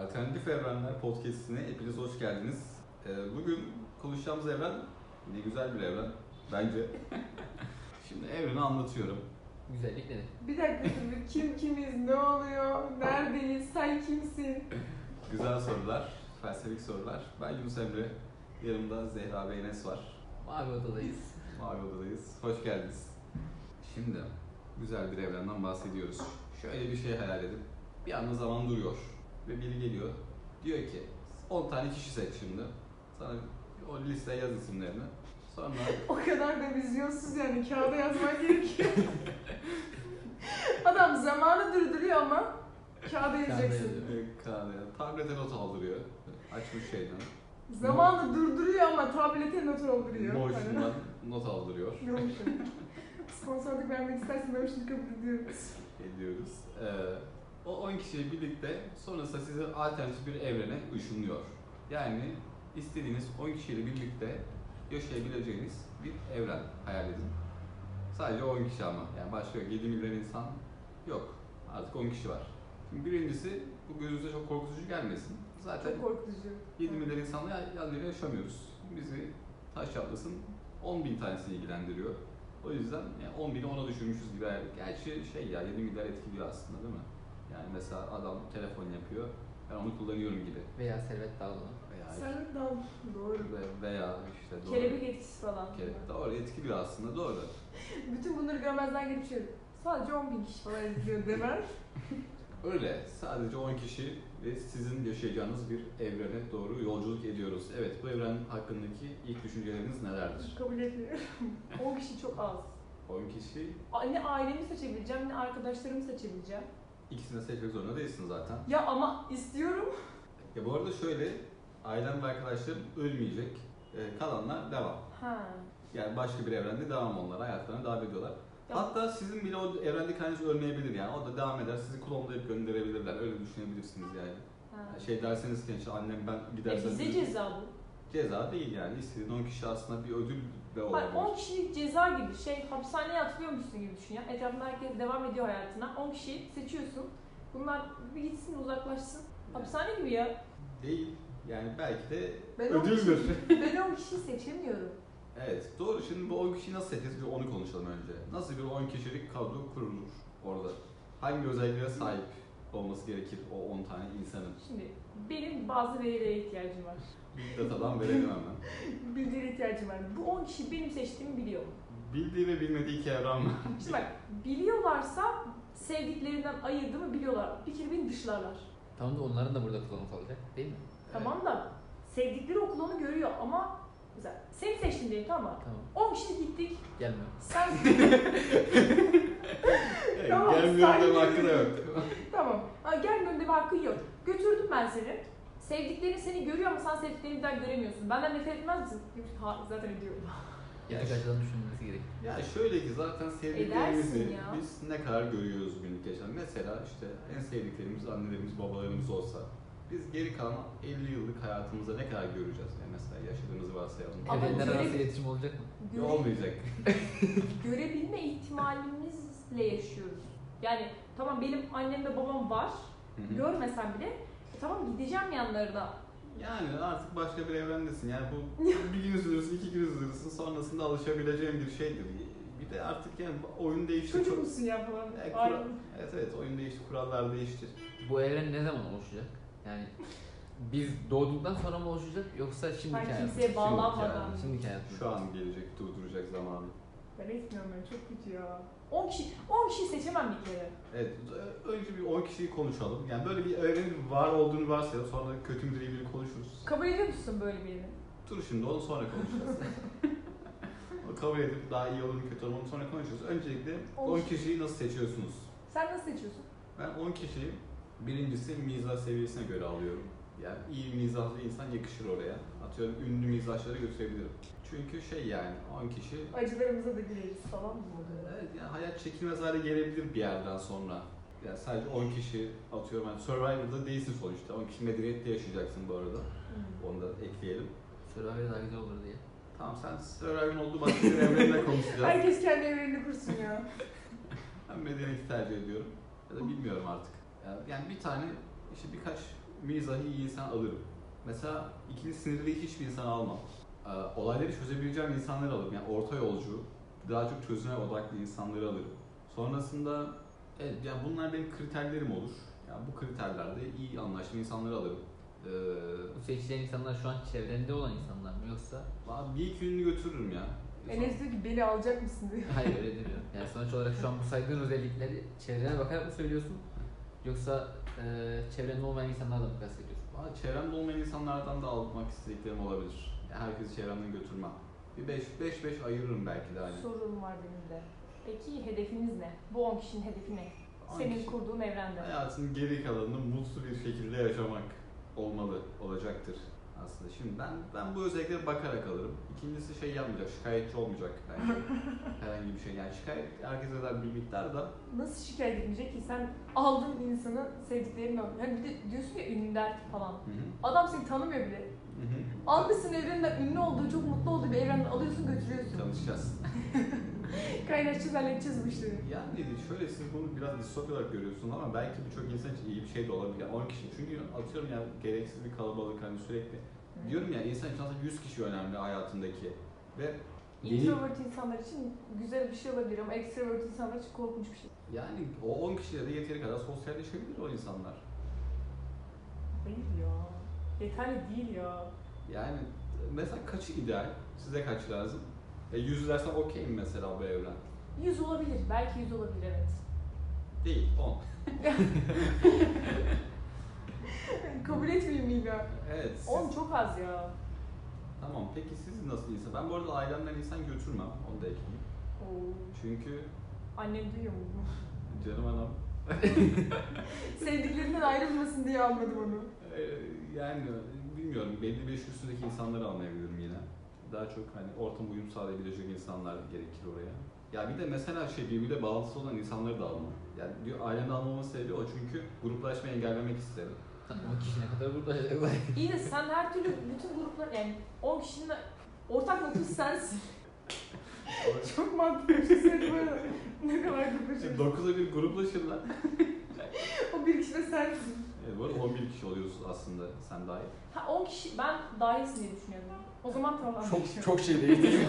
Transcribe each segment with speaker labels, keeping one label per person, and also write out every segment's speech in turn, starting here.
Speaker 1: Alternatif Evrenler Podcast'ine hepiniz hoş geldiniz. Ee, Bugün konuşacağımız evren ne güzel bir evren bence. Şimdi evreni anlatıyorum.
Speaker 2: Güzellik nedir?
Speaker 3: Bir dakika şimdi kim kimiz, ne oluyor, neredeyiz, sen kimsin?
Speaker 1: Güzel sorular, felsefik sorular. Ben Yunus Emre, yanımda Zehra ve Enes var.
Speaker 2: Mavi odadayız.
Speaker 1: Mavi odadayız. Hoş geldiniz. Şimdi güzel bir evrenden bahsediyoruz. Şöyle bir şey hayal edin. Bir anda zaman duruyor ve biri geliyor. Diyor ki 10 tane kişi seç şimdi. Sana o listeye yaz isimlerini. Sonra
Speaker 3: O kadar da vizyonsuz yani kağıda yazman gerekiyor. Adam zamanı durduruyor ama kağıda yazacaksın.
Speaker 2: yazıyor.
Speaker 1: Kağıda- tablete not aldırıyor. Açmış şeyden.
Speaker 3: Zamanı durduruyor ama tablete not dolduruyor. Hani.
Speaker 1: Notion'dan not aldırıyor.
Speaker 3: Notion. Sponsorluk vermek istersen Notion kabul ediyoruz.
Speaker 1: ediyoruz. Ee, o 10 kişiyle birlikte sonrasında sizi alternatif bir evrene ışınlıyor. Yani istediğiniz 10 kişiyle birlikte yaşayabileceğiniz bir evren hayal edin. Sadece 10 kişi ama. Yani başka 7 milyon insan yok. Artık 10 kişi var. Şimdi birincisi bu gözünüze çok korkutucu gelmesin. Zaten
Speaker 3: Çok korkutucu.
Speaker 1: 7 milyon insanla yan- yan yana yaşamıyoruz. Bizi taş çatlasın 10 bin tanesi ilgilendiriyor. O yüzden yani 10 bini ona düşürmüşüz gibi. hayal- Gerçi şey ya 7 milyar etkiliyor aslında değil mi? Yani mesela adam telefon yapıyor. Ben onu kullanıyorum gibi.
Speaker 2: Veya servet dağılımı.
Speaker 1: Veya işte,
Speaker 3: Sen dal. Doğru.
Speaker 1: ve- veya işte doğru.
Speaker 3: Kelebek etkisi falan.
Speaker 1: Kelebek. Doğru etkiliyor aslında doğru.
Speaker 3: Bütün bunları görmezden geçiyorum. Sadece 10 bin kişi falan izliyor demen.
Speaker 1: Öyle sadece 10 kişi ve sizin yaşayacağınız bir evrene doğru yolculuk ediyoruz. Evet bu evren hakkındaki ilk düşünceleriniz nelerdir?
Speaker 3: Kabul etmiyorum. 10 kişi çok az.
Speaker 1: 10 kişi
Speaker 3: Ne ailemi seçebileceğim ne arkadaşlarımı seçebileceğim.
Speaker 1: ikisini de seçmek zorunda değilsin zaten.
Speaker 3: Ya ama istiyorum.
Speaker 1: Ya bu arada şöyle, ailem ve arkadaşlarım ölmeyecek. Ee, kalanlar devam.
Speaker 3: Ha.
Speaker 1: Yani başka bir evrende devam onlar. Hayatlarına devam ediyorlar.
Speaker 3: Ya-
Speaker 1: Hatta sizin bile o evrendeki haliniz ölmeyebilir yani. O da devam eder. Sizi klonlayıp gönderebilirler. Öyle düşünebilirsiniz yani.
Speaker 3: ha.
Speaker 1: Yani Şey derseniz ki işte annem ben
Speaker 4: E,
Speaker 1: gidersem...
Speaker 3: bize ceza bu.
Speaker 1: Ceza değil yani. İstediğin 10 kişi aslında bir ödül de
Speaker 4: Hayır, 10
Speaker 1: olabilir.
Speaker 4: kişilik ceza gibi şey hapishaneye atılıyormuşsun gibi düşün ya. Etrafında herkes devam ediyor hayatına. 10 kişi seçiyorsun. Bunlar bir gitsin uzaklaşsın. Hapishane gibi ya.
Speaker 1: Değil. Yani belki de
Speaker 3: Ben on
Speaker 1: ödüldür.
Speaker 3: ben 10 kişiyi seçemiyorum.
Speaker 1: evet. Doğru. Şimdi bu 10 kişiyi nasıl seçeceğiz? Bir onu konuşalım önce. Nasıl bir 10 kişilik kadro kurulur orada? Hangi özelliklere sahip olması gerekir o 10 tane insanın?
Speaker 4: Şimdi benim bazı verilere ihtiyacım var.
Speaker 1: Big datadan veremem ben.
Speaker 4: Bilgilere ihtiyacım var. Bu 10 kişi benim seçtiğimi biliyor.
Speaker 1: Bildiği ve bilmediği iki evren var.
Speaker 4: Şimdi bak biliyorlarsa sevdiklerinden ayırdığımı biliyorlar. Bir kere beni dışlarlar.
Speaker 2: Tamam da onların da burada kullanımı olacak değil mi?
Speaker 4: Tamam da sevdikleri okul onu görüyor ama mesela seni seçtim diyelim tamam mı?
Speaker 2: Tamam.
Speaker 4: 10 kişi gittik.
Speaker 2: Gelmiyor.
Speaker 4: Sen
Speaker 1: Evet,
Speaker 4: Tamam,
Speaker 1: gelmiyor
Speaker 4: saygı
Speaker 1: deme hakkı da yok.
Speaker 4: Tamam. Ha, gel önünde bir hakkın yok. Götürdüm ben seni. Sevdiklerin seni görüyor ama sen sevdiklerini bir daha göremiyorsun. Benden nefret etmez misin? Demiş ki, Ha, zaten ediyorum.
Speaker 2: Etik açıdan düşünülmesi gerek.
Speaker 1: Ya şöyle ki zaten sevdiklerimizi
Speaker 4: Edersin ya.
Speaker 1: biz ne kadar görüyoruz günlük yaşam. Mesela işte en sevdiklerimiz annelerimiz babalarımız olsa biz geri kalan 50 yıllık hayatımızda ne kadar göreceğiz? Yani mesela yaşadığımızı varsayalım.
Speaker 4: Ama
Speaker 2: Evrenler
Speaker 4: böyle-
Speaker 2: arası iletişim olacak mı?
Speaker 4: Göre-
Speaker 1: Olmayacak.
Speaker 4: görebilme ihtimalimizle yaşıyoruz. Yani tamam benim annem ve babam var.
Speaker 1: Hı hı.
Speaker 4: Görmesem bile e, tamam gideceğim yanlarına.
Speaker 1: Yani artık başka bir evrendesin. Yani bu bir gün üzülürsün, iki gün üzülürsün. Sonrasında alışabileceğin bir şeydir. Bir de artık yani oyun değişti.
Speaker 3: Çocuk
Speaker 1: Çok-
Speaker 3: musun ya falan.
Speaker 1: Evet,
Speaker 3: Ay.
Speaker 1: kural- evet evet oyun değişti, kurallar değişti.
Speaker 2: Bu evren ne zaman oluşacak? Yani biz doğduktan sonra mı oluşacak yoksa şimdiki
Speaker 4: Ben
Speaker 2: hayatımız?
Speaker 4: kimseye bağlanmadan.
Speaker 1: şey yani.
Speaker 2: Şimdiki hayatımız.
Speaker 1: Şu an gelecek, durduracak zamanı.
Speaker 3: Ben etmiyorum ben çok kötü ya.
Speaker 4: 10 kişi 10 kişi seçemem bir kere.
Speaker 1: Evet, önce bir 10 kişiyi konuşalım. Yani böyle bir evrenin var olduğunu varsayalım, sonra kötü müdür iyi bilir konuşuruz.
Speaker 4: Kabul ediyor musun böyle birini?
Speaker 1: Dur şimdi onu sonra konuşacağız. o kabul edip daha iyi olur mu kötü olur mu onu sonra konuşuruz. Öncelikle 10 kişiyi nasıl seçiyorsunuz?
Speaker 4: Sen nasıl seçiyorsun?
Speaker 1: Ben 10 kişiyi birincisi mizah seviyesine göre alıyorum. Yani iyi mizahlı insan yakışır oraya. Atıyorum ünlü mizahçıları götürebilirim. Çünkü şey yani 10 kişi
Speaker 3: Acılarımıza da güleriz falan mı oluyor?
Speaker 1: evet, yani hayat çekilmez hale gelebilir bir yerden sonra. Yani sadece 10 kişi atıyorum yani Survivor'da değilsin sonuçta. 10 kişi medeniyetle yaşayacaksın bu arada. Onu da ekleyelim.
Speaker 2: Survivor daha güzel olur diye.
Speaker 1: Tamam sen Survivor'ın olduğu başka bir evrenle konuşacağız.
Speaker 3: Herkes kendi evrenini kursun ya.
Speaker 1: Ben medeniyeti tercih ediyorum. Ya da bilmiyorum artık. Yani- Yani bir tane işte birkaç mizahi iyi insan alırım. Mesela ikili sinirli hiçbir insan almam. Ee, olayları çözebileceğim insanları alırım. Yani orta yolcu, daha çok çözüme odaklı insanları alırım. Sonrasında evet yani bunlar benim kriterlerim olur. Yani bu kriterlerde iyi anlaşma insanları alırım. Ee,
Speaker 2: Bu seçeceğin insanlar şu an çevrende olan insanlar mı yoksa?
Speaker 1: Valla bir iki ünlü götürürüm ya.
Speaker 3: Enes diyor ki beni alacak mısın diyor.
Speaker 2: Hayır öyle demiyorum. Yani sonuç olarak şu an bu saydığın özellikleri çevrene bakarak mı söylüyorsun? Yoksa e, çevrende olmayan insanlarla mı kastediyorsun?
Speaker 1: Valla çevremde olmayan insanlardan da almak istediklerim olabilir. Yani herkesi çevremden götürmem. Bir 5-5 ayırırım belki de hani.
Speaker 4: Sorum var benim de. Peki hedefiniz ne? Bu 10 kişinin hedefi ne?
Speaker 1: On
Speaker 4: Senin
Speaker 1: kişi-
Speaker 4: kurduğun evrende.
Speaker 1: Hayatın geri kalanını mutlu bir şekilde yaşamak olmalı, olacaktır aslında. Şimdi ben ben bu özelliklere bakarak alırım. İkincisi şey yapmayacak, şikayetçi olmayacak bence. Herhangi bir şey. Yani şikayet herkes eder bir miktar da.
Speaker 4: Nasıl şikayet?
Speaker 3: Şikayet edince ki sen aldın insanı sevdiklerini alın. Hani bir de diyorsun ya ünlü dert falan.
Speaker 1: Hı hı,
Speaker 3: Adam seni tanımıyor bile.
Speaker 1: hı hı.
Speaker 3: Almışsın evrende ünlü olduğu, çok mutlu olduğu bir evrenden alıyorsun götürüyorsun.
Speaker 1: Tanışacağız.
Speaker 3: Kaynaşacağız, halledeceğiz bu işleri.
Speaker 1: Yani şöyle siz bunu biraz distopya olarak görüyorsunuz ama belki birçok insan için iyi bir şey de olabilir. Yani 10 kişi çünkü atıyorum yani gereksiz bir kalabalık hani sürekli. Diyorum ya insan için aslında 100 kişi önemli hayatındaki. Ve yeni-
Speaker 4: Introvert insanlar için güzel bir şey olabilir ama extrovert insanlar için korkunç bir şey.
Speaker 1: yani o 10 kişiyle de yeteri kadar sosyalleşebilir o insanlar.
Speaker 3: Hayır ya. Yeterli değil ya.
Speaker 1: Yani mesela kaçı ideal? Size kaç lazım? E, yüz dersen okeyim mesela bu evren.
Speaker 4: 100 olabilir. Belki 100 olabilir evet.
Speaker 1: Değil, 10.
Speaker 3: Kabul etmeyeyim mi ya?
Speaker 1: Evet, siz-
Speaker 4: 10 çok az ya.
Speaker 1: Tamam, peki siz nasıl insan? Ben bu arada ailemden insan götürmem, onu da ekleyeyim.
Speaker 4: Oo.
Speaker 1: Çünkü
Speaker 4: Annem duyuyor mu bunu?
Speaker 1: canım anam,
Speaker 3: Sevdiklerinden ayrılmasın diye almadım onu.
Speaker 1: e, yani bilmiyorum, belli bir yaş üstündeki insanları anlayabiliyorum yine. Daha çok hani ortama uyum sağlayabilecek insanlar gerekir oraya. Ya bir de mesela şey birbiriyle bağlantısı olan insanları da almam. Yani diyor ailemden almamın sebebi o çünkü gruplaşmayı engellemek isterim.
Speaker 2: Tamam 10 kişi ne kadar burada?
Speaker 4: İyi de sen her türlü bütün gruplar yani 10 kişinin ortak noktası sensin.
Speaker 3: Çok mantıklı bir şey söyledi bu arada. Ne kadar
Speaker 1: Şimdi
Speaker 3: kapıcı.
Speaker 1: 9'a Şey, bir gruplaşın lan.
Speaker 3: O bir kişi de sensin.
Speaker 1: Evet, bu arada 11 kişi oluyoruz aslında sen dahil.
Speaker 4: Ha 10 kişi ben dahilsin diye düşünüyorum. O zaman tamam.
Speaker 2: çok çok şey değişti.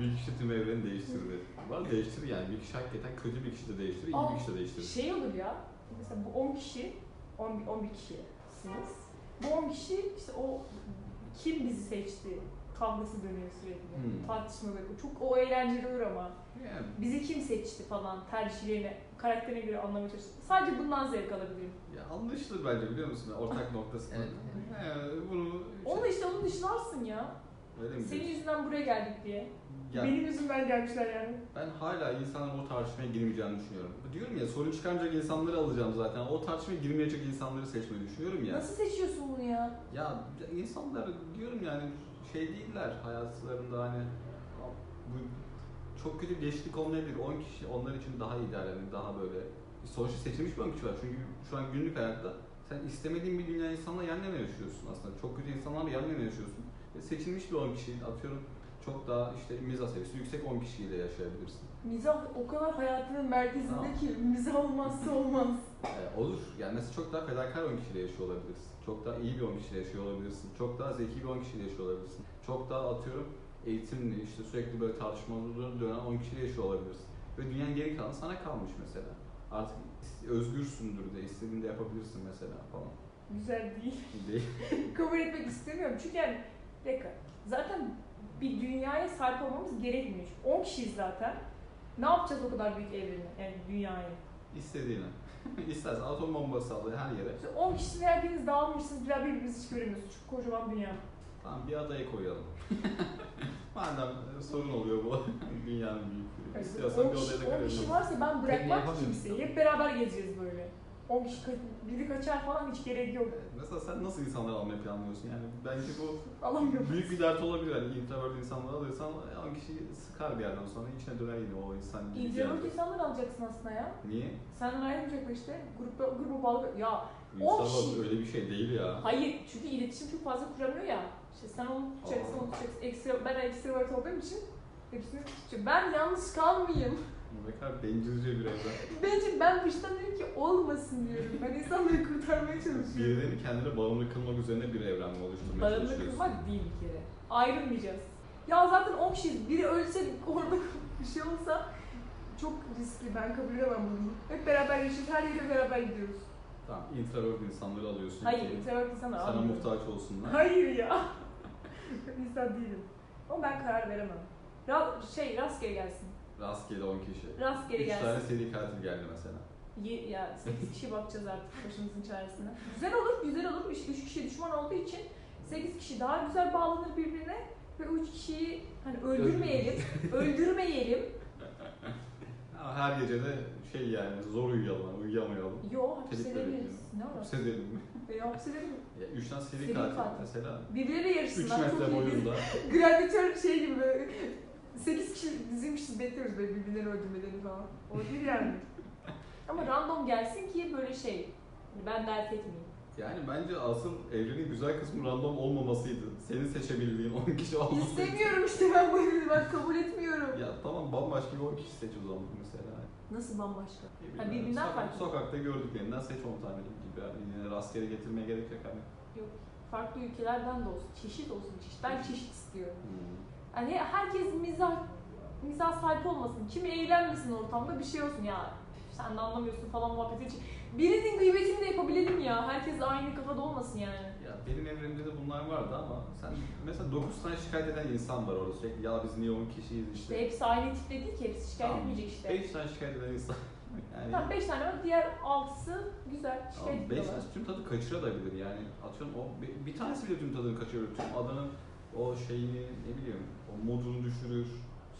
Speaker 1: Bir kişi tüm evreni değiştirdi. Var değiştir yani bir kişi hakikaten kötü bir kişi de değiştirir, iyi bir kişi de değiştirir.
Speaker 4: Şey olur ya. Mesela bu 10 kişi 11 11 kişisiniz. Bu 10 kişi işte o kim bizi seçti kavgası dönüyor sürekli.
Speaker 1: Hmm.
Speaker 4: Tartışmalar. Çok o eğlenceli olur ama.
Speaker 1: Yani,
Speaker 4: Bizi kim seçti falan tercihlerini karakterine göre anlamaya çalıştım. Sadece bundan zevk alabilirim.
Speaker 1: ya anlaşılır bence biliyor musun? Yani Ortak noktasını.
Speaker 2: Evet.
Speaker 1: He, bunu...
Speaker 4: Onu işte onu dışlarsın ya.
Speaker 1: Öyle mi
Speaker 4: Senin
Speaker 1: diyorsun?
Speaker 4: yüzünden buraya geldik diye.
Speaker 1: Ya,
Speaker 3: Benim yüzümden gelmişler yani.
Speaker 1: ben hala insanların o tartışmaya girmeyeceğini düşünüyorum. Diyorum ya sorun çıkarmayacak insanları alacağım zaten. O tartışmaya girmeyecek insanları seçmeyi düşünüyorum ya.
Speaker 4: Nasıl seçiyorsun bunu ya?
Speaker 1: Ya insanlar diyorum yani şey değiller hayatlarında hani bu çok kötü bir eşlik olmayabilir. 10 kişi onlar için daha ideal yani daha böyle sonuçta seçilmiş bir 10 kişi var. Çünkü şu an günlük hayatta sen istemediğin bir dünya insanla yan yana yaşıyorsun aslında. Çok kötü insanlarla yan yana yaşıyorsun. Ve seçilmiş bir 10 kişi atıyorum çok daha işte mizah seviyesi yüksek 10 kişiyle yaşayabilirsin.
Speaker 3: Mizah o kadar hayatının merkezinde ki mizah olmazsa olmaz.
Speaker 1: Ee, olur. Yani mesela çok daha fedakar 10 kişiyle yaşıyor olabilirsin. Çok daha iyi bir 10 kişiyle yaşıyor olabilirsin. Çok daha zeki bir 10 kişiyle yaşıyor olabilirsin. Çok daha atıyorum eğitimli, işte sürekli böyle tartışmaları dönen 10 kişiyle yaşıyor olabilirsin. Ve dünyanın geri kalanı sana kalmış mesela. Artık özgürsündür de istediğini de yapabilirsin mesela falan.
Speaker 3: Güzel değil.
Speaker 1: Değil.
Speaker 4: Kabul etmek istemiyorum. Çünkü yani bir dakika. Zaten bir dünyaya sahip olmamız gerekmiyor. Çünkü 10 kişiyiz zaten. Ne yapacağız o kadar büyük evreni? Yani dünyayı.
Speaker 1: İstediğini. İstersen atom bombası al her yere.
Speaker 4: İşte 10 kişisin hepiniz dağılmışsınız. Biraz birbirimizi hiç göremiyorsunuz. Çünkü kocaman dünya.
Speaker 1: Tamam bir adaya koyalım. Madem e, sorun oluyor bu dünyanın büyüklüğü.
Speaker 4: Yani
Speaker 1: İstiyorsan
Speaker 4: 10
Speaker 1: bir
Speaker 4: kişi,
Speaker 1: odaya da
Speaker 4: 10 kişi
Speaker 1: koyalım.
Speaker 4: varsa ben bırakmam
Speaker 2: yapamıyoruz
Speaker 4: kimseyi.
Speaker 2: tabii.
Speaker 4: Hep beraber gezeceğiz böyle. 10 kişi, ka- biri kaçar falan hiç gerek yok.
Speaker 1: Evet, Mesela sen nasıl insanları almayı planlıyorsun? Yani bence bu
Speaker 4: Alamıyorum.
Speaker 1: büyük bir dert olabilir. Hani introvert insanları alırsan e, o kişiyi sıkar bir yerden sonra içine döner yine o insan. gibi bir
Speaker 4: İntrovert
Speaker 1: yerde.
Speaker 4: insanlar alacaksın aslında ya.
Speaker 1: Niye? Sen
Speaker 4: Senden ayrılmayacaklar işte. Grupa, gruba bağlı. Ya O
Speaker 1: İnsan
Speaker 4: kişi-
Speaker 1: öyle bir şey değil ya.
Speaker 4: Hayır çünkü iletişim çok fazla kuramıyor ya. İşte sen onu tutacaksın,
Speaker 1: Aa.
Speaker 4: onu tutacaksın. Ekstra, ben ekstrovert olduğum için hepsini tutacağım. Ben yalnız kalmayayım.
Speaker 1: Ne kadar bencilce bir evren.
Speaker 3: Bence ben baştan dedim ki olmasın diyorum. Ben insanları kurtarmaya çalışıyorum.
Speaker 1: Birileri kendine bağımlı kılmak üzerine bir evren mi oluşturmaya
Speaker 4: Barınma
Speaker 1: çalışıyorsun?
Speaker 4: kılmak değil bir kere. Ayrılmayacağız.
Speaker 3: Ya zaten 10 kişiyiz. Biri ölse orada bir şey olsa çok riskli. Ben kabul edemem bunu. Hep beraber yaşıyoruz. Her yere beraber gidiyoruz.
Speaker 1: Tamam, introvert insanları alıyorsun
Speaker 4: Hayır,
Speaker 1: ki
Speaker 4: introvert insanlar
Speaker 1: sana
Speaker 4: almıyorum.
Speaker 1: muhtaç olsunlar.
Speaker 3: Hayır ya. Ben İnsan değilim.
Speaker 4: Ama ben karar veremem. Ra- şey rastgele gelsin.
Speaker 1: Rastgele 10 kişi.
Speaker 4: Rastgele
Speaker 1: 3 tane
Speaker 4: gelsin.
Speaker 1: seri katil geldi mesela.
Speaker 4: Ye- ya 8 kişi bakacağız artık başımızın çaresine. Güzel olur, güzel olur. 3 kişi düşman olduğu için 8 kişi daha güzel bağlanır birbirine ve 3 kişiyi hani öldürmeyelim. öldürmeyelim.
Speaker 1: Ama her gece de şey yani zor uyuyalım, hani uyuyamayalım.
Speaker 4: Yo
Speaker 1: Telif
Speaker 4: hapisedebiliriz. Ne var?
Speaker 1: Hapsedelim mi?
Speaker 4: Ya hapisedelim.
Speaker 1: Ya 3 tane seri,
Speaker 4: Seri
Speaker 1: katil,
Speaker 4: katil.
Speaker 1: mesela.
Speaker 3: Birbirine
Speaker 1: 3
Speaker 3: yarışsınlar. Çok
Speaker 1: metre
Speaker 3: iyi. biz
Speaker 1: boyunda.
Speaker 3: Gladiatör şey gibi böyle 8 kişi dizilmişiz bekliyoruz böyle birbirlerini öldürmelerini falan. Olabilir yani.
Speaker 4: Ama random gelsin ki böyle şey. Ben dert etmeyeyim.
Speaker 1: Yani bence asıl evrenin güzel kısmı random olmamasıydı. Senin seçebildiğin 10 kişi olmasıydı.
Speaker 3: İstemiyorum işte ben bu evi ben kabul etmiyorum.
Speaker 1: Ya tamam bambaşka bir 10 kişi seç o zaman mesela.
Speaker 4: Nasıl bambaşka?
Speaker 1: Ne bileyim
Speaker 4: Ha,
Speaker 1: yani,
Speaker 4: birbirinden
Speaker 1: sokak-
Speaker 4: farklı.
Speaker 1: Sokakta gördüklerinden seç 10 tane gibi. Yani yine rastgele getirmeye gerek yok hani.
Speaker 4: Farklı ülkelerden de olsun, çeşit olsun çeşit. Ben çeşit istiyorum.
Speaker 1: Hmm.
Speaker 4: Hani herkes mizah mizah sahip olmasın. Kimi eğlenmesin ortamda bir şey olsun ya. üf, Sen de anlamıyorsun falan muhabbeti için. Birinin gıybetini de yapabilelim ya. Herkes aynı kafada olmasın yani.
Speaker 1: Ya benim evrenimde de bunlar vardı ama sen mesela 9 tane şikayet eden insan var orada sürekli. Ya biz niye 10 kişiyiz
Speaker 4: İşte
Speaker 1: işte.
Speaker 4: hepsi aynı tip değil ki hepsi şikayet
Speaker 1: Tamam.
Speaker 4: etmeyecek işte.
Speaker 1: 5 tane şikayet eden insan.
Speaker 4: Tamam
Speaker 1: Yani
Speaker 4: 5 tane var. Diğer altısı güzel şikayet
Speaker 1: Tamam, 5
Speaker 4: ediyorlar.
Speaker 1: tane tüm tadı kaçırabilir yani. Atıyorum o bir, bir tanesi bile tüm tadını kaçırır. Tüm adanın o şeyini ne bileyim o modunu düşürür.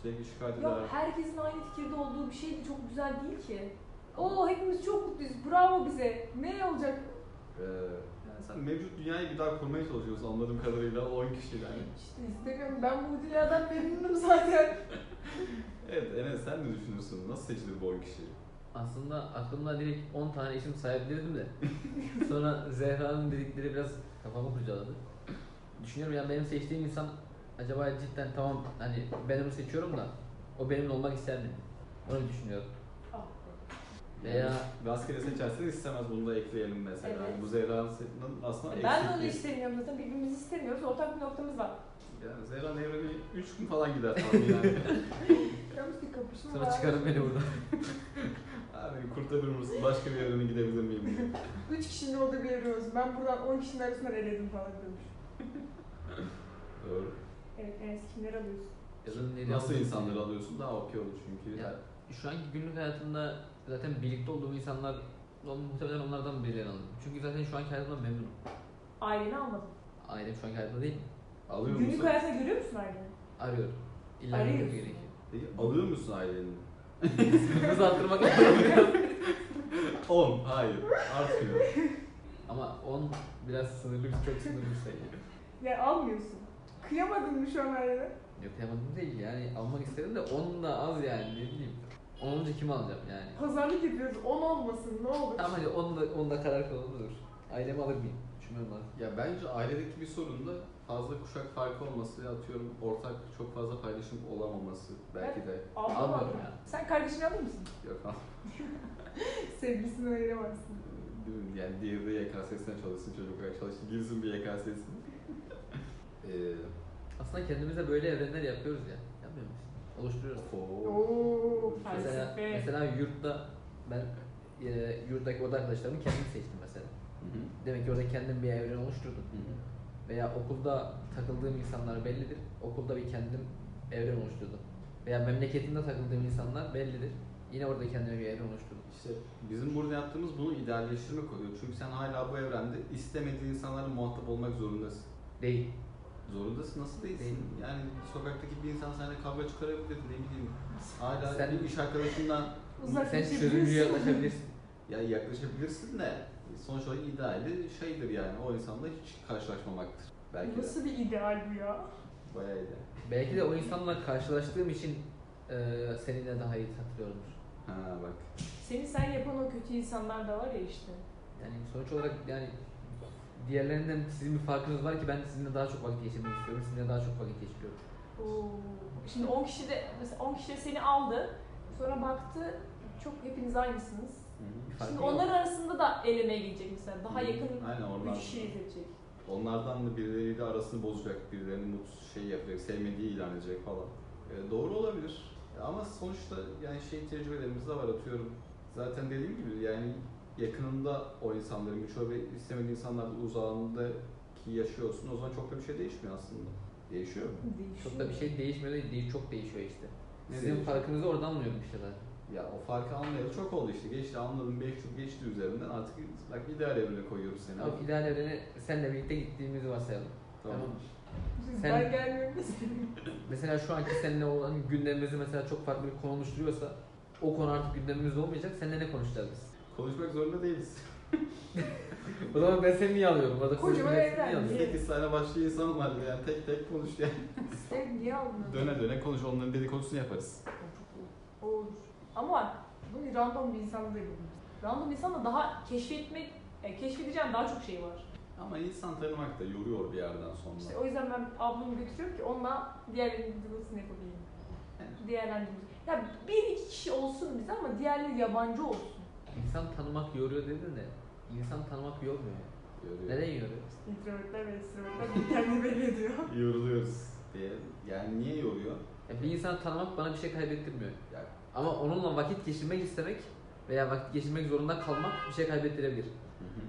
Speaker 1: Sürekli şikayet eder.
Speaker 4: Ya herkesin aynı fikirde olduğu bir şey de çok güzel değil ki. Oo hepimiz çok mutluyuz. Bravo bize. Ne olacak?
Speaker 1: Ee, yani sen mevcut dünyayı bir daha kurmaya çalışıyorsun anladığım kadarıyla 10 kişiyle. Yani.
Speaker 3: İşte istemiyorum ben bu dünyadan memnunum zaten.
Speaker 1: Evet Enes sen ne düşünürsün? Nasıl seçilir bu 10 kişi?
Speaker 2: Aslında aklımda direkt 10 tane isim sayabilirdim de. Sonra Zehra'nın dedikleri biraz kafamı kurcaladı. Düşünüyorum ya benim seçtiğim insan acaba cidden tamam hani ben onu seçiyorum da o benimle olmak ister mi? Onu düşünüyorum.
Speaker 4: Ah,
Speaker 2: Veya
Speaker 1: Rastgele seçersen istemez bunu da ekleyelim mesela.
Speaker 4: Evet.
Speaker 1: Yani Bu Zehra'nın se- aslında
Speaker 4: ben de
Speaker 1: eksik
Speaker 4: onu
Speaker 1: bir-
Speaker 4: istemiyorum zaten. Birbirimizi istemiyoruz. Ortak bir noktamız var.
Speaker 1: Yani Zehra'nın evreni 3 gün falan gider tahmin yani.
Speaker 3: Yalnız bir kapışma
Speaker 2: sonra
Speaker 3: var.
Speaker 2: çıkarın beni buradan.
Speaker 1: Ha, beni kurtarır mısın? Başka bir evrene gidebilir miyim? diye.
Speaker 3: 3 kişinin olduğu bir yer olsun. Ben buradan 10 kişinin arasından eledim falan diyormuş.
Speaker 1: Doğru.
Speaker 3: Evet Enes kimleri alıyorsun?
Speaker 2: Yazın nereye
Speaker 1: Nasıl
Speaker 2: aldığını
Speaker 1: insanları
Speaker 2: bilmiyorum.
Speaker 1: alıyorsun? Daha okey olur çünkü.
Speaker 2: Ya, Şu anki günlük hayatımda zaten birlikte olduğum insanlar muhtemelen onlardan birilerini alırım. Çünkü zaten şu anki hayatımdan memnunum.
Speaker 4: Aileni almadım.
Speaker 2: Ailem şu anki hayatımda değil.
Speaker 1: Alıyor
Speaker 4: Günlük
Speaker 1: musun?
Speaker 4: hayatında görüyor musun aileni?
Speaker 2: Arıyorum. İlla
Speaker 4: Arıyorsun.
Speaker 2: görmek gerekiyor.
Speaker 1: Peki, alıyor musun aileni?
Speaker 2: Hızı arttırmak lazım.
Speaker 1: 10. Hayır. Artmıyor.
Speaker 2: Ama 10 biraz sınırlı bir çok sınırlı bir sayı.
Speaker 3: Yani almıyorsun. Kıyamadın mı şu an ailene?
Speaker 2: Yok yapamadım değil yani almak istedim de 10 da az yani ne bileyim. 10 olunca kim alacağım yani?
Speaker 3: Pazarlık yapıyoruz 10 olmasın ne olur.
Speaker 2: Ama hadi 10 da, 10 da karar kılalım dur. Ailemi alır mıyım? Düşünmem lazım.
Speaker 1: ya bence ailedeki bir sorun da fazla kuşak farkı olması. Atıyorum ortak çok fazla paylaşım olamaması. Belki de.
Speaker 4: Almadım.
Speaker 2: Almıyorum ya.
Speaker 4: Sen kardeşini alır mısın?
Speaker 1: Yok
Speaker 3: Sevgilisini ayıramazsın.
Speaker 1: Değil mi? Yani diğeri de YKS'sine çalışsın çocuk olarak çalışsın. Girsin bir YKS'sine. Eee
Speaker 2: Aslında kendimize böyle evrenler yapıyoruz ya. Yapmıyor muyuz? Oluşturuyoruz.
Speaker 1: ooo.
Speaker 3: Oo.
Speaker 4: Felsefe.
Speaker 2: Mesela, mesela yurtta ben e, yurttaki oda arkadaşlarımı kendim seçtim mesela.
Speaker 1: Hı hı.
Speaker 2: Demek ki orada kendim bir evren oluşturdum.
Speaker 1: Hı hı.
Speaker 2: Veya okulda takıldığım insanlar bellidir. Okulda bir kendim evren oluşturdum. Veya memleketimde takıldığım insanlar bellidir. Yine orada kendime bir evren oluşturdum.
Speaker 1: İşte bizim burada yaptığımız bunu idealleştirmek oluyor. Çünkü sen hala bu evrende istemediğin insanlarla muhatap olmak zorundasın.
Speaker 2: Değil.
Speaker 1: Zorundasın nasıl değilsin?
Speaker 2: Değilim.
Speaker 1: Yani sokaktaki bir insan seninle kavga çıkarabilir ne bileyim. Hala
Speaker 2: Sen-
Speaker 1: bir iş arkadaşından
Speaker 2: Sen
Speaker 3: Uzaklaşabilirsin.
Speaker 2: çözümcüye ulaşabilirsin.
Speaker 1: ya yaklaşabilirsin de sonuç olarak ideali şeydir yani o insanla hiç karşılaşmamaktır. Belki de
Speaker 3: Nasıl bir ideal bu ya?
Speaker 1: bayağı ideal.
Speaker 2: Belki de o insanla karşılaştığım için e, seninle daha iyi hatırlıyorumdur.
Speaker 1: Ha bak.
Speaker 4: Seni sen yapan o kötü insanlar da var ya işte.
Speaker 2: Yani sonuç olarak yani diğerlerinden sizin bir farkınız var ki ben sizinle daha çok vakit geçirmek istiyorum. Sizinle daha çok vakit geçiriyorum.
Speaker 4: Oo. Şimdi 10 kişi de mesela 10 kişi de seni aldı. Sonra baktı çok hepiniz aynısınız.
Speaker 1: Hı.
Speaker 2: Farkı
Speaker 4: Şimdi
Speaker 2: yok. Hmm.
Speaker 4: onlar arasında da elemeye gidecek mesela. Daha yakın
Speaker 1: Aynen
Speaker 4: üç
Speaker 1: oralar.
Speaker 4: kişiye gidecek.
Speaker 1: Onlardan da birileri de arasını bozacak, birilerini mutsuz şey yapacak, sevmediği ilan edecek falan. Ee, doğru olabilir. E, Ama sonuçta yani şey tecrübelerimiz de var atıyorum. Zaten dediğim gibi yani yakınında o insanların birçoğu ve istemediği insanlardan uzağındaki yaşıyorsun. O zaman çok da bir şey değişmiyor aslında. Değişiyor mu?
Speaker 2: Çok da bir şey değişmiyor da değil, çok değişiyor işte.
Speaker 1: Ne
Speaker 2: Sizin
Speaker 1: değişiyor?
Speaker 2: farkınızı oradan anlıyorum işte zaten.
Speaker 1: Ya o farkı anlayalı çok oldu işte. Geçti anladım 5 yıl geçti üzerinden artık bak ideal evrene koyuyoruz seni.
Speaker 2: Ama ideal evrene senle birlikte gittiğimizi varsayalım.
Speaker 1: Tamam.
Speaker 2: Tamam.
Speaker 3: Siz
Speaker 2: Sen-
Speaker 3: Ben gelmiyorum.
Speaker 2: Mesela şu anki seninle olan gündemimizi mesela çok farklı bir konu oluşturuyorsa o konu artık gündemimiz olmayacak. Seninle ne konuşacağız biz?
Speaker 1: Konuşmak zorunda değiliz.
Speaker 2: O zaman ben seni niye alıyorum? O da
Speaker 3: Kocaman
Speaker 2: seni niye
Speaker 3: evren.
Speaker 2: alıyorum?
Speaker 1: 8 tane başlı insan var yani tek tek konuş yani.
Speaker 3: Sen niye almıyorsun?
Speaker 1: Döne döne konuş onların dedikodusunu yaparız.
Speaker 3: Olur.
Speaker 4: Ama bak
Speaker 3: Bunu random bir insan da yapabiliriz.
Speaker 4: random insanla daha keşfetmek, e, keşfedeceğim daha çok şey var.
Speaker 1: Ama insan tanımak da yoruyor bir yerden sonra.
Speaker 4: İşte o yüzden ben ablamı götürüyorum ki onunla diğerlerinin videosunu yapabileyim.
Speaker 1: Evet.
Speaker 4: Diğerlendirmek. Ya bir iki kişi olsun bize ama diğerleri yabancı olsun.
Speaker 2: İnsan tanımak yoruyor dedin de insan tanımak yormuyor.
Speaker 1: Yoruyor.
Speaker 2: Neden yoruyor?
Speaker 3: İntrovertler ve extrovertler bir kendini belli ediyor.
Speaker 1: Yoruluyoruz diye. Yani niye yoruyor?
Speaker 2: Ya bir insanı tanımak bana bir şey kaybettirmiyor.
Speaker 1: Yani
Speaker 2: Ama onunla vakit geçirmek istemek veya vakit geçirmek zorunda kalmak bir şey kaybettirebilir.
Speaker 1: hı hı.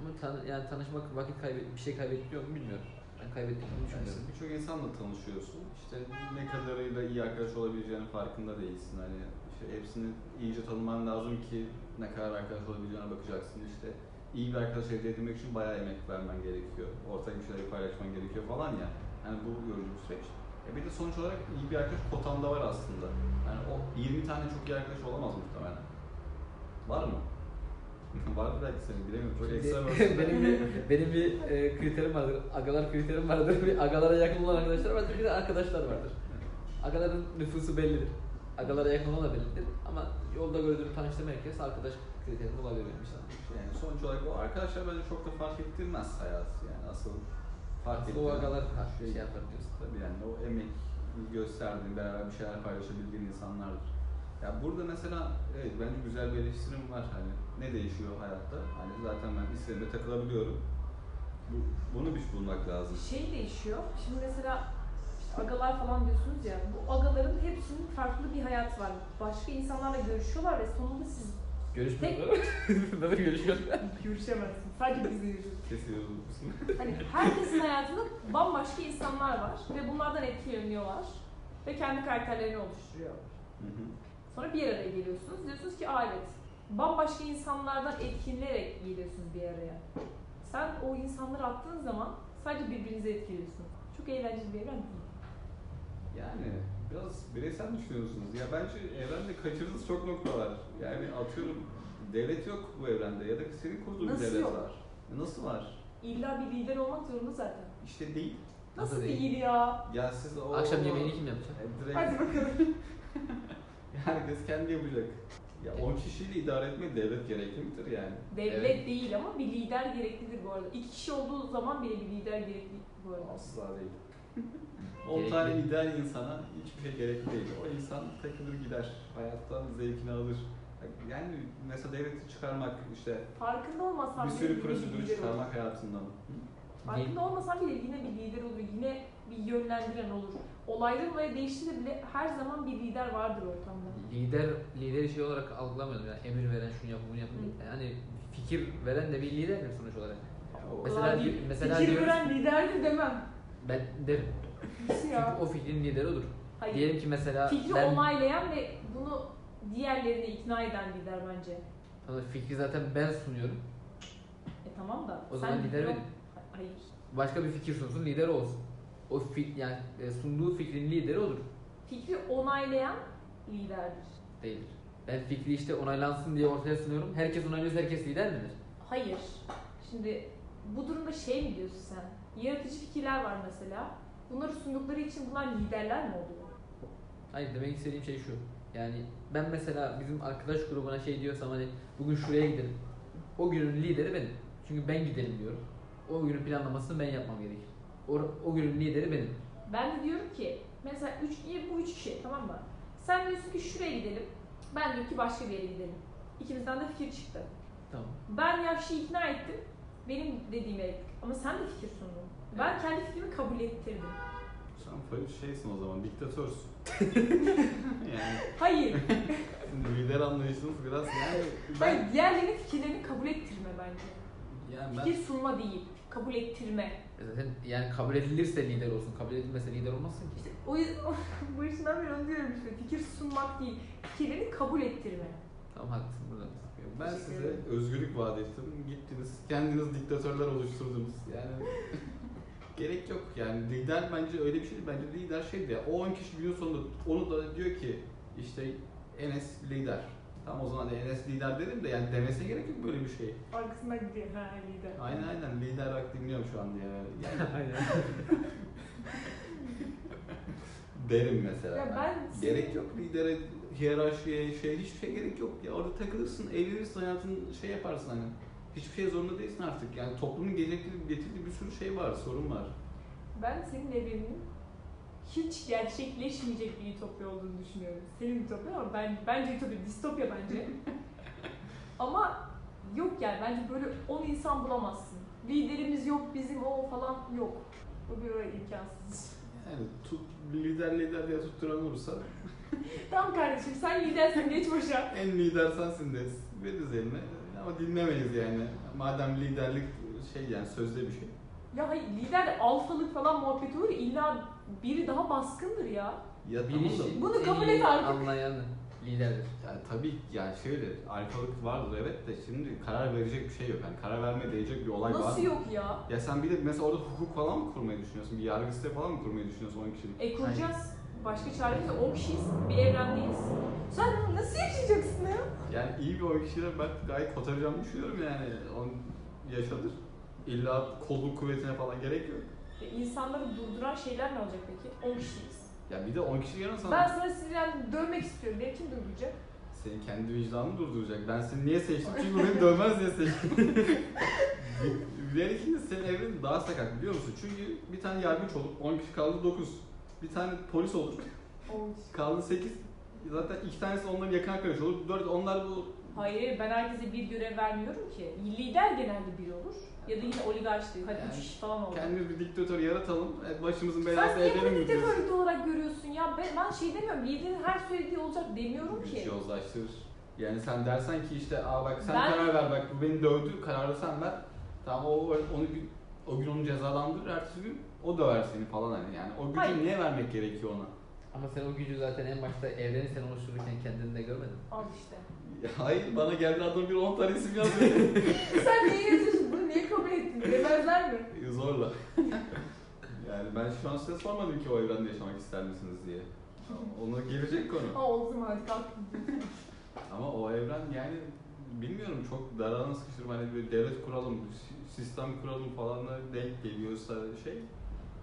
Speaker 2: Ama tan- yani tanışmak vakit kaybet bir şey kaybettiriyor mu bilmiyorum. Ben kaybettiğini
Speaker 1: Yani
Speaker 2: düşünmüyorum.
Speaker 1: işte birçok insanla tanışıyorsun. İşte ne kadarıyla iyi arkadaş olabileceğinin farkında değilsin. Hani işte hepsini iyice tanıman lazım ki ne kadar arkadaş olabileceğine bakacaksın. İşte iyi bir arkadaş elde edilmek için bayağı emek vermen gerekiyor. Ortak bir şeyleri paylaşman gerekiyor falan ya. Hani bu yorucu bir süreç. E bir de sonuç olarak iyi bir arkadaş kotanda var aslında. Yani o 20 tane çok iyi arkadaş olamaz muhtemelen. Var mı? var belki senin bilemiyorum. Çok
Speaker 2: Şimdi
Speaker 1: ekstra
Speaker 2: benim bir, benim bir e, kriterim vardır. Agalar kriterim vardır. Bir agalara yakın olan arkadaşlar vardır. Bir de arkadaşlar vardır. Agaların nüfusu bellidir. Agalara yakın olan da bellidir. Ama yolda gördüğüm tanıştığım herkes arkadaş kriterini olabilir benim için.
Speaker 1: Yani sonuç olarak o arkadaşlar bence çok da fark ettirmez hayatı yani asıl fark
Speaker 2: Asıl o
Speaker 1: ettiren
Speaker 2: agalar ha, şey yapar diyorsun.
Speaker 1: Tabii yani o emek gösterdiğin, beraber bir şeyler paylaşabildiğin insanlardır. Ya burada mesela evet bence güzel bir eleştirim var hani ne değişiyor hayatta? Hani zaten ben istediğimde takılabiliyorum. Bu, bunu bir bulmak lazım.
Speaker 4: Şey değişiyor. Şimdi mesela işte agalar falan diyorsunuz ya. Bu agaların hepsinin farklı bir hayatı var. Başka insanlarla görüşüyorlar ve sonunda siz
Speaker 2: Görüşmüyorlar. Bunlar görüşüyor.
Speaker 3: Yürüşemezsin. Sadece bizi yürüyoruz.
Speaker 1: Kesiyorum.
Speaker 4: hani herkesin hayatında bambaşka insanlar var ve bunlardan etkileniyorlar ve kendi karakterlerini oluşturuyor.
Speaker 1: Hı hı.
Speaker 4: Sonra bir araya geliyorsunuz. Diyorsunuz ki aa evet. Bambaşka insanlardan etkilenerek geliyorsunuz bir araya. Sen o insanları attığın zaman sadece birbirinizi etkiliyorsunuz. Çok eğlenceli bir evren değil mi?
Speaker 1: Yani biraz bireysel düşünüyorsunuz. Ya bence evrende kaçırdığınız çok nokta var. Yani atıyorum devlet yok bu evrende ya da senin kurduğun bir
Speaker 4: Nasıl
Speaker 1: devlet
Speaker 4: yok?
Speaker 1: var. E Nasıl var?
Speaker 4: İlla bir lider olmak zorunda zaten.
Speaker 1: İşte değil.
Speaker 4: Nasıl,
Speaker 2: Nasıl
Speaker 4: değil?
Speaker 2: değil?
Speaker 4: ya?
Speaker 1: Ya siz o...
Speaker 2: Akşam yemeğini kim yapacak?
Speaker 1: E, direkt
Speaker 3: Hadi bakalım.
Speaker 1: herkes kendi yapacak. Ya 10 kişiyle idare etme devlet gerekli midir yani?
Speaker 4: Devlet
Speaker 2: Evet.
Speaker 4: değil ama bir lider gereklidir bu arada. İki kişi olduğu zaman bile bir lider gerekli bu arada.
Speaker 1: Asla değil. 10
Speaker 2: Gerekli.
Speaker 1: tane ideal insana hiçbir şey gerekli değil. O insan takılır gider. Hayattan zevkini alır. Yani mesela devleti çıkarmak işte
Speaker 4: Farkında olmasan
Speaker 1: bir
Speaker 4: bile
Speaker 1: sürü
Speaker 4: yine
Speaker 1: prosedürü
Speaker 4: lider olur.
Speaker 1: çıkarmak hayatından.
Speaker 4: Farkında olmasan bile yine bir lider olur. Yine bir yönlendiren olur. Olayların olaya değiştiğinde bile her zaman bir lider vardır ortamda.
Speaker 2: Lider lideri şey olarak algılamıyorum yani emir veren şunu yap bunu yap. Yani fikir veren de bir liderdir sonuç olarak.
Speaker 1: Ya o-
Speaker 2: Mesela
Speaker 4: Kolay
Speaker 2: di-
Speaker 4: değil.
Speaker 2: mesela
Speaker 3: Fikir
Speaker 2: diyoruz-
Speaker 3: veren liderdir demem.
Speaker 2: ben derim.
Speaker 3: Nasıl
Speaker 2: Çünkü
Speaker 3: ya?
Speaker 2: o fikrin lideri odur.
Speaker 4: şey Hayır.
Speaker 2: Diyelim ki mesela
Speaker 4: Fikri
Speaker 2: ben
Speaker 4: onaylayan ve bunu diğerlerini ikna eden lider bence.
Speaker 2: Tamam, fikri zaten ben sunuyorum.
Speaker 4: E tamam da.
Speaker 2: O zaman lider
Speaker 4: yok-
Speaker 2: benim.
Speaker 4: Hayır.
Speaker 2: Başka bir fikir sunsun lider olsun. O fik yani e, sunduğu fikrin lideri odur.
Speaker 4: Fikri onaylayan liderdir.
Speaker 2: Değildir. Ben fikri işte onaylansın diye ortaya sunuyorum. Herkes onaylıyorsa herkes lider midir?
Speaker 4: Hayır. Şimdi bu durumda şey mi diyorsun sen? Yaratıcı fikirler var mesela. Bunları sundukları için bunlar liderler mi oluyor?
Speaker 2: Hayır demek istediğim şey şu. Yani ben mesela bizim arkadaş grubuna şey diyorsam hani bugün şuraya gidelim. O günün lideri benim. Çünkü ben gidelim diyorum. O günün planlamasını ben yapmam gerekir. O, o günün lideri benim.
Speaker 4: Ben de diyorum ki mesela üç, diye bu üç kişi tamam mı? Sen diyorsun ki şuraya gidelim. Ben diyorum ki başka bir yere gidelim. İkimizden de fikir çıktı.
Speaker 2: Tamam.
Speaker 4: Ben Yavşi'yi ikna ettim. Benim dediğime ettik. Ama sen de fikir sundun. Ben kendi fikrimi kabul ettirdim.
Speaker 1: Sen falan şeysin o zaman, diktatörsün. yani
Speaker 4: Hayır.
Speaker 1: sizin lider anlayışınız biraz yani ben...
Speaker 4: Hayır diğerlerinin fikirlerini kabul ettirme bence.
Speaker 1: Yani ben
Speaker 4: Fikir sunma değil. Kabul ettirme.
Speaker 2: E Zaten yani kabul edilirse lider olsun. Kabul edilmezse lider olmazsın ki.
Speaker 4: İşte o yüzden bu işinden beri onu diyorum işte. Fikir sunmak değil. Fikirlerini kabul ettirme.
Speaker 2: Tamam haklısın burada. mısın?
Speaker 1: ben size özgürlük vaat ettim. Gittiniz, kendiniz diktatörler oluşturdunuz. Yani gerek yok. Yani lider bence öyle bir şey değil. Bence lider şeydi ya. O 10 kişi günün sonunda onu da diyor ki işte Enes lider. Tamam o zaman da Enes lider dedim de yani demesine gerek yok böyle bir şey.
Speaker 3: Arkasından gidiyor ha lider.
Speaker 1: Aynen aynen lider bak dinliyorum şu an diye. Yani
Speaker 2: Aynen.
Speaker 1: derim mesela.
Speaker 4: Ya ben-
Speaker 1: Gerek yok lidere, hiyerarşiye, şey hiçbir şey gerek yok. Ya orada takılırsın, eğlenirsin, hayatın şey yaparsın hani. Hiçbir şeye zorunda değilsin artık. Yani toplumun gerekli getirdiği bir sürü şey var, sorun var.
Speaker 4: Ben senin evrenin hiç gerçekleşmeyecek bir ütopya olduğunu düşünüyorum. Senin ütopya ama ben, bence ütopya, distopya bence. ama yok yani bence böyle 10 insan bulamazsın. Liderimiz yok, bizim o falan yok. Bu böyle imkansız.
Speaker 1: Yani tut, lider lider diye tutturan olursa
Speaker 4: Tamam kardeşim sen lidersin geç boşa.
Speaker 1: en lider sensin deriz. Veririz eline. Ama dinlemeyiz yani. Madem liderlik şey yani sözde bir şey.
Speaker 4: Ya hayır lider de alfalık falan muhabbeti olur ya, illa biri daha baskındır ya.
Speaker 1: Ya
Speaker 2: Bir şey-
Speaker 1: tamam da-
Speaker 2: işi
Speaker 4: Bunu kabul
Speaker 2: en iyi
Speaker 4: et artık.
Speaker 2: Anlayan liderdir.
Speaker 1: Yani tabii ki yani şöyle alfalık vardır evet de şimdi karar verecek bir şey yok. Yani karar vermeye değecek bir olay var.
Speaker 4: Nasıl
Speaker 1: mı?
Speaker 4: yok ya?
Speaker 1: Ya sen bir de mesela orada hukuk falan mı kurmayı düşünüyorsun? Bir yargı sistemi falan mı kurmayı düşünüyorsun 10 kişilik?
Speaker 4: E kuracağız. Başka çaremiz yok. 10 kişiyiz. Bir evrendeyiz. Sen nasıl yaşayacaksın ya?
Speaker 1: Yani iyi bir 10 kişiyle ben gayet kotaracağımı düşünüyorum yani. On yaşadır. İlla kolluk kuvvetine falan gerek yok.
Speaker 4: E, İnsanları durduran şeyler ne olacak peki? 10 kişiyiz.
Speaker 1: Ya bir de 10 kişi yanı sana
Speaker 4: Ben sana sinirlen dövmek istiyorum. Beni kim dövecek?
Speaker 1: senin kendi vicdanını durduracak. Ben seni niye seçtim? Çünkü beni dövmez diye seçtim. Bilerek şimdi senin evren daha sakat biliyor musun? Çünkü bir tane yargıç olur, 10 kişi kaldı 9. Bir tane polis olur,
Speaker 4: 10 kişi.
Speaker 1: kaldı 8. Zaten iki tanesi onların yakın arkadaşı olur. 4 onlar bu
Speaker 4: Hayır ben herkese bir görev vermiyorum ki. Lider genelde biri olur. Ya da yine oligarşlık. Hadi 3
Speaker 1: Yani
Speaker 4: kişi falan olur.
Speaker 1: Kendimiz bir diktatör yaratalım, e, başımızın
Speaker 4: Sen
Speaker 1: belası
Speaker 4: niye
Speaker 1: edelim
Speaker 4: bunu
Speaker 1: mi diyorsun?
Speaker 4: diktatörlük olarak görüyorsun ya? Ben, ben şey demiyorum. Liderin her söylediği olacak demiyorum
Speaker 1: Bir şey
Speaker 4: ki.
Speaker 1: yozlaştırır. Yani sen dersen ki işte aa bak sen
Speaker 4: Ben-
Speaker 1: karar ver bak bu beni dövdü, kararı sen ver. Tamam o onu gün o gün onu cezalandırır, ertesi gün o döver seni falan hani yani. O gücü
Speaker 4: Hayır.
Speaker 1: niye vermek gerekiyor ona?
Speaker 2: Ama sen o gücü zaten en başta evreni sen oluştururken kendinde görmedin.
Speaker 4: Al işte.
Speaker 1: Hayır bana geldi adam bir 10 tane isim yazdı.
Speaker 4: Sen niye yazıyorsun? Bunu niye kabul ettin? Demezler mi?
Speaker 1: Zorla. yani ben şu an size sormadım ki o evrende yaşamak ister misiniz diye. Ona gelecek konu.
Speaker 4: Ha oldu zaman hadi kalk.
Speaker 1: Ama o evren yani bilmiyorum çok darağına sıkıştırma hani böyle devlet kuralım, si- sistem kuralım falanla denk geliyorsa şey.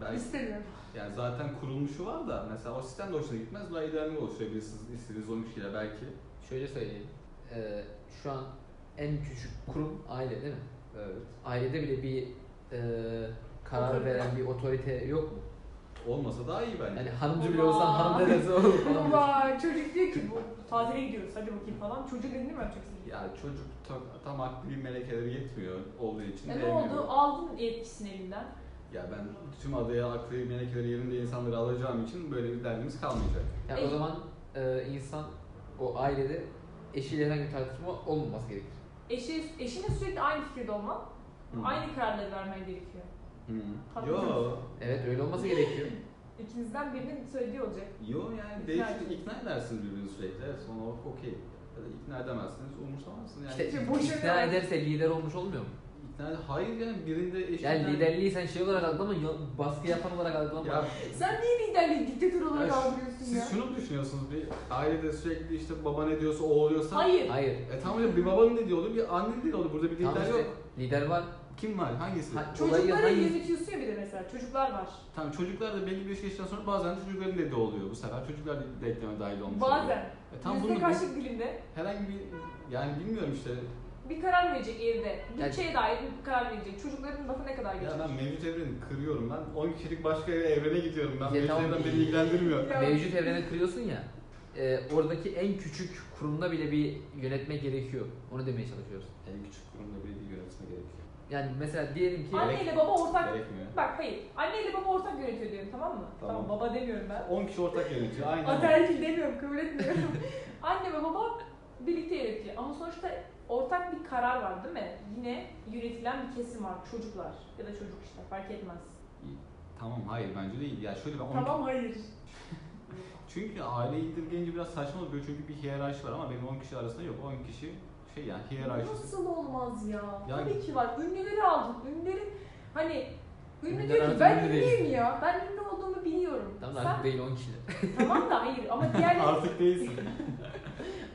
Speaker 1: Ben,
Speaker 3: İstemiyorum.
Speaker 1: yani zaten kurulmuşu var da mesela o sistem de hoşuna gitmez. Daha idealini oluşturabilirsiniz istediğiniz 10 kişiyle belki.
Speaker 2: Şöyle söyleyeyim. Ee, şu an en küçük kurum aile değil mi?
Speaker 1: Evet.
Speaker 2: Ailede bile bir e, karar
Speaker 4: Otorite.
Speaker 2: veren bir otorite yok mu?
Speaker 1: Olmasa daha iyi bence.
Speaker 2: Yani hanımcı bile
Speaker 4: Baba.
Speaker 2: olsan hanım dedesi olur falan.
Speaker 4: Baba çocuk diyor ki bu tatile gidiyoruz hadi bakayım falan. Çocuk dedi mi yapacaksın?
Speaker 1: Ya çocuk tam, tam akli melekeleri yetmiyor olduğu için.
Speaker 4: E ne
Speaker 1: vermiyor.
Speaker 4: oldu? Aldın yetkisini elinden.
Speaker 1: Ya ben tüm adaya akli melekeleri yerinde insanları alacağım için böyle bir derdimiz kalmayacak.
Speaker 2: Yani o zaman e, insan o ailede eşiyle herhangi bir tartışma olmaması gerekir.
Speaker 4: Eşi, eşine sürekli aynı fikirde olman,
Speaker 1: Hı.
Speaker 4: aynı kararları vermen gerekiyor.
Speaker 1: Hı.
Speaker 4: Haklı.
Speaker 1: Yo.
Speaker 2: Evet öyle olması gerekiyor.
Speaker 4: İkinizden birinin söylediği olacak.
Speaker 1: Yo yani değişti ikna edersiniz birbirini sürekli. Evet, sonra o- okey. Ya da ikna edemezsiniz, umursamazsınız. Yani
Speaker 2: İşte
Speaker 1: ikna
Speaker 4: boşanıyor.
Speaker 2: ikna ederse lider olmuş olmuyor mu?
Speaker 1: ed- hayır yani birinde eşinden...
Speaker 2: Yani liderliği sen şey olarak algılama, ya- baskı yapan olarak algılama.
Speaker 1: Ya,
Speaker 4: Sen niye liderliği diktatör
Speaker 1: Ya
Speaker 4: olarak
Speaker 1: şu-
Speaker 4: algılıyorsun ya?
Speaker 1: siz şunu mu düşünüyorsunuz? Bir ailede sürekli işte baba ne diyorsa o oluyorsa...
Speaker 4: Hayır.
Speaker 2: Hayır.
Speaker 1: E tamam ya bir babanın dediği oluyor, bir annenin dediği oluyor. Burada bir lider
Speaker 2: Tamam işte,
Speaker 1: yok.
Speaker 2: lider var.
Speaker 1: Kim var? Hangisi?
Speaker 2: Ha- Olayı
Speaker 4: Çocukları
Speaker 2: hangi-
Speaker 4: yönetiyorsun ya bir de mesela. Çocuklar var.
Speaker 1: Tamam çocuklar da belli bir yaş geçtikten sonra bazen çocukların dediği oluyor bu sefer. Çocuklar da ekleme dahil olmuş oluyor.
Speaker 4: Bazen.
Speaker 1: E tamam
Speaker 4: yüzde
Speaker 1: bunu
Speaker 4: kaçlık dilimde
Speaker 1: herhangi bir... Yani bilmiyorum işte.
Speaker 4: bir karar verecek evde.
Speaker 2: Yani-
Speaker 4: Bütçeye dair bir karar verecek. Çocukların lafı ne kadar
Speaker 1: Ya
Speaker 4: geçecek?
Speaker 1: ben mevcut evreni kırıyorum ben. 10 kişilik başka evrene gidiyorum ben.
Speaker 2: Ya
Speaker 1: mevcut
Speaker 2: tamam.
Speaker 1: evren beni ilgilendirmiyor.
Speaker 4: Ya.
Speaker 2: Mevcut evreni kırıyorsun ya. e, oradaki en küçük kurumda bile bir yönetme gerekiyor. Onu demeye çalışıyoruz.
Speaker 1: En küçük kurumda bile bir yönetme gerekiyor.
Speaker 2: Yani mesela diyelim ki
Speaker 4: Anne ile baba ortak...
Speaker 1: Gerekmiyor.
Speaker 4: Bak hayır. Anne ile baba ortak yönetiyor diyorum tamam mı?
Speaker 1: Tamam.
Speaker 4: baba demiyorum ben.
Speaker 1: 10 kişi ortak yönetiyor. Aynen.
Speaker 4: Ataerkil demiyorum, kabul etmiyorum. Anne ve baba birlikte yönetiyor. Ama sonuçta ortak bir karar var değil mi? Yine yönetilen bir kesim var. Çocuklar ya da çocuk işte fark etmez.
Speaker 1: Tamam hayır bence değil. Ya şöyle ben 12
Speaker 3: Tamam hayır.
Speaker 1: Çünkü aile indirgeyince biraz saçma oluyor çünkü bir hiyerarşi var ama benim 10 kişi arasında yok. 10 kişi şey yani hiyerarşisi.
Speaker 3: Nasıl olmaz ya?
Speaker 1: Yani-
Speaker 3: Tabii ki var. Ünlüleri aldım. Ünlülerin hani
Speaker 2: Ünlüler
Speaker 3: ünlü diyor
Speaker 2: artık
Speaker 3: ki ben
Speaker 2: ünlü değil."
Speaker 3: ünlüyüm ya. Ben ünlü olduğumu biliyorum.
Speaker 2: Tamam da
Speaker 3: Sen
Speaker 2: artık değil 10 kişi.
Speaker 4: tamam da hayır ama diğerleri
Speaker 1: Artık değilsin.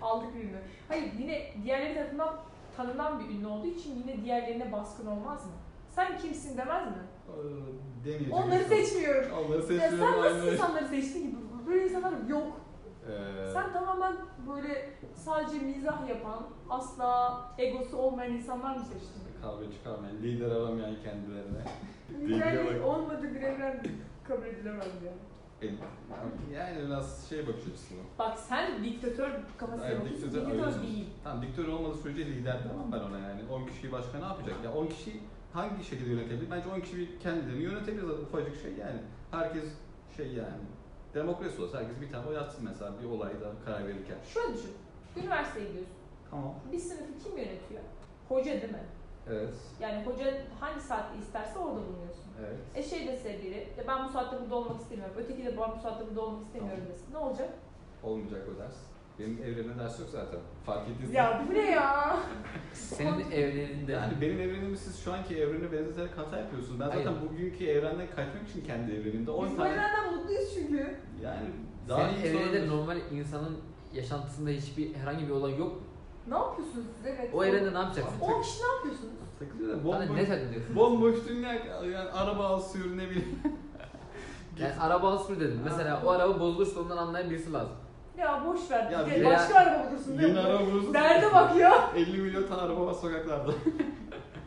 Speaker 4: aldık ürünü. Hayır yine diğerleri tarafından tanınan bir ünlü olduğu için yine diğerlerine baskın olmaz mı? Sen kimsin demez mi?
Speaker 1: Ee, Demeyecek.
Speaker 3: onları
Speaker 1: insan.
Speaker 3: seçmiyorum.
Speaker 1: Onları
Speaker 3: Ya
Speaker 1: seçmiyorum.
Speaker 3: sen
Speaker 1: aynen
Speaker 3: nasıl
Speaker 1: öyle.
Speaker 3: insanları seçtin gibi? Böyle insanlar yok.
Speaker 1: Ee,
Speaker 3: Sen tamamen böyle sadece mizah yapan, asla egosu olmayan insanlar mı seçtin?
Speaker 1: Kavga çıkarmayan, lider aramayan kendilerine.
Speaker 3: Liderlik
Speaker 1: bak.
Speaker 3: olmadığı bir evren kabul edilemez ya.
Speaker 1: Yani biraz şey bakış açısı bu.
Speaker 4: Bak sen diktatör kafası
Speaker 1: Hayır,
Speaker 4: yok.
Speaker 1: diktatör
Speaker 4: Diktatör
Speaker 1: öyle.
Speaker 4: değil.
Speaker 1: Tamam diktör olmadığı sürece lider demem ben ona yani. 10 kişiyi başka ne yapacak? Ya 10 kişi hangi şekilde yönetebilir? Bence 10 kişi kendilerini yönetebilir zaten ufacık şey yani. Herkes şey yani. Demokrasi olsa herkes bir tane oy atsın mesela bir olayda karar verirken.
Speaker 4: Şöyle düşün. Üniversiteye gidiyorsun.
Speaker 1: Tamam.
Speaker 4: Bir sınıfı kim yönetiyor? Hoca değil mi?
Speaker 1: Evet.
Speaker 4: Yani hoca hangi saatte isterse orada bulunuyorsun.
Speaker 1: Evet.
Speaker 4: E şey dese biri, ya ben bu saatte burada olmak istemiyorum. Öteki de ben bu saatte burada olmak istemiyorum desin. Ne olacak?
Speaker 1: Olmayacak o ders. Benim evrenimde ders yok zaten. Fark ettiniz mi?
Speaker 3: Ya bu ne ya?
Speaker 2: Senin evreninde
Speaker 1: Yani benim evrenimi siz şu anki evrene benzeterek hata yapıyorsunuz. Ben zaten
Speaker 2: Hayır.
Speaker 1: bugünkü evrenden kaçmak için kendi evrenimde 10
Speaker 3: Biz bu
Speaker 1: tane...
Speaker 3: evrenden mutluyuz çünkü.
Speaker 1: Yani daha
Speaker 2: senin
Speaker 1: iyi
Speaker 2: evreninde
Speaker 1: sorabilir-
Speaker 2: normal insanın yaşantısında hiçbir herhangi bir olay yok.
Speaker 3: Ne yapıyorsunuz siz? Evet.
Speaker 2: O evrende ne yapacaksın?
Speaker 3: O kişi ne yapıyorsunuz?
Speaker 1: Takılıyor da
Speaker 2: Sana ne
Speaker 1: bomboş,
Speaker 2: takılıyorsun?
Speaker 1: bomboş dünya yani araba al sür ne bileyim.
Speaker 2: Yani araba al sür dedim. Mesela o araba bozulursa ondan anlayan birisi lazım.
Speaker 3: Ya boş ver.
Speaker 1: Ya
Speaker 3: Ya,
Speaker 1: bir-
Speaker 3: başka araba bulursun değil
Speaker 1: Yeni
Speaker 3: mi?
Speaker 1: araba bulursun.
Speaker 3: Nerede bak ya?
Speaker 1: 50 milyon tane araba var sokaklarda.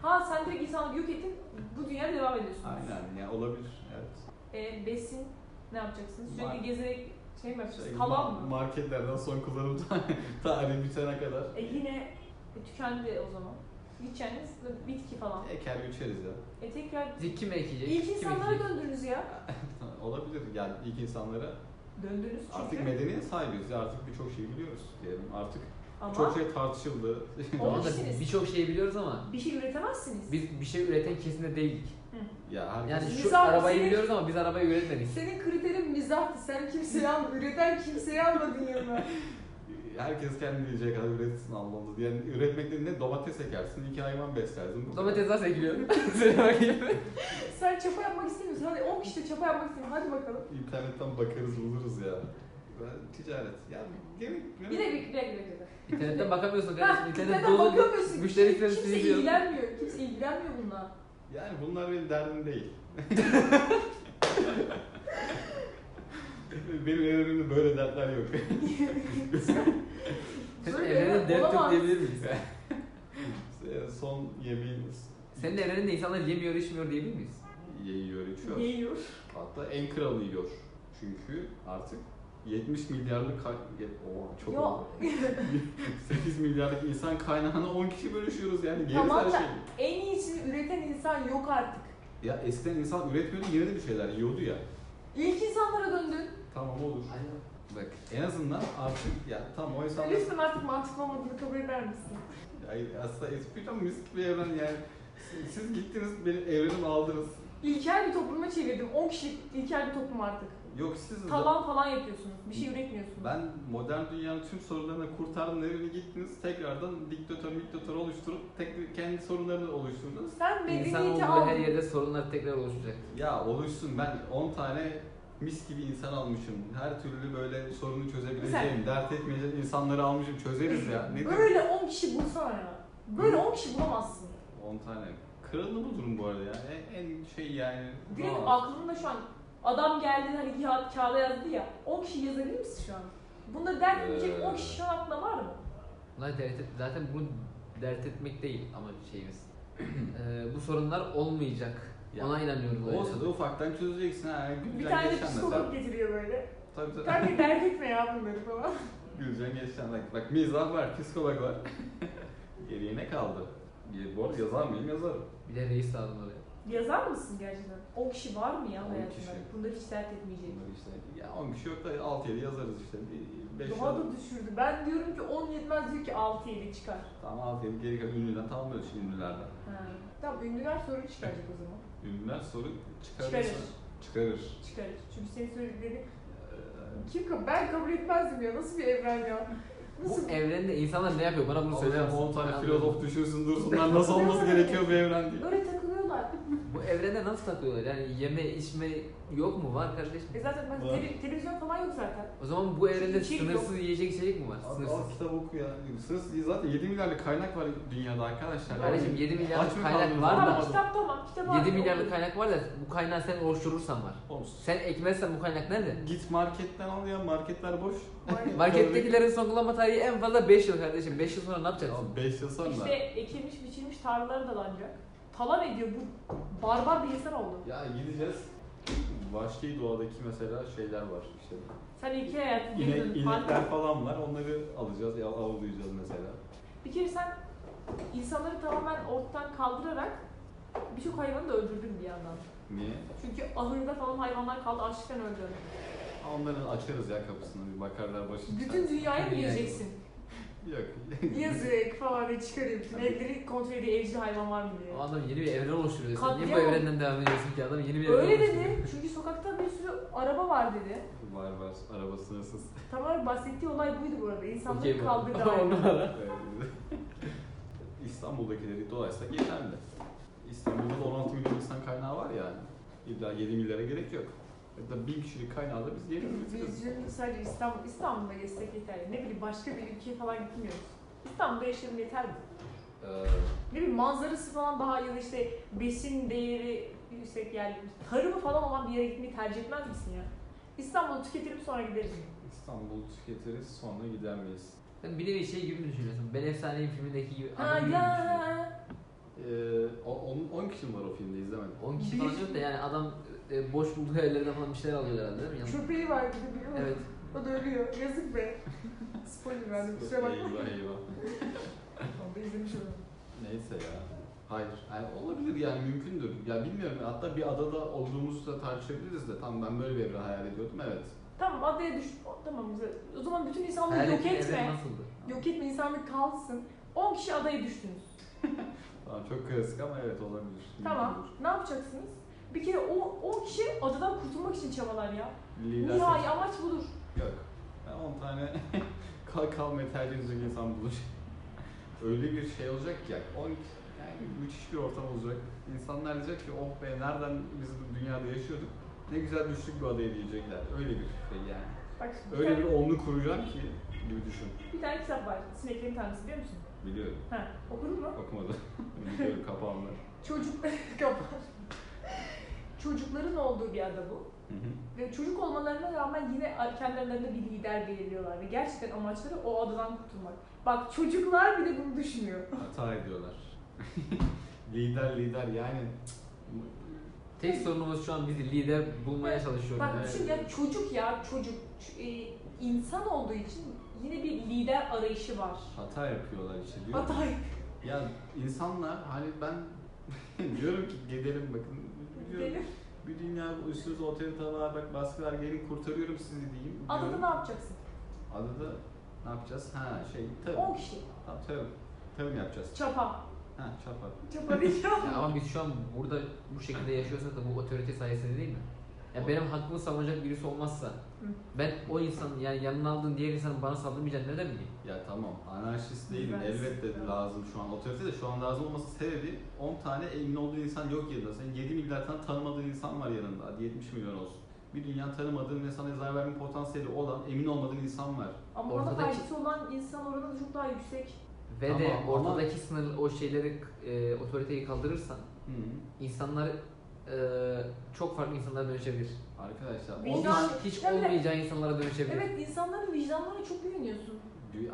Speaker 4: Ha sen direkt insanı yok ettin, bu dünyaya devam ediyorsun.
Speaker 1: Aynen ya olabilir. Evet.
Speaker 4: E, besin ne yapacaksınız? Sürekli
Speaker 1: Var.
Speaker 4: gezerek şey mi
Speaker 1: Şey,
Speaker 4: yapacaksınız?
Speaker 1: ma-
Speaker 4: Talan mı?
Speaker 1: Marketlerden son kullanım tarihi- tarihi bitene kadar.
Speaker 4: E yine e, tükendi o zaman. Gideceğiniz bitki falan.
Speaker 1: Eker biçeriz ya.
Speaker 4: E tekrar
Speaker 2: Bizi kim ekecek?
Speaker 4: ilk
Speaker 2: kim
Speaker 4: insanlara
Speaker 2: ekecek?
Speaker 4: döndünüz ya.
Speaker 1: olabilir yani ilk insanlara.
Speaker 4: Döndünüz çünkü.
Speaker 1: Artık medeniyet sahibiz ya artık birçok şey biliyoruz diyelim. Artık
Speaker 4: Ama
Speaker 1: çok şey tartışıldı.
Speaker 4: O-
Speaker 2: Tamam da
Speaker 4: kişisiniz.
Speaker 2: birçok şeyi biliyoruz ama
Speaker 4: bir şey üretemezsiniz.
Speaker 2: biz bir şey üreten kesimde değildik.
Speaker 1: ya herkes
Speaker 2: Yani şu
Speaker 3: Mizah
Speaker 2: arabayı
Speaker 3: senin-
Speaker 2: biliyoruz ama biz arabayı üretmedik.
Speaker 3: Senin kriterin mizahtı. Sen kimseyi al, üreten kimseyi almadın yanına.
Speaker 1: herkes kendi diyecek kadar üretsin anlamında. Yani üretmekte ne domates ekersin, iki hayvan beslersin. Bu kadar.
Speaker 2: Domates nasıl ekiliyor? Söyle bakayım.
Speaker 3: Sen çapa yapmak istemiyorsun. Hadi 10 kişi de çapa yapmak istemiyor. Hadi bakalım.
Speaker 1: İnternetten bakarız buluruz ya. Ben ticaret. Yani yemek
Speaker 4: Bir de bir, bir, bir, bir, bir.
Speaker 2: İnternetten bakamıyorsun
Speaker 3: Ha,
Speaker 2: kardeşim. İnternet
Speaker 3: neden
Speaker 2: dolu.
Speaker 3: bakamıyorsun? Kimse
Speaker 2: Müşteri temsilcisi yok.
Speaker 3: ilgilenmiyor. Kimse ilgilenmiyor bununla.
Speaker 1: Yani bunlar benim derdim değil. benim evimde böyle dertler yok.
Speaker 2: Senin
Speaker 3: Böyle
Speaker 2: evreninde dert yok
Speaker 3: olamaz.
Speaker 2: diyebilir miyiz?
Speaker 1: Yani Son yemeğiniz
Speaker 2: Senin evreninde insanlar yemiyor, içmiyor diyebilir miyiz?
Speaker 1: yiyor, içiyor.
Speaker 3: Yiyor.
Speaker 1: Hatta en kralı yiyor. Çünkü artık 70 milyarlık kay- Ye- Oo, çok
Speaker 4: Yok.
Speaker 1: oldu. 8 milyarlık insan kaynağını 10 kişi bölüşüyoruz yani gerisi
Speaker 3: Tamam
Speaker 1: her
Speaker 3: da-
Speaker 1: şey.
Speaker 3: En iyisini üreten insan yok artık.
Speaker 1: Ya eskiden insan üretmiyordu yine de bir şeyler yiyordu ya.
Speaker 3: İlk insanlara döndün.
Speaker 1: Tamam olur. Bak en azından artık ya tam o insanlar
Speaker 3: Lütfen artık mantıklı olmadığını kabul eder misin?
Speaker 1: Hayır aslında espri ama risk bir evren yani. Siz, siz gittiniz benim evrenimi aldınız.
Speaker 3: İlkel bir topluma çevirdim. 10 kişilik ilkel bir toplum artık.
Speaker 1: Yok siz de-
Speaker 4: Talan falan yapıyorsunuz. Bir şey üretmiyorsunuz.
Speaker 1: Ben modern dünyanın tüm sorunlarını kurtardım evini gittiniz tekrardan diktatör diktatör oluşturup tek, kendi sorunlarını oluşturdunuz.
Speaker 3: Sen
Speaker 2: İnsan olduğu
Speaker 3: medeniyeti aldın.
Speaker 2: her yerde sorunlar tekrar oluşacak.
Speaker 1: Ya oluşsun ben 10 tane mis gibi insan almışım. Her türlü böyle sorunu çözebileceğim, dert etmeyeceğim insanları almışım çözeriz ya. Ne diyor?
Speaker 3: Böyle 10 kişi bulsana ya. Böyle 10 kişi bulamazsın.
Speaker 1: 10 tane. Kralı bu durum bu arada ya. En, en şey yani.
Speaker 4: Direkt
Speaker 1: Aa.
Speaker 4: aklımda şu an adam geldi hani kağıt, kağıda yazdı ya. 10 kişi yazabilir misin şu an? Bunları dert edecek
Speaker 1: Ee.
Speaker 4: 10 kişi şu an aklında var mı?
Speaker 2: Bunlar dert et- zaten bunu dert etmek değil ama şeyimiz. Ee, bu sorunlar olmayacak.
Speaker 1: Ya.
Speaker 2: Ona inanıyoruz. o
Speaker 1: Olsa
Speaker 2: yüzden.
Speaker 1: da ufaktan çözeceksin ha. Güncel
Speaker 3: Bir tane
Speaker 1: yaşam mesela.
Speaker 3: psikolog getiriyor böyle.
Speaker 1: Tabii tabii.
Speaker 4: Kanka dert etme ya bunları falan.
Speaker 1: Güleceğin geçeceğin. Bak, bak mizah var, psikolog var. Geriye ne kaldı? Geri- Bu arada yazar mıyım? Yazarım.
Speaker 2: Bir de reis lazım oraya.
Speaker 5: Yazar mısın gerçekten? 10 kişi var mı ya
Speaker 1: On
Speaker 5: hayatında?
Speaker 1: kişi.
Speaker 5: Bunda hiç dert etmeyeceğim.
Speaker 1: Bunları işte, ya 10 kişi yok da 6-7 yazarız işte. 5
Speaker 4: Doğa da düşürdü. Ben diyorum ki 10 yetmez diyor ki 6 7 çıkar.
Speaker 1: Tamam 6-7 geri kalan ünlüden tamamlıyoruz şimdi ünlülerden.
Speaker 5: Ha.
Speaker 4: Tamam ünlüler sorun çıkaracak o zaman.
Speaker 1: Ünlüler soru çıkarır.
Speaker 4: Çıkarır.
Speaker 1: Çıkarır.
Speaker 4: Çıkarır. Çünkü senin söylediklerini
Speaker 1: Ee,
Speaker 4: kim kabul? Ben kabul etmezdim ya. Nasıl bir evren ya? Nasıl?
Speaker 2: Bu evrende insanlar ne yapıyor? Bana bunu söyler
Speaker 1: Allah'ım
Speaker 2: misin?
Speaker 1: 10
Speaker 2: Ben
Speaker 1: tane
Speaker 2: anlamıyorum.
Speaker 1: filozof düşürsün dursunlar nasıl olması gerekiyor bu evren diye.
Speaker 5: Böyle takılıyorlar.
Speaker 2: Bu evrende nasıl takılıyorlar? Yani yeme içme yok mu? Var kardeş.
Speaker 4: E zaten ben
Speaker 1: Var.
Speaker 4: tele- televizyon falan yok zaten.
Speaker 2: O zaman bu evrende
Speaker 4: İçerik yok.
Speaker 2: sınırsız yiyecek içecek mi var?
Speaker 1: Abi
Speaker 2: Sınırsız.
Speaker 1: al kitap oku ya. Sınırsız zaten 7 milyarlık kaynak var dünyada arkadaşlar.
Speaker 2: Kardeşim 7
Speaker 1: Aç
Speaker 2: milyarlık
Speaker 1: mı
Speaker 2: kaynak
Speaker 1: kaldınız?
Speaker 2: var da
Speaker 4: Tamam
Speaker 1: Anlamadım.
Speaker 4: kitap tamam. Kitap
Speaker 2: 7
Speaker 4: abi,
Speaker 2: milyarlık
Speaker 4: olur.
Speaker 2: kaynak var da bu kaynağı sen oluşturursan var.
Speaker 1: Olsun.
Speaker 2: Sen ekmezsen bu kaynak nerede?
Speaker 1: Git marketten al ya marketler boş.
Speaker 2: Markettekilerin son kullanma tarihi en fazla 5 yıl kardeşim. 5 yıl sonra ne yapacaksın?
Speaker 1: 5 yıl sonra.
Speaker 4: İşte ekilmiş biçilmiş tarlalara dalanacak. Talan ediyor bu. Barbar bir insan oldu.
Speaker 1: Ya gideceğiz. Vahşi doğadaki mesela şeyler var işte.
Speaker 4: Sen iki hayatı
Speaker 1: İnek,
Speaker 4: girdin. Fark-
Speaker 1: inekler falan var. Onları alacağız, ya avlayacağız mesela.
Speaker 4: Bir kere sen insanları tamamen ortadan kaldırarak birçok hayvanı da öldürdün bir yandan.
Speaker 1: Niye?
Speaker 4: Çünkü ahırda falan hayvanlar kaldı açlıktan öldü.
Speaker 1: Onların açarız ya kapısını bir bakarlar başını.
Speaker 4: Bütün dünyayı mı
Speaker 2: Dünyayı.
Speaker 4: yiyeceksin?
Speaker 1: Yok.
Speaker 4: Yazık falan diye çıkarıyor. Bütün evleri kontrol ediyor evcil hayvan var mı diye.
Speaker 2: O adam yeni bir evren oluşturuyor. Sen niye bu
Speaker 4: Katliam.
Speaker 2: evrenden devam ediyorsun ki? Adam yeni bir evren
Speaker 4: Öyle
Speaker 2: oluşturuyor.
Speaker 4: dedi. Çünkü sokakta bir sürü araba var dedi.
Speaker 1: var var. Araba sınırsız.
Speaker 4: Tam olarak bahsettiği olay buydu bu arada.
Speaker 2: Okey
Speaker 4: İnsanları
Speaker 2: bu.
Speaker 4: kaldırdı.
Speaker 2: Onu
Speaker 4: hayvan.
Speaker 2: ara.
Speaker 1: Ee, İstanbul'dakileri dolaysak yeterli. İstanbul'da da 16 milyon insan kaynağı var yani. İlla 7 milyara gerek yok. Hatta 1000 kişilik kaynağı da biz
Speaker 4: Biz-
Speaker 1: geliriz.
Speaker 4: Biz yürüyüp sadece İstanbul, İstanbul'da gezsek yeterli. Ne bileyim başka bir ülkeye falan gitmiyoruz. İstanbul'da yaşayalım yeter mi? Ne bileyim manzarası falan daha ya da işte besin değeri yüksek yerli, tarımı falan olan bir yere gitmeyi tercih etmez misin ya? İstanbul'u tüketelim sonra gideriz.
Speaker 1: İstanbul'u tüketiriz sonra gider miyiz?
Speaker 2: Sen bir nevi şey gibi mi düşünüyorsun? Ben Efsaneyim filmindeki gibi.
Speaker 4: Ha
Speaker 2: adam gibi mi düşünüyorsun?
Speaker 4: ya.
Speaker 1: Ee, 10 kişi mi var o filmde izlemedim.
Speaker 2: 10 kişi falan yok da yani adam e, boş bulduğu yerlerden falan bir şeyler alıyor herhalde değil mi? Yanlış.
Speaker 4: Köpeği var bir de biliyor musun?
Speaker 2: Evet.
Speaker 4: O da ölüyor. Yazık be. Spoiler verdim kusura bakma.
Speaker 1: Eyvah eyvah.
Speaker 4: Onu da izlemiş olalım.
Speaker 1: Neyse ya. Hayır. Yani olabilir yani mümkündür. Ya bilmiyorum hatta bir adada olduğumuzu da tartışabiliriz de tam ben böyle bir evren hayal ediyordum evet.
Speaker 4: Tamam adaya düş... O, Tamam güzel. O zaman bütün insanları yok
Speaker 2: Hayalindeki evren
Speaker 4: etme.
Speaker 2: nasıldı?
Speaker 4: Yok etme insanlık kalsın. 10 kişi adaya düştünüz.
Speaker 1: Tamam çok klasik ama evet olabilir.
Speaker 4: Tamam.
Speaker 1: Mümkündür.
Speaker 4: Ne yapacaksınız? Bir kere o 10 kişi adadan kurtulmak için çabalar ya.
Speaker 1: Lider
Speaker 4: Nihai amaç budur.
Speaker 1: Yok. Ben 10 tane kal kalmayı tercih edecek insan bulur. Öyle bir şey olacak ki yani, 10 yani müthiş bir ortam olacak. İnsanlar diyecek ki oh be nereden biz bu dünyada yaşıyorduk. Ne güzel düştük bu adaya diyecekler. Öyle bir şey yani.
Speaker 4: Bak bir
Speaker 1: Öyle
Speaker 4: tane-
Speaker 1: bir onlu kuracağım ki gibi düşün.
Speaker 4: Bir tane kitap var. Sineklerin Tanrısı biliyor musun?
Speaker 1: Biliyorum.
Speaker 4: Ha, okudun mu?
Speaker 1: Okumadım. Biliyorum kapağımda.
Speaker 4: Çocuk kapat. Çocukların olduğu bir ada bu.
Speaker 1: Hı hı.
Speaker 4: Ve çocuk olmalarına rağmen yine kendilerinde bir lider belirliyorlar. Ve gerçekten amaçları o adadan kurtulmak. Bak çocuklar bile bunu düşünüyor.
Speaker 1: Hata ediyorlar. lider lider yani.
Speaker 2: Tek sorunumuz şu an bizi lider bulmaya çalışıyoruz.
Speaker 4: Bak düşün ya çocuk ya çocuk. Ç- e, insan olduğu için yine bir lider arayışı var.
Speaker 1: Hata yapıyorlar işte diyor.
Speaker 4: Hatta
Speaker 1: Ya insanlar hani ben diyorum ki gidelim bakın. Diyorum,
Speaker 4: Gidelim.
Speaker 1: bir dünya üstünüzde otoriteler bak baskılar gelin kurtarıyorum sizi diyeyim.
Speaker 4: adada
Speaker 1: diyorum.
Speaker 4: ne yapacaksın?
Speaker 1: Adada ne yapacağız? Ha şey tabii.
Speaker 4: 10 kişi.
Speaker 1: Tabii tabii. Tabii yapacağız.
Speaker 4: Çapa.
Speaker 1: Ha çapa.
Speaker 4: Çapa değil ya.
Speaker 2: Ya ama biz şu an burada bu şekilde yaşıyorsak da bu otorite sayesinde değil mi? Ya benim hakkımı savunacak birisi olmazsa ben o insanın yani yanına aldığın diğer insanın bana saldırmayacağını nereden bileyim?
Speaker 1: Ya tamam anarşist değilim
Speaker 4: Ben-
Speaker 1: elbette
Speaker 4: Evet.
Speaker 1: lazım şu an. Otorite de şu an lazım olması sebebi 10 tane emin olduğun insan yok yanında. Senin 7 milyar tane tanımadığın insan var yanında. Hadi 70 milyon olsun. Bir dünya tanımadığın ve sana zarar verme potansiyeli olan emin olmadığın insan var.
Speaker 4: Ama
Speaker 2: Ortada
Speaker 4: ona
Speaker 2: iki-
Speaker 4: faydası olan insan oranı da çok daha yüksek.
Speaker 2: Ve
Speaker 1: Tamam,
Speaker 2: de
Speaker 1: ama-
Speaker 2: ortadaki sınır o şeyleri e, otoriteyi kaldırırsan
Speaker 1: Hı hı.
Speaker 2: insanlar e, çok farklı insanlara dönüşebilir.
Speaker 1: Arkadaşlar
Speaker 4: Bir-
Speaker 1: on-
Speaker 2: Hiç,
Speaker 4: Vicdan-
Speaker 2: hiç
Speaker 4: Evet.
Speaker 2: olmayacağı insanlara dönüşebilir.
Speaker 4: Evet insanların vicdanlarına çok güveniyorsun.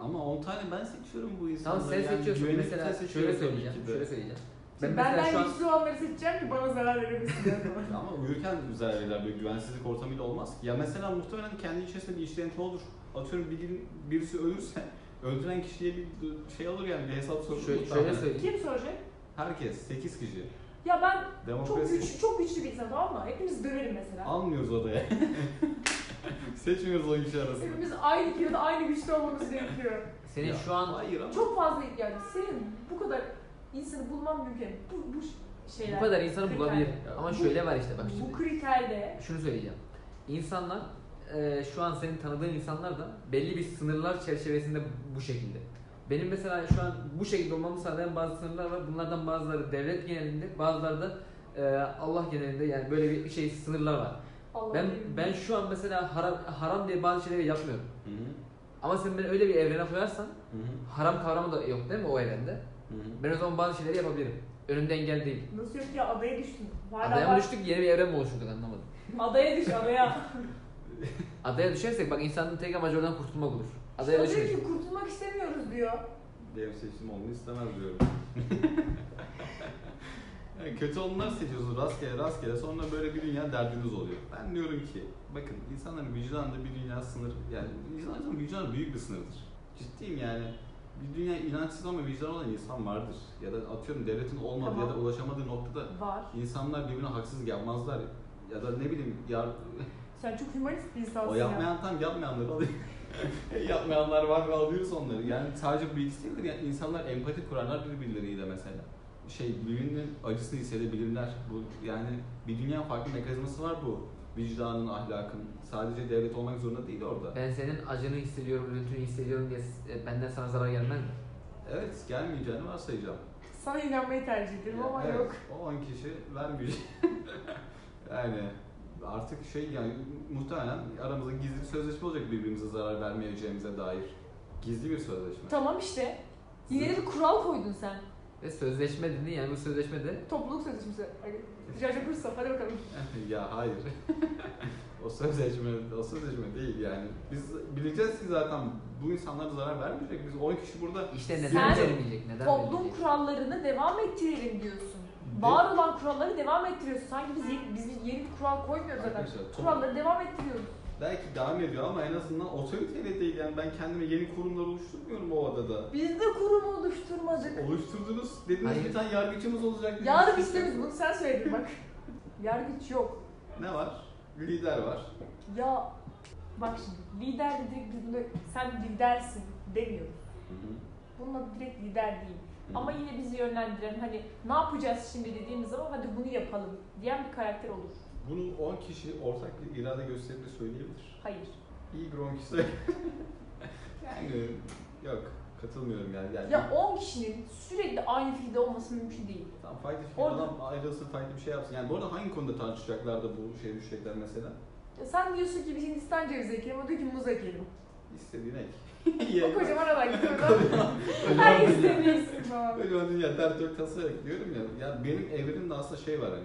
Speaker 1: Ama 10 tane ben seçiyorum bu insanları.
Speaker 2: Tamam sen
Speaker 1: Yani
Speaker 2: seçiyorsun
Speaker 1: güvenip de
Speaker 2: mesela şöyle
Speaker 1: seçiyorum tabii
Speaker 2: söyleyeceğim.
Speaker 1: ki de.
Speaker 2: Şöyle söyleyeceğim. Ben
Speaker 4: Ben
Speaker 2: mesela
Speaker 4: Benden
Speaker 2: şu an
Speaker 4: güçlü olanları seçeceğim ki bana zarar verebilsin.
Speaker 1: Ama uyurken zarar eder böyle güvensizlik ortamıyla olmaz ki. Ya mesela muhtemelen kendi içerisinde bir işlenti olur. Atıyorum bir gün birisi ölürse öldüren kişiye bir şey olur yani bir hesap sorulur.
Speaker 2: şöyle, şöyle
Speaker 1: muhtemelen.
Speaker 2: söyleyeyim.
Speaker 4: Kim soracak?
Speaker 1: Herkes 8 kişi.
Speaker 4: Ya ben çok
Speaker 2: şey
Speaker 1: Demokrasi.
Speaker 4: güçlü, çok güçlü bir insan tamam mı? Hepimiz döverim mesela.
Speaker 1: Almıyoruz odaya. Seçmiyoruz o kişi arasında.
Speaker 4: Hepimiz aynı kiloda aynı güçte olmamız gerekiyor.
Speaker 2: Senin
Speaker 1: Ya,
Speaker 2: şu an
Speaker 1: Hayır ama.
Speaker 4: Çok fazla yani senin bu kadar insanı bulman mümkün. Bu, bu şeyler.
Speaker 2: bu kadar insanı
Speaker 4: kriter.
Speaker 2: bulabilir. Ama şöyle var işte bak
Speaker 4: Bu
Speaker 2: şimdi.
Speaker 4: kriterde
Speaker 2: Şunu söyleyeceğim. İnsanlar e, şu an senin tanıdığın insanlar da belli bir sınırlar çerçevesinde bu şekilde. Benim mesela şu an bu şekilde olmamı sağlayan bazı sınırlar var. Bunlardan bazıları devlet genelinde, bazıları da e, Allah genelinde yani böyle bir şey sınırlar var.
Speaker 4: Allah
Speaker 2: Ben
Speaker 4: bilir.
Speaker 2: ben şu an mesela haram, haram diye bazı şeyleri yapmıyorum.
Speaker 1: Hı hı,
Speaker 2: Ama sen beni öyle bir evrene koyarsan
Speaker 1: hı hı,
Speaker 2: haram kavramı da yok değil mi o evrende?
Speaker 1: hı hı.
Speaker 2: Ben o zaman bazı şeyleri yapabilirim. Önümde engel değil.
Speaker 4: Nasıl yok ya adaya düştün. Hala
Speaker 2: Adaya mı
Speaker 4: var.
Speaker 2: düştük yeni bir evren mi oluşturduk anlamadım.
Speaker 4: Adaya düş adaya.
Speaker 2: Adaya düşersek bak insanın tek amacı oradan kurtulmak olur. Adaya
Speaker 4: Adaya diyor
Speaker 2: düşmeyiz.
Speaker 4: ki kurtulmak istemiyoruz diyor.
Speaker 1: Benim seçim olmayı istemez diyorum. Yani kötü olanlar seçiyorsunuz rastgele rastgele sonra böyle bir dünya derdiniz oluyor. Ben diyorum ki bakın insanların vicdanında bir dünya sınır yani insanların vicdanı büyük bir sınırdır. Ciddiyim yani bir dünya inançsız ama vicdan olan insan vardır. Ya da atıyorum devletin olmadığı ya da
Speaker 4: Tamam.
Speaker 1: ulaşamadığı noktada
Speaker 4: Var.
Speaker 1: insanlar birbirine haksızlık yapmazlar. Ya da ne bileyim yar,
Speaker 4: Sen çok hümanist bir
Speaker 1: o
Speaker 4: insansın ya.
Speaker 1: yapmayan tam yapmayanları alıyor. Yapmayanlar var ve alıyoruz onları. Yani sadece bu ikisi değildir. Yani insanlar empati kurarlar birbirleriyle mesela. Şey birbirinin acısını hissedebilirler. Bu yani bir dünya farklı mekanizması var bu. Vicdanın, ahlakın. Sadece devlet olmak zorunda değil orada.
Speaker 2: Ben senin acını hissediyorum, üzüntünü hissediyorum diye e, benden sana zarar gelmez mi?
Speaker 1: Evet gelmeyeceğini varsayacağım.
Speaker 4: Sana inanmayı tercih ederim ama
Speaker 1: evet,
Speaker 4: yok.
Speaker 1: O 10 kişi vermeyecek. yani artık şey yani muhtemelen aramızda gizli bir sözleşme olacak birbirimize zarar vermeyeceğimize dair. Gizli bir sözleşme.
Speaker 4: Tamam işte. Yine de bir kural koydun sen.
Speaker 2: Ve sözleşme dedin yani bu sözleşme de
Speaker 4: Topluluk sözleşmesi. Jaja Kursov hadi bakalım.
Speaker 1: ya hayır. o sözleşme, o sözleşme değil yani. Biz bileceğiz ki zaten bu insanlara zarar vermeyecek. Biz 10 kişi burada
Speaker 2: işte neden
Speaker 4: Sen
Speaker 2: verilmeyecek, neden
Speaker 4: Toplum
Speaker 2: verilmeyecek?
Speaker 4: kurallarını devam ettirelim diyorsun. Var olan kuralları devam ettiriyorsun. Sanki biz yeni, biz yeni bir kural koymuyoruz zaten.
Speaker 1: Arkadaşlar, toplum-
Speaker 4: Kuralları devam ettiriyoruz.
Speaker 1: belki devam ediyor ama en azından otoriteyle değil yani ben kendime yeni kurumlar oluşturmuyorum o adada.
Speaker 4: Biz de kurum
Speaker 1: Şey,
Speaker 4: oluşturmadık.
Speaker 1: Oluşturdunuz dediniz
Speaker 2: Hayır.
Speaker 1: bir tane yargıcımız olacak dediniz.
Speaker 4: Yargıç istemiyoruz. Bunu sen söyledin bak. Yargıç yok.
Speaker 1: Ne var? Lider var.
Speaker 4: Ya bak şimdi lider de direkt biz bunu sen lidersin demiyoruz. Bununla direkt lider değil. Ama yine bizi yönlendiren hani ne yapacağız şimdi dediğimiz zaman hadi bunu yapalım diyen bir karakter olur.
Speaker 1: Bunu 10 kişi ortak bir irade gösterip söyleyebilir.
Speaker 4: Hayır.
Speaker 1: İyi bir 10 kişi de- yani yok katılmıyorum yani. yani
Speaker 4: Ya 10 kişinin sürekli aynı fikirde olması mümkün değil.
Speaker 1: Tam fayda fikir
Speaker 4: Orada-
Speaker 1: adam ayrılsın fayda bir şey yapsın. Yani bu arada hangi konuda tartışacaklar da bu şeye düşecekler mesela?
Speaker 4: Ya sen diyorsun ki biz Hindistan cevizi ekelim, o diyor ki muz ekelim.
Speaker 1: İstediğine ek.
Speaker 4: O
Speaker 1: Ye.
Speaker 4: kocaman adam gidiyor Her istemiyorsun falan.
Speaker 1: Böyle onun ya dert yok tasa yok diyorum ya. Ya benim evrimde aslında şey var hani.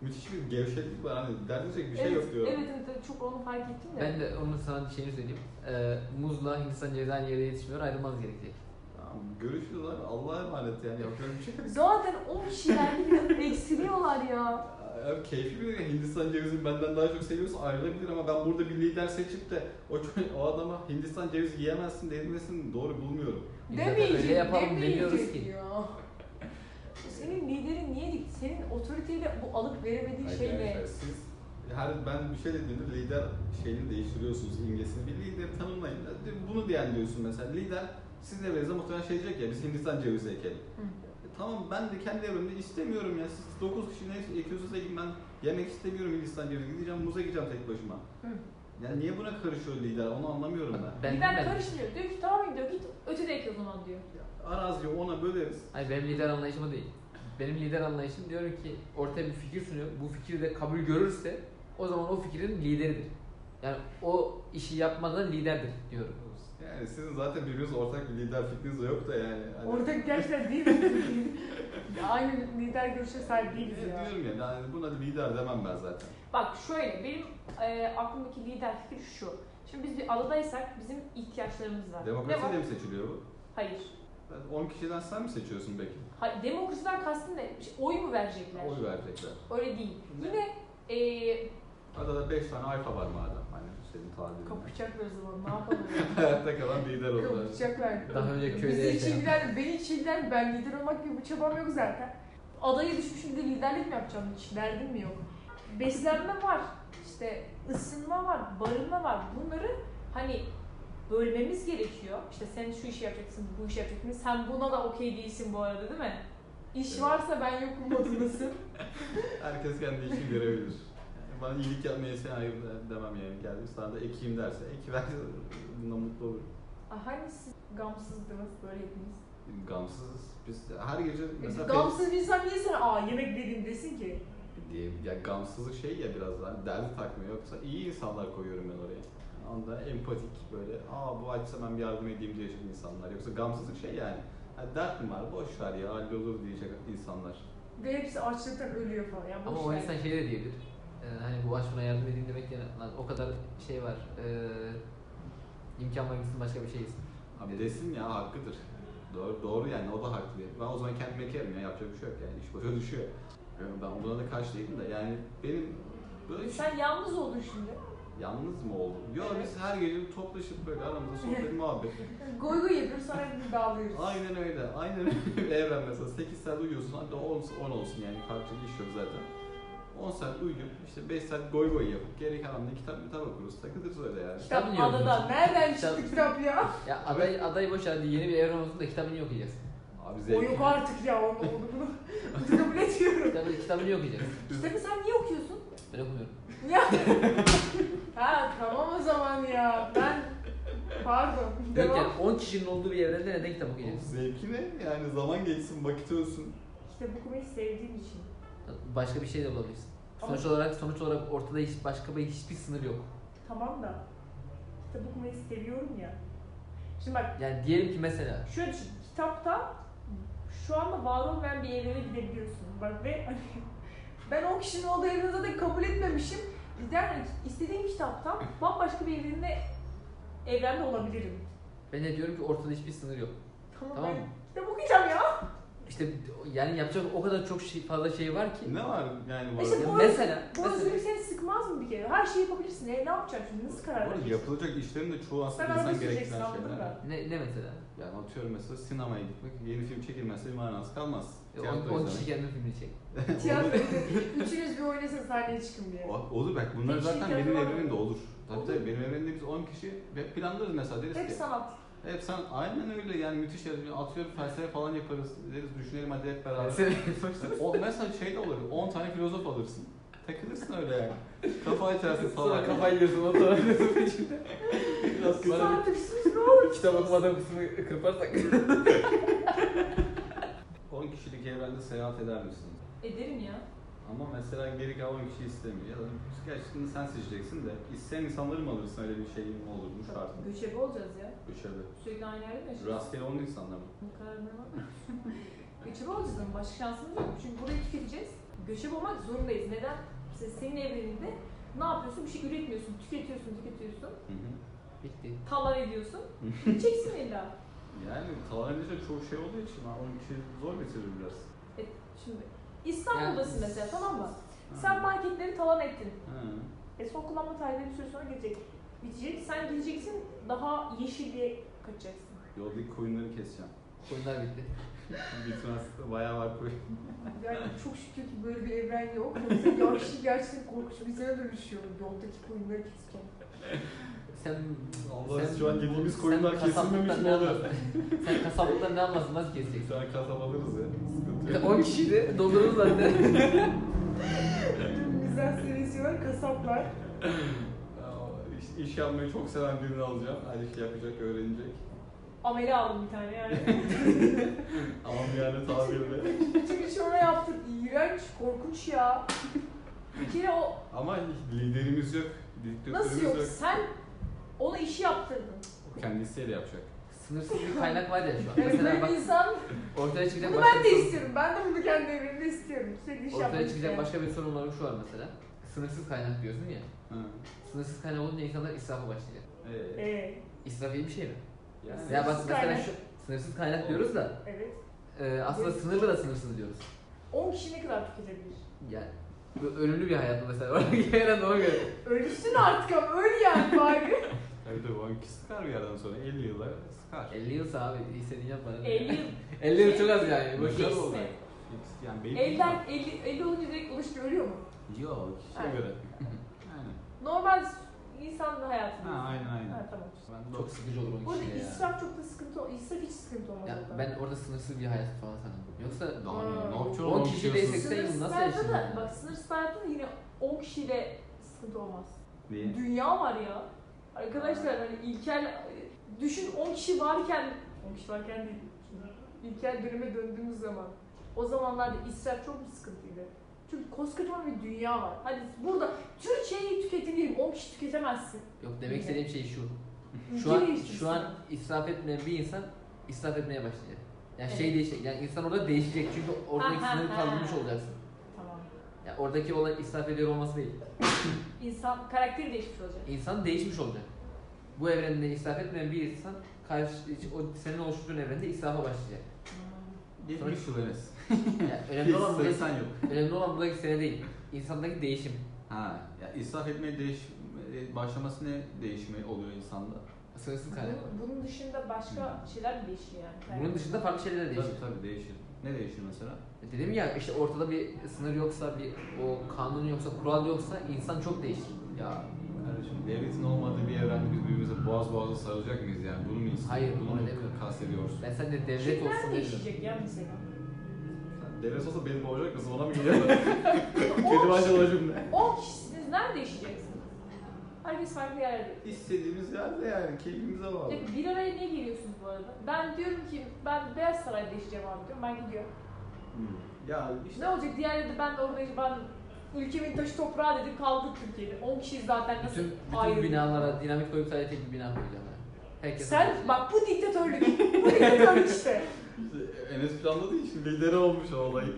Speaker 1: Müthiş bir gevşeklik var hani dertlenecek bir şey
Speaker 4: evet,
Speaker 1: yok diyorum.
Speaker 4: Evet, evet, evet, çok onu fark ettim de.
Speaker 2: Ben de onun sana şeyini söyleyeyim. Ee, muzla Hindistan cevizi aynı yere yetişmiyor ayrılmanız gerekecek.
Speaker 1: Tamam, görüşürüz abi Allah'a emanet yani yapıyorum bir şey. yok.
Speaker 4: Zaten 10 kişiden bile eksiliyorlar ya.
Speaker 1: Abi keyfi bir Hindistan cevizini benden daha çok seviyorsa ayrılabilir ama ben burada bir lider seçip de o, ço- o adama Hindistan cevizi yiyemezsin denilmesini doğru bulmuyorum.
Speaker 2: Biz zaten öyle yapalım demiyoruz
Speaker 4: demeyecek
Speaker 2: ki.
Speaker 4: ya. Senin liderin niye dik? Senin otoriteyle bu alıp veremediğin şey ne?
Speaker 1: Arkadaşlar siz her ben bir şey dediğimde lider şeyini değiştiriyorsunuz imgesini. Bir lideri tanımlayın. Bunu diyen diyorsun mesela. Lider sizin evinize muhtemelen şey diyecek ya biz Hindistan cevizi ekelim.
Speaker 4: Hı.
Speaker 1: E, tamam ben de kendi evimde istemiyorum ya. Siz 9 kişi ne ekiyorsunuz ekin ben yemek istemiyorum Hindistan cevizi. Gideceğim muza gideceğim tek başıma.
Speaker 4: Hı.
Speaker 1: Yani niye buna karışıyor lider onu anlamıyorum ben.
Speaker 2: Ben,
Speaker 4: lider
Speaker 2: ben,
Speaker 4: karışmıyor. Diyor ki tamam diyor git ötede ek o zaman diyor.
Speaker 1: Araziyi ona böleriz.
Speaker 2: Hayır benim lider anlayışım o değil. Benim lider anlayışım diyorum ki ortaya bir fikir sunuyor. Bu fikir de kabul görürse o zaman o fikrin lideridir. Yani o işi yapmadan liderdir diyorum.
Speaker 1: Yani sizin zaten birbiriniz ortak bir lider fikriniz de yok da yani. Hani-
Speaker 4: Oradaki gerçekten değil mi? Ya Aynı lider görüşe sahip
Speaker 1: Ne
Speaker 4: değiliz ya.
Speaker 1: diyorum ya yani buna lider demem ben zaten.
Speaker 4: Bak şöyle benim e, aklımdaki lider fikri şu. Şimdi biz bir adadaysak bizim ihtiyaçlarımız var.
Speaker 1: Demokrasi
Speaker 4: ne var?
Speaker 1: mi seçiliyor bu?
Speaker 4: Hayır.
Speaker 1: Ben 10 kişiden sen mi seçiyorsun peki?
Speaker 4: Ha, demokrasiden kastın ne? Bir şey- Oy mu verecekler?
Speaker 1: Oy verecekler.
Speaker 4: Öyle değil. E,
Speaker 1: Ne?
Speaker 4: Yine eee
Speaker 1: Adada 5 tane alfa var madem. Hani senin tabirinle.
Speaker 4: kapışacaklar o zaman ne yapalım?
Speaker 1: Hayatta kalan lider oldular.
Speaker 4: kapışacaklar.
Speaker 2: Daha önce köyde
Speaker 4: Bizi hiç
Speaker 2: yaşayan.
Speaker 4: ilgilen, beni hiç ilgilen, ben lider olmak gibi bir çabam yok zaten. Adaya düşmüşüm de liderlik mi yapacağım hiç derdim mi yok. Beslenme var, işte ısınma var, barınma var. Bunları hani bölmemiz gerekiyor. İşte sen şu işi yapacaksın, bu işi yapacaksın. Sen buna da okey değilsin bu arada değil mi? İş
Speaker 1: Evet.
Speaker 4: varsa ben yokum modundasın.
Speaker 1: Herkes kendi işini görebilir. Yani bana iyilik yapmaya sen hayır demem yani. Geldim sana da ekeyim derse. Eki verse bundan mutlu olurum.
Speaker 4: Ah, Hani siz gamsızdınız böyle hepiniz.
Speaker 1: Gamsızız. E Biz her gece mesela...
Speaker 4: Gamsız bir insan niye sana aa yemek dedim desin ki?
Speaker 1: diye ya gamsızlık şey ya biraz daha derdi takmıyor yoksa iyi insanlar koyuyorum ben oraya. Yani Onda empatik böyle aa bu açsa ben bir yardım edeyim diyecek insanlar yoksa gamsızlık şey yani. Ha, dert mi var boş ver ya hallolur diyecek insanlar.
Speaker 4: Ve hepsi açlıktan ölüyor falan. Ya
Speaker 2: Ama
Speaker 4: boş
Speaker 2: o
Speaker 4: ver.
Speaker 2: insan şey de diyebilir. Ee, hani bu aç buna yardım edeyim demek yerine lan o kadar şey var. Ee, imkan var gitsin başka bir şey yesin.
Speaker 1: Abi desin ya hakkıdır. Doğru, doğru yani o da haklı. Ben o zaman kendime kerim ya yapacak bir şey yok yani iş boşa düşüyor. Yani ben buna da karşı değilim de yani benim böyle şey,
Speaker 4: Sen yalnız oldun şimdi.
Speaker 1: yalnız mı oldum? Yo biz her gece toplaşıp böyle aramızda sohbet muhabbet.
Speaker 4: Goy goy yapıyoruz sonra hepimiz dağılıyoruz.
Speaker 1: Aynen öyle. Aynen öyle. Evren mesela 8 saat uyuyorsun. Hadi 10, 10 olsun yani kalkacak iş yok zaten. 10 saat uyuyup işte 5 saat goy goy yapıp geri kalan da kitap kitap okuruz. Takılırız öyle yani.
Speaker 4: Kitap
Speaker 2: Kitap yiyoruz.
Speaker 4: adada. Nereden
Speaker 2: Kitap-
Speaker 4: çıktı kitap ya?
Speaker 2: Ya aday, adayı boş ver yeni bir evren olsun da kitabını yok yiyeceğiz.
Speaker 1: Abi
Speaker 4: O
Speaker 1: zevk.
Speaker 4: yok artık ya onu oldu bunu. Bunu kabul etmiyorum.
Speaker 2: Kitabını, kitabını yok yiyeceğiz.
Speaker 4: Kitabı sen niye okuyorsun?
Speaker 2: Ben okumuyorum.
Speaker 4: Ya. ha tamam o zaman ya. Ben pardon.
Speaker 2: Yok
Speaker 4: Devam.
Speaker 2: yani 10 kişinin olduğu bir evrende neden kitap
Speaker 1: Oğlum
Speaker 2: okuyacağız?
Speaker 1: Zevki ne? Yani zaman geçsin, vakit ölsün.
Speaker 4: Kitap okumayı sevdiğim için.
Speaker 2: Başka bir şey de bulabilirsin.
Speaker 4: Ama-
Speaker 2: Sonuç olarak sonuç olarak ortada hiç başka bir hiçbir sınır yok.
Speaker 4: Tamam da. Kitap okumayı seviyorum ya. Şimdi bak
Speaker 2: Yani diyelim ki mesela
Speaker 4: Şöyle düşün, kitapta şu anda var olmayan bir evrene gidebiliyorsun. Bak ve hani ben o kişinin olduğu evreni zaten kabul etmemişim. Gider istediğim kitaptan bambaşka bir evrende evrende olabilirim.
Speaker 2: ben de diyorum ki ortada hiçbir sınır yok.
Speaker 4: Tamam,
Speaker 2: Tamam mı?
Speaker 4: ben kitap okuyacağım ya.
Speaker 2: İşte yani yapacak o kadar çok şey, fazla şey var ki.
Speaker 1: Ne var yani bu
Speaker 4: İşte
Speaker 1: arada?
Speaker 2: Ya
Speaker 4: bu-
Speaker 2: mesela,
Speaker 4: Bu
Speaker 2: mesela
Speaker 4: özgürlük seni sıkmaz mı bir kere? Her şeyi yapabilirsin. E, ne yapacaksın şimdi? Nasıl
Speaker 1: Bu
Speaker 4: karar
Speaker 1: arada
Speaker 4: vereceksin?
Speaker 1: yapılacak işlerin de çoğu aslında
Speaker 4: Sen arada
Speaker 1: insan
Speaker 4: süreceksin
Speaker 1: gerektiren
Speaker 4: anladın
Speaker 1: şeyler.
Speaker 4: mı?
Speaker 2: ne, ne mesela?
Speaker 1: Yani atıyorum mesela sinemaya gitmek, yeni film çekilmezse bir manası kalmaz.
Speaker 2: E,
Speaker 1: Tiyatro
Speaker 2: 10 kişi
Speaker 1: izlemek.
Speaker 2: kendi filmini çek.
Speaker 4: Tiyatro. Üçünüz bir oynasın sahneye çıkın diye.
Speaker 1: O- Olur bak bunlar
Speaker 4: Hiç
Speaker 1: zaten benim
Speaker 4: tiyatro var mı?
Speaker 1: evrenimde olur. Tabii
Speaker 4: Olur.
Speaker 1: tabii benim evrenimde biz 10 kişi ve planlarız mesela deriz
Speaker 4: Hep
Speaker 1: ki
Speaker 4: sanat.
Speaker 1: Hep sen aynen öyle yani müthiş yazıyor. Atıyorum felsefe falan yaparız deriz düşünelim hadi hep beraber. o, mesela şey de olur 10 tane filozof alırsın. Takılırsın öyle yani. Kafa açarsın
Speaker 2: Sonra
Speaker 1: falan.
Speaker 2: kafayı yiyorsun o sonra diyorsun içinde.
Speaker 1: biraz
Speaker 4: Siz
Speaker 1: kısa.
Speaker 4: artık sus ne olur.
Speaker 2: Kitap okumadan kısmını kırparsak.
Speaker 1: 10 kişilik evrende seyahat eder misin?
Speaker 4: Ederim ya.
Speaker 1: Ama mesela geri kalan 10 kişi istemiyor. Ya da gerçekten sen seçeceksin de isteyen insanları mı alırsın öyle bir şey mi olur mu şart mı?
Speaker 4: Göçebe olacağız ya.
Speaker 1: Göçebe.
Speaker 4: Sürekli aynı yerde mi yaşayacağız?
Speaker 1: Rastgele 10 insanlar mı?
Speaker 4: Bu karar vermem. Göçebe olacağız ama başka şansımız yok. Çünkü burayı tüketeceğiz. Göçebe olmak zorundayız. Neden? İşte senin evreninde ne yapıyorsun? Bir şey üretmiyorsun, tüketiyorsun, tüketiyorsun.
Speaker 1: Hı hı.
Speaker 2: Bitti.
Speaker 4: Talan ediyorsun. Gideceksin illa.
Speaker 1: Yani talan edecek çok şey olduğu için ha, 10 kişi zor getirir biraz.
Speaker 4: E, şimdi İstanbul'dasın
Speaker 2: Yani-
Speaker 4: mesela tamam mı?
Speaker 1: Ha.
Speaker 4: Sen marketleri talan ettin.
Speaker 1: Hı.
Speaker 4: E, son kullanma tarihleri bir süre sonra gelecek. Bitecek. Sen gideceksin daha yeşilliğe kaçacaksın.
Speaker 1: Yoldaki koyunları keseceğim.
Speaker 2: Konular bitti.
Speaker 1: Bitmez. Bayağı var koyun.
Speaker 6: Yani çok şükür ki böyle bir evren yok. Yoksa Yahşi gerçekten korkunç bir sene dönüşüyor. Yoldaki koyunları keseceğim.
Speaker 2: Sen
Speaker 1: Allah
Speaker 2: sen-
Speaker 1: şu an yediğimiz
Speaker 2: sen
Speaker 1: koyunlar kesilmemiş
Speaker 2: kasaplıktan
Speaker 1: mi
Speaker 2: ne
Speaker 1: oluyor?
Speaker 2: anlarsın? sen kasaplıktan ne anlarsın? Nasıl
Speaker 1: Bir
Speaker 2: keseceksin?
Speaker 1: tane kasap alırız ya. Sıkıntı yok.
Speaker 2: 10 kişiyi de doldururuz zaten.
Speaker 6: Bizden serisi var kasaplar.
Speaker 1: Aa, İş, iş yapmayı çok seven birini alacağım. Her işi yapacak, öğrenecek.
Speaker 4: Ameli aldım bir tane yani.
Speaker 1: Ama yani tabirle.
Speaker 6: Bütün işi ona yaptık. İğrenç, korkunç ya.
Speaker 4: bir kere o
Speaker 1: Ama liderimiz yok.
Speaker 4: Nasıl
Speaker 1: Diktörümüz
Speaker 4: yok?
Speaker 2: şey
Speaker 1: yok.
Speaker 4: Sen ona işi yaptırdın.
Speaker 1: O kendi isteğiyle yapacak.
Speaker 2: Sınırsız bir kaynak var ya şu an.
Speaker 6: Yani böyle
Speaker 2: Mesela
Speaker 6: bir
Speaker 2: bak
Speaker 6: insan.
Speaker 2: ortaya çıkacak
Speaker 6: Bunu
Speaker 2: başka
Speaker 6: ben
Speaker 2: bir
Speaker 6: de
Speaker 2: sorun-
Speaker 6: istiyorum. Ben de bunu kendi evimde istiyorum. Sürekli iş yapmak
Speaker 2: Ortaya
Speaker 6: istiyorum.
Speaker 2: çıkacak başka bir sorun olarak şu var mesela. Sınırsız kaynak diyorsun ya.
Speaker 1: Hı.
Speaker 2: Sınırsız kaynak olunca insanlar israfa başlayacak.
Speaker 1: Ee,
Speaker 4: Ee,
Speaker 2: İsraf iyi bir şey mi?
Speaker 1: yani
Speaker 2: Ya bak
Speaker 4: Sınırsız
Speaker 2: mesela
Speaker 4: kaynak.
Speaker 2: şu Sınırsız kaynak diyoruz da
Speaker 3: Evet.
Speaker 2: e, aslında sınırlı da sınırsız diyoruz.
Speaker 3: 10 kişi ne kadar tüketebilir?
Speaker 2: Yani bu ölümlü bir hayat bu mesela. Orada gelen ona göre.
Speaker 3: Ölürsün artık ama öl yani bari.
Speaker 1: Tabii tabii onunki sıkar bir yerden sonra 50 yıllar sıkar.
Speaker 2: 50 yılsa abi istediğin yap bana.
Speaker 4: 50 yıl.
Speaker 2: 50 yıl çok az yani. Boş ver.
Speaker 1: Fix
Speaker 4: mi?
Speaker 1: olarak. Fix yani belli
Speaker 4: Elden 50, 50 olunca direkt ulaşıp ölüyor mu?
Speaker 1: Yok kişiye
Speaker 3: Aynen.
Speaker 1: göre. Aynen.
Speaker 4: Normal insan hayatı.
Speaker 1: Ha aynen aynen.
Speaker 3: ha tamam.
Speaker 1: Ben
Speaker 2: Çok
Speaker 1: çok
Speaker 2: sıkıcı olur
Speaker 3: Bu
Speaker 2: onun
Speaker 3: arada
Speaker 2: kişiyle Şey ya.
Speaker 3: israf çok da sıkıntı ol- İsraf hiç sıkıntı olmaz.
Speaker 2: ya.
Speaker 3: orada.
Speaker 2: Ben orada sınırsız bir hayat falan sanırım. Yoksa
Speaker 1: daha
Speaker 3: Aa.
Speaker 1: ne? Ne
Speaker 2: 10
Speaker 1: yapıyorsun?
Speaker 2: kişi
Speaker 1: Ne yapıyorsun?
Speaker 2: desek- Sen
Speaker 4: Sınırsız
Speaker 2: nasıl
Speaker 4: hayatta da,
Speaker 2: yaşadın?
Speaker 4: bak sınırsız hayatta da yine 10 kişiyle sıkıntı olmaz.
Speaker 2: Ee?
Speaker 1: Niye?
Speaker 4: Dünya var ya. Arkadaşlar hani ilkel, düşün 10 kişi varken,
Speaker 3: 10 kişi varken değil. Şimdi İlkel döneme döndüğümüz zaman.
Speaker 4: o zamanlarda
Speaker 3: İsraf çok mu sıkıntıydı? Çünkü koskocaman bir dünya var. Hadi burada Türkiye'yi tüketebilirim. 10 kişi tüketemezsin.
Speaker 2: Yok demek istediğim şey şu.
Speaker 3: Ülke
Speaker 2: Şu an
Speaker 3: değiştirsin.
Speaker 2: şu an israf etmeyen bir insan israf etmeye başlayacak. Yani
Speaker 4: Evet.
Speaker 2: şey değişecek. Yani insan orada değişecek çünkü oradaki
Speaker 4: Ha, ha,
Speaker 2: sınırı
Speaker 4: ha.
Speaker 2: kaldırmış olacaksın.
Speaker 3: Tamam.
Speaker 2: Yani oradaki olay israf ediyor olması değil.
Speaker 4: insan karakteri değişmiş olacak.
Speaker 2: İnsan değişmiş olacak. Bu evrende israf etmeyen bir insan karşı o senin oluşturduğun evrende israfa başlayacak.
Speaker 1: 70 yıl Enes.
Speaker 2: Yani önemli
Speaker 1: Hiç
Speaker 2: olan buradaki,
Speaker 1: 80 yıl.
Speaker 2: önemli olan buradaki sene değil. İnsandaki değişim.
Speaker 1: Ha, ya israf etmeye değiş, e, başlaması ne değişme oluyor insanda?
Speaker 2: Sınırsız kaynak.
Speaker 3: Bunun, bunun dışında başka şeyler mi değişiyor yani?
Speaker 4: Hani
Speaker 2: Bunun dışında farklı şeyler de değişir. E,
Speaker 1: Tabii tabii değişir. Ne değişir mesela?
Speaker 2: Dedim ya işte ortada bir sınır yoksa, bir o kanun yoksa, kural yoksa insan çok değişir.
Speaker 1: Ya kardeşim devletin olmadığı bir evrende biz birbirimize boğaz boğaza sarılacak mıyız yani? Bunu mu istiyorsun?
Speaker 2: Hayır,
Speaker 1: Bunu
Speaker 2: onu
Speaker 1: mu
Speaker 2: demiyorum.
Speaker 1: kastediyorsun?
Speaker 2: Ben sen de devlet
Speaker 3: Kimler
Speaker 2: olsun demiyorum.
Speaker 3: değişecek ya mesela?
Speaker 1: Devlet olsa benim olacak mısın? Ona mı gidiyorum? Kedi başı olacağım ne?
Speaker 4: 10 kişisiniz, nerede yaşayacaksınız? Herkes farklı yerlerde.
Speaker 1: İstediğimiz yerde yani keyfimize bağlı.
Speaker 4: Ya bir araya niye geliyorsunuz bu arada? Ben diyorum ki ben Beyaz Saray'da yaşayacağım abi diyorum. Ben gidiyorum.
Speaker 1: Hmm. Ya
Speaker 4: Ne olacak diğerleri de ben de orada ben ülkemin taşı toprağı dedim kaldık Türkiye'de. 10 kişiyiz zaten nasıl
Speaker 2: Bütün, bütün
Speaker 4: ayrıldık?
Speaker 2: binalara dinamit koyup sadece tek bir bina koyacağım. ben. Herkes
Speaker 4: Sen bak bu diktatörlük. bu diktatörlük işte.
Speaker 1: Enes planladı ya şimdi lideri olmuş o olayı.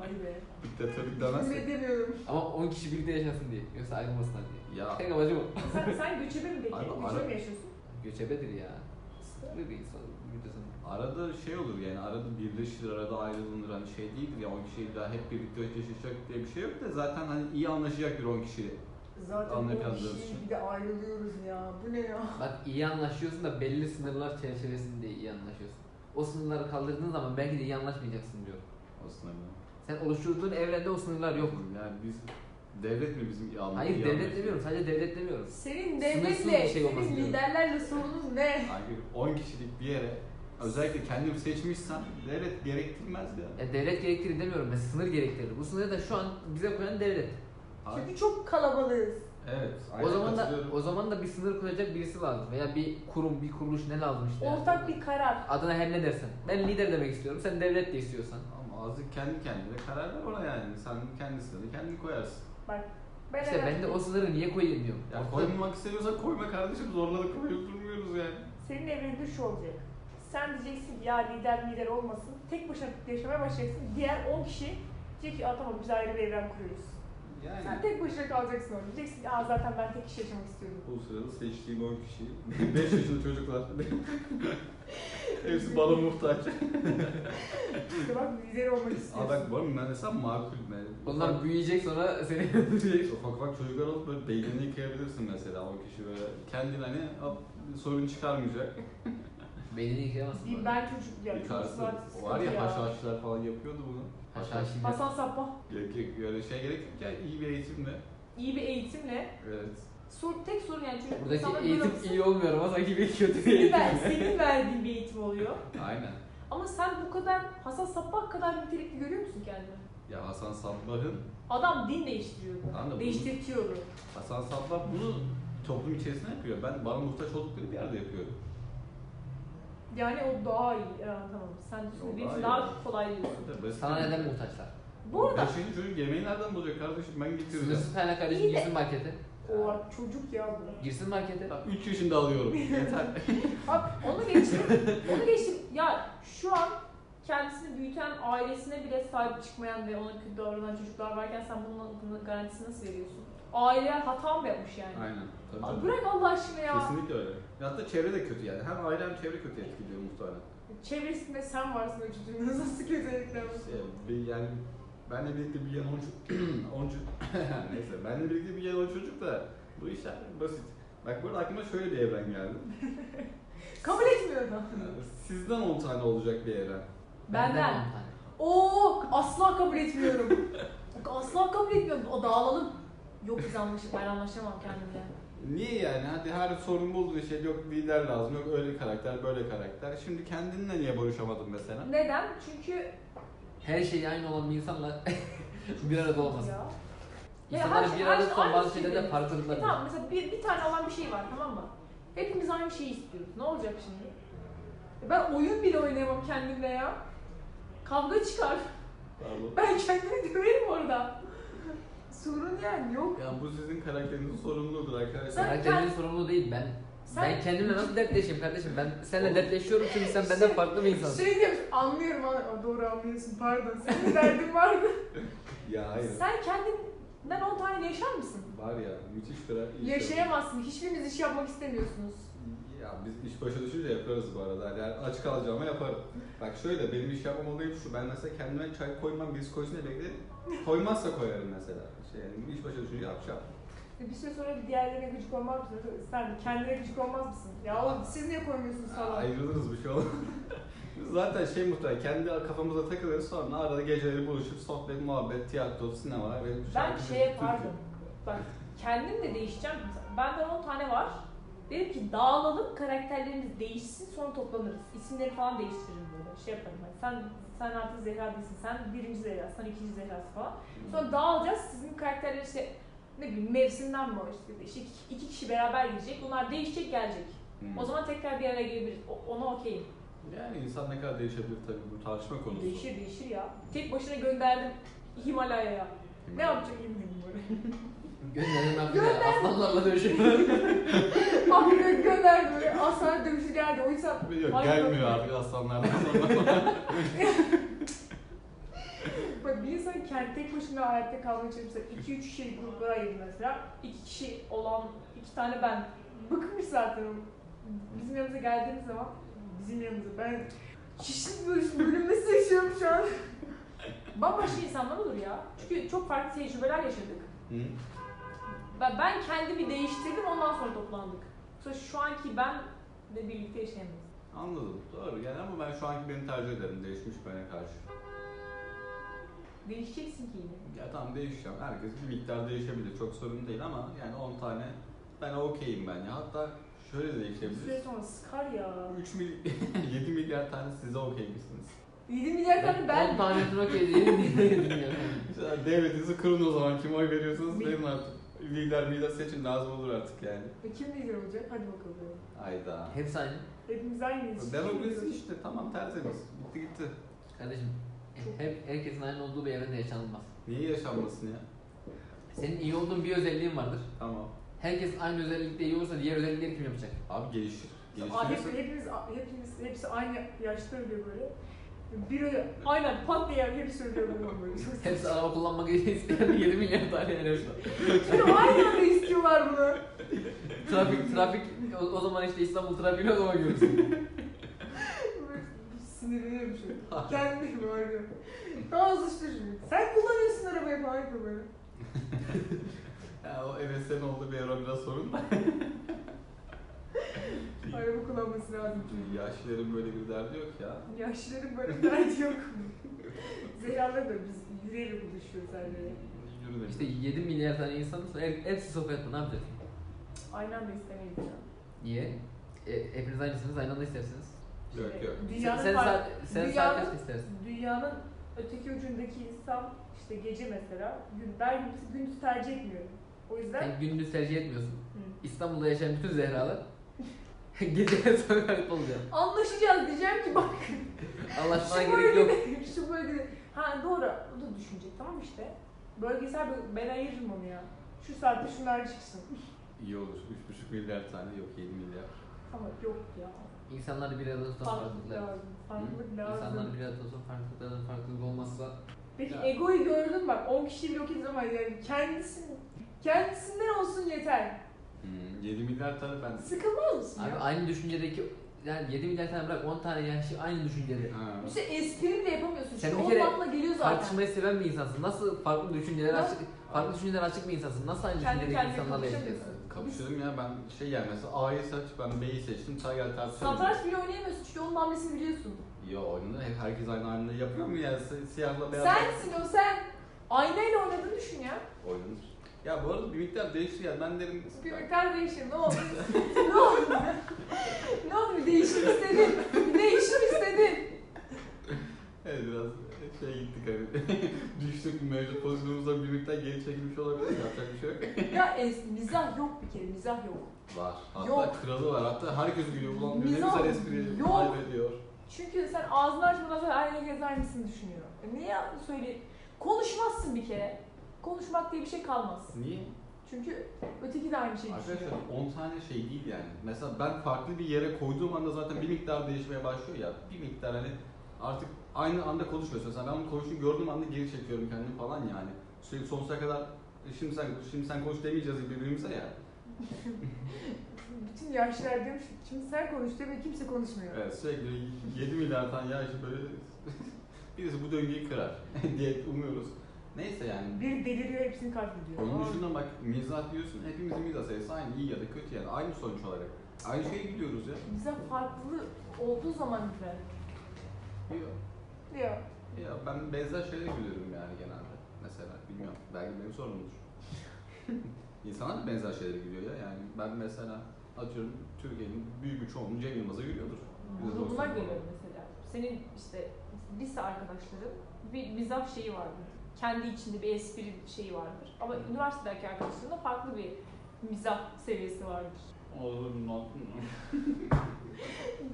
Speaker 4: Vay be.
Speaker 1: Diktatörlük
Speaker 4: Ne demiyorum.
Speaker 2: Ama 10 kişi birlikte yaşasın diye. Yoksa ayrılmasınlar diye.
Speaker 1: Ya
Speaker 2: Tek amacım o.
Speaker 3: Sen, sen göçebe mi peki?
Speaker 1: Ara-
Speaker 3: Göçebe
Speaker 1: ara-
Speaker 3: mi yaşıyorsun?
Speaker 2: Göçebedir ya. Sıkıntı bir insan. Müddesin.
Speaker 1: arada şey olur yani arada birleşir arada ayrılınır hani şey değildir ya 10 kişi daha hep birlikte yaşayacak diye bir şey yok da zaten hani iyi anlaşacak bir 10 kişi.
Speaker 3: Zaten
Speaker 1: Anlayıp
Speaker 3: on
Speaker 1: yazdığınız
Speaker 3: kişi
Speaker 1: için.
Speaker 3: bir de ayrılıyoruz ya. Bu ne ya?
Speaker 2: Bak iyi anlaşıyorsun da belli sınırlar çerçevesinde iyi anlaşıyorsun. O sınırları kaldırdığın zaman belki de iyi anlaşmayacaksın diyor.
Speaker 1: Aslında bu.
Speaker 2: Sen oluşturduğun evrende o sınırlar yok.
Speaker 1: Yani biz devlet mi bizim iyi anla- iyi
Speaker 2: Hayır devlet
Speaker 1: anlayış-
Speaker 2: demiyorum. Sadece devlet demiyorum.
Speaker 4: Senin
Speaker 2: Sınırsız bir
Speaker 4: devletle,
Speaker 2: şey olması
Speaker 4: senin
Speaker 2: diyorum.
Speaker 4: liderlerle sorunun ne?
Speaker 1: Hayır 10 kişilik bir yere özellikle kendim seçmişsen devlet gerektirmez ya.
Speaker 2: Ya E, devlet gerektirir demiyorum ben. Sınır gerektirir. Bu sınırı da şu an bize koyan devlet.
Speaker 1: Hayır.
Speaker 3: Çünkü çok kalabalığız.
Speaker 1: Evet.
Speaker 2: o
Speaker 1: aynen
Speaker 2: zaman da
Speaker 1: katılıyorum.
Speaker 2: o zaman da bir sınır koyacak birisi lazım veya bir kurum, bir kuruluş ne lazım işte.
Speaker 3: Ortak bir karar.
Speaker 2: adına her ne dersen. Ben lider demek istiyorum. Sen devlet de istiyorsan.
Speaker 1: Ama azıcık kendi kendine karar ver ona yani. Sen kendisine de kendini koyarsın.
Speaker 3: Ben
Speaker 2: İşte
Speaker 3: evet.
Speaker 2: ben de o sınırı niye koyayım diyorum.
Speaker 1: Ya
Speaker 2: Ortada-
Speaker 1: koymamak istemiyorsan koyma kardeşim zorla da koyup durmuyoruz yani.
Speaker 3: Senin evrende şu olacak. Sen diyeceksin ki, ya lider lider olmasın. Tek başına yaşamaya başlayacaksın. Diğer 10 kişi diyecek ki "Aa, tamam biz ayrı bir evren kuruyoruz. Sen
Speaker 1: Yani
Speaker 3: tek başına kalacaksın orada. Diyeceksin ki "Aa, zaten ben tek kişi yaşamak istiyorum.
Speaker 1: bu sırada seçtiğim 10 kişi 5 yaşında çocuklar. Hepsi bana muhtaç.
Speaker 3: İşte bak lider olmak
Speaker 1: Aa
Speaker 3: istiyorsun.
Speaker 1: bak bana ben mesela makul ben.
Speaker 2: Onlar büyüyecek sonra seni
Speaker 1: büyük. Ufak ufak çocuklar olup böyle beynini yıkayabilirsin mesela o kişi böyle. Kendin hani hop, sorun çıkarmayacak.
Speaker 2: beynini yıkayamazsın.
Speaker 3: Bir ben çocuk ya.
Speaker 1: Yıkarsın.
Speaker 3: Çocuklar
Speaker 1: Var ya,
Speaker 3: sıkıntı
Speaker 1: haşhaşçılar falan yapıyordu bunu.
Speaker 2: Haşhaşi.
Speaker 3: Hasan Sabbah
Speaker 1: Gerek yok öyle şey gerek yok ya iyi bir eğitimle.
Speaker 3: iyi bir eğitimle
Speaker 1: Evet.
Speaker 4: Sor, tek sorun yani çocuk insanlar
Speaker 2: Buradaki
Speaker 4: böyle
Speaker 2: eğitim
Speaker 4: olsun.
Speaker 2: iyi olmuyor ama sanki bir kötü bir
Speaker 3: senin,
Speaker 2: eğitim.
Speaker 3: ver, senin verdiğin bir eğitim oluyor.
Speaker 1: Aynen.
Speaker 4: Ama sen bu kadar Hasan Sabbah kadar nitelikli görüyor musun kendini?
Speaker 1: Ya Hasan Sabbah'ın
Speaker 4: Adam din değiştiriyordu.
Speaker 1: Anladım. bunu-
Speaker 4: Değiştirtiyordu.
Speaker 1: Hasan Sabbah bunu toplum içerisinde yapıyor. Ben bana muhtaç oldukları bir yerde yapıyorum.
Speaker 3: Yani o daha iyi. Aa, tamam. Sen
Speaker 1: O
Speaker 3: düşünün benim
Speaker 1: daha
Speaker 3: için
Speaker 1: iyi.
Speaker 3: daha kolay diyorsun.
Speaker 2: Sana neden muhtaçlar?
Speaker 4: Bu arada
Speaker 1: Beşinci çocuk yemeği nereden bulacak kardeşim? Ben getireceğim.
Speaker 2: Sınırsız kaynak kardeşim
Speaker 4: İyi de-
Speaker 2: girsin markete.
Speaker 3: O bak çocuk ya bu.
Speaker 2: Girsin markete.
Speaker 1: 3 yaşında alıyorum. Yeter.
Speaker 4: Bak onu geçtim. onu geçtim. Ya şu an kendisini büyüten ailesine bile sahip çıkmayan ve ona kötü davranan çocuklar varken sen bunun, bunun garantisini nasıl veriyorsun? Aile hata mı yapmış yani?
Speaker 1: Aynen. Tabii,
Speaker 4: Abi
Speaker 1: tabii.
Speaker 4: Bırak Allah aşkına ya.
Speaker 1: Kesinlikle öyle. Ya Hatta çevre de kötü yani. Hem aile hem çevre kötü etkiliyor muhtemelen.
Speaker 3: Çevresinde sen varsın o çocuğun nasıl güzellikler olsun.
Speaker 1: Şey, bir- yani benle birlikte büyüyen 10 çocuk... on çocuk... Neyse, benle birlikte büyüyen 10 çocuk da bu işler basit. Bak burada aklıma şöyle bir evren geldi.
Speaker 3: Kabul etmiyordu.
Speaker 1: Sizden 10 tane olacak bir evren.
Speaker 4: Benden.
Speaker 2: on tane.
Speaker 3: Oo asla kabul etmiyorum. asla kabul etmiyorum. O dağılalım. Yok biz anlaşıp ben anlaşamam kendimle.
Speaker 1: Niye yani? Hadi her sorun bul bir şey. Yok lider lazım, yok öyle karakter, böyle karakter. Şimdi kendinle niye barışamadın mesela?
Speaker 4: Neden? Çünkü
Speaker 2: Her şey aynı olan bir insanla bir arada olmaz.
Speaker 4: ya. Ya her
Speaker 2: İnsanlar
Speaker 4: şey-
Speaker 2: bir
Speaker 4: her
Speaker 2: arada
Speaker 4: şey
Speaker 2: son
Speaker 4: aynı
Speaker 2: bazı
Speaker 4: şey
Speaker 2: şeylerde
Speaker 4: değil.
Speaker 2: farklılıklar
Speaker 4: E
Speaker 2: var.
Speaker 4: tamam mesela bir, bir tane olan bir şey var tamam mı? Hepimiz aynı şeyi istiyoruz. Ne olacak şimdi?
Speaker 3: E Ben oyun bile oynayamam kendimle ya.
Speaker 4: Kavga çıkar.
Speaker 1: Pardon.
Speaker 4: Ben kendimi döverim orada.
Speaker 3: Sorun yani yok.
Speaker 1: Yani bu sizin karakterinizin sorumluluğudur arkadaşlar.
Speaker 2: Sen kendin sorumlu değil ben.
Speaker 4: Sen-
Speaker 2: ben kendimle nasıl dertleşeyim kardeşim? Ben seninle
Speaker 1: Oğlum.
Speaker 2: dertleşiyorum çünkü sen benden farklı bir insansın.
Speaker 3: Şey diyormuş anlıyorum anlıyorum. Aa, Doğru anlıyorsun pardon senin derdin vardı.
Speaker 1: Ya hayır.
Speaker 4: Sen kendinden 10 tane yaşar mısın?
Speaker 1: Var ya müthiş bir iş
Speaker 3: Yaşayamazsın hiçbiriniz iş yapmak istemiyorsunuz.
Speaker 1: Ya biz iş başa düşünce yaparız bu arada. Yani aç kalacağıma yaparım. Bak şöyle benim iş yapmam olayım şu. Ben mesela kendime çay koymam birisi koysun diye beklerim. Koymazsa koyarım mesela. Şey, yani iş başa düşünce yapacağım.
Speaker 3: E Bir süre sonra diğerlerine gıcık olmaz mısın? Sen kendine gıcık olmaz mısın? Ya oğlum siz niye koymuyorsunuz
Speaker 1: Aa,
Speaker 3: falan?
Speaker 1: Ayrılırız bir şey olmaz. Zaten şey muhtemelen kendi kafamıza takılırız sonra arada geceleri buluşup sohbet, muhabbet, tiyatro, sinema ve
Speaker 4: Ben
Speaker 1: şarkı-
Speaker 4: şey yapardım. Bak kendim de değişeceğim. Benden 10 tane var. Dedim ki dağılalım, karakterlerimiz değişsin, sonra toplanırız. İsimleri falan değiştiririm böyle. Şey yaparım. Hani sen sen artık Zehra değilsin. Sen birinci Zehra, sen ikinci Zehra falan. Sonra dağılacağız. Sizin karakterler işte ne bileyim mevsimden mi o işte, işte iki, iki kişi beraber gidecek. Bunlar değişecek, gelecek.
Speaker 1: Hmm.
Speaker 4: O zaman tekrar bir araya gelebiliriz. O- Ona okeyim.
Speaker 1: Yani insan ne kadar değişebilir tabii bu tartışma konusu.
Speaker 4: Değişir, değişir ya. Tek başına gönderdim Himalaya'ya.
Speaker 1: Hmm.
Speaker 3: Ne yapacak bilmiyorum böyle.
Speaker 2: Gönderin abi ya. Aslanlarla dövüşüyor.
Speaker 3: Aklına gönder böyle aslan dövüşü geldi o yüzden.
Speaker 1: Yok
Speaker 4: Ay,
Speaker 1: gelmiyor
Speaker 4: yok.
Speaker 1: artık aslanlardan sonra.
Speaker 3: Bak bir insan kendi tek başına hayatta kalmaya çalışırsa 2-3 kişilik gruplara ayırır mesela.
Speaker 4: İki kişi olan, iki tane ben.
Speaker 3: Bıkmış zaten o. Bizim yanımıza geldiğimiz zaman bizim yanımıza ben şişli bölüş- bölünmesi yaşıyorum şu an.
Speaker 4: Bambaşka insanlar olur ya. Çünkü çok farklı tecrübeler yaşadık.
Speaker 1: Hı?
Speaker 4: Ben, ben kendimi değiştirdim ondan sonra toplandık. Yoksa şu anki ben de birlikte yaşayamayız.
Speaker 1: Anladım. Doğru. Yani ama ben şu anki beni tercih ederim. Değişmiş bana karşı.
Speaker 4: Değişeceksin ki yine.
Speaker 1: Ya tamam değişeceğim. Herkes bir miktar değişebilir. Çok sorun değil ama yani 10 tane ben okeyim ben ya. Hatta şöyle de
Speaker 3: Bir süre
Speaker 1: değişebilir.
Speaker 3: sonra sıkar ya.
Speaker 1: 3 mil 7 milyar tane size okey misiniz?
Speaker 3: 7 milyar tane ben
Speaker 2: 10 tanesini okey değilim diye yedim ya.
Speaker 1: Mesela Devletinizi kırın o zaman. Kim oy veriyorsanız verin artık. Lider lider seçin lazım olur artık yani.
Speaker 3: E, Kim lider olacak? Hadi bakalım.
Speaker 1: Hayda.
Speaker 2: Hepsi aynı.
Speaker 3: Hepimiz aynıyız.
Speaker 1: Demokrasi işte tamam tertemiz. Bitti gitti.
Speaker 2: Kardeşim hep herkesin aynı olduğu bir evrende yaşanılmaz.
Speaker 1: Niye yaşanmasın ya?
Speaker 2: Senin iyi olduğun bir özelliğin vardır.
Speaker 1: Tamam.
Speaker 2: Herkes aynı özellikte iyi olursa diğer özellikleri kim yapacak?
Speaker 1: Abi gelişir.
Speaker 3: Aa,
Speaker 1: Geliştirirse
Speaker 3: hep, hepimiz, hepimiz, hepsi aynı yaşta ölüyor böyle. Biri
Speaker 4: Aynen.
Speaker 3: pat diye hepsi ölüyor böyle. böyle.
Speaker 2: Hepsi araba kullanmak isteyen 7 milyar tane enerji var.
Speaker 3: Biri aynı anda istiyorlar bunu.
Speaker 2: Trafik, trafik, o, o zaman işte İstanbul trafiğini o zaman görürsün.
Speaker 3: Böyle Sinirleniyorum şu an. Kendim böyle. Daha hızlı sürüyorum. Sen kullanıyorsun arabayı falan yapıyor böyle.
Speaker 1: Ya o MSN oldu bir ara biraz sorun da.
Speaker 3: Araba kullanması lazım çünkü.
Speaker 1: Yaşlıların böyle bir derdi yok ya.
Speaker 3: Yaşlıların böyle bir derdi yok. Zehra'la da biz yürüyerek buluşuyoruz her yere.
Speaker 1: Yürü
Speaker 2: İşte
Speaker 1: demiş.
Speaker 2: 7 milyar tane insanız, her- hepsi sohbet mi? Ne yapacaksın?
Speaker 3: Aynı anda istemeyiz ya.
Speaker 2: Niye? E, hepiniz aynısınız, aynı anda istersiniz.
Speaker 1: Yok yok.
Speaker 2: Sen,
Speaker 3: Dünyanın,
Speaker 2: sen,
Speaker 3: par-
Speaker 2: sa- sen
Speaker 3: dünyanın-
Speaker 2: sadece istersin.
Speaker 3: dünyanın öteki ucundaki insan işte gece mesela gün, ben gündüz- gündüz tercih etmiyorum. O yüzden
Speaker 2: Sen gündüz tercih etmiyorsun.
Speaker 3: Hı.
Speaker 2: İstanbul'da yaşayan bütün zehralar gece sohbet olacak.
Speaker 3: anlaşacağız diyeceğim ki bak
Speaker 2: Anlaşmana
Speaker 3: şu
Speaker 2: gerek yok.
Speaker 3: bölgede, şu bölgede. Ha doğru, o da düşünecek tamam işte. Bölgesel, böl- ben ayırırım onu ya. Şu saatte şunlar çıksın.
Speaker 1: İyi olur. 3,5 milyar tane yok 7 milyar.
Speaker 3: Ama yok ya.
Speaker 2: İnsanlar bir arada olsa
Speaker 3: Farklılık
Speaker 2: farklılıklar.
Speaker 3: lazım. Farklılık lazım.
Speaker 2: İnsanlar bir arada olsa farklılıkların farklılık olmazsa
Speaker 3: Peki
Speaker 1: Ya.
Speaker 3: egoyu gördün mü? bak 10 kişiyi bir okuyacağım ama yani kendisin, kendisinden olsun yeter.
Speaker 1: Hmm, 7 milyar tane ben.
Speaker 3: Sıkılmaz mısın
Speaker 2: abi
Speaker 3: ya?
Speaker 2: aynı düşüncedeki yani 7 milyar tane bırak 10 tane yaşlı aynı düşüncede.
Speaker 1: Ha.
Speaker 4: İşte şey espri bile yapamıyorsun.
Speaker 2: Sen
Speaker 4: Çünkü
Speaker 2: bir kere
Speaker 4: o lafla geliyor zaten.
Speaker 2: Tartışmayı seven bir insansın. Nasıl farklı düşünceler
Speaker 4: Nasıl-
Speaker 2: açık farklı düşünceler açık bir insansın? Nasıl aynı
Speaker 4: Kendi
Speaker 2: düşüncedeki
Speaker 4: kendine
Speaker 2: insanlarla yaşayacaksın?
Speaker 4: konuşamıyorsun.
Speaker 1: Kapışırım ya ben şey yani mesela A'yı seç ben B'yi seçtim sen gel tartışalım.
Speaker 4: Satranç bile oynayamıyorsun çünkü onun hamlesini biliyorsun.
Speaker 1: Yo oyunda hep herkes aynı halinde yapıyor mu ya Si- siyahla beyaz?
Speaker 4: Sensin o sen. Aynayla oynadığını düşün ya.
Speaker 1: Oynanır. Ya bu arada bir miktar değişir ya ben derim.
Speaker 4: Bir miktar değişir. Ne oldu? ne oldu? ne oldu? Bir değişim istedin. Bir değişim istedin.
Speaker 1: Evet biraz şey gittik hani. Düştük mevcut pozisyonumuzdan bir miktar geri çekilmiş olabilir yapacak bir şey yok.
Speaker 4: Ya es, mizah yok bir kere. Mizah yok.
Speaker 1: Var. Hatta
Speaker 4: Yok.
Speaker 1: kralı var. Hatta herkes gülüyor. Ulan diyor, ne
Speaker 4: Mizah
Speaker 1: güzel espri
Speaker 4: yok.
Speaker 1: kaybediyor.
Speaker 4: Çünkü sen ağzını açmadan zaten aynayla gezer misin düşünüyor. Niye söyle? Konuşmazsın bir kere. Konuşmak diye bir şey kalmaz.
Speaker 1: Niye?
Speaker 4: Çünkü öteki de aynı şey şeyi düşünüyor.
Speaker 1: Arkadaşlar 10 tane şey değil yani. Mesela ben farklı bir yere koyduğum anda zaten bir miktar değişmeye başlıyor ya. Bir miktar hani artık aynı anda konuşmuyorsun. Mesela ben onun konuştuğunu gördüğüm anda geri çekiyorum kendimi falan yani. Sürekli sonsuza kadar "E, şimdi sen şimdi sen konuş demeyeceğiz birbirimize ya.
Speaker 3: Bütün yaşlılar demiş, şimdi sen konuş diyor ve kimse konuşmuyor.
Speaker 1: Evet sürekli 7 milyar tane ya işte şey böyle birisi bu döngüyü kırar diye umuyoruz. Neyse yani
Speaker 3: Bir deliriyor hepsini katlediyor.
Speaker 1: Onun
Speaker 3: Aa,
Speaker 1: dışında bak mizah diyorsun, hepimizin mizah sayısı aynı, iyi ya da kötü yani aynı sonuç olarak. Aynı şeye gidiyoruz ya.
Speaker 4: Mizah farklı olduğu zaman güzel.
Speaker 1: Yok.
Speaker 3: diyor.
Speaker 1: Ya ben benzer şeylere gülüyorum yani genelde. Mesela bilmiyorum, belki benim sorumludur. İnsanlar da benzer şeylere gülüyor ya yani ben mesela atıyorum Türkiye'nin büyük bir çoğunluğu Cem Yılmaz'a gülüyordur. Yüzde
Speaker 4: Grubuna
Speaker 1: doksan.
Speaker 4: göre mesela. Senin işte lise arkadaşların bir mizah şeyi vardır. Kendi içinde bir espri şeyi vardır. Ama üniversitedeki arkadaşlarında farklı bir mizah seviyesi vardır.
Speaker 1: Oğlum ne yaptın?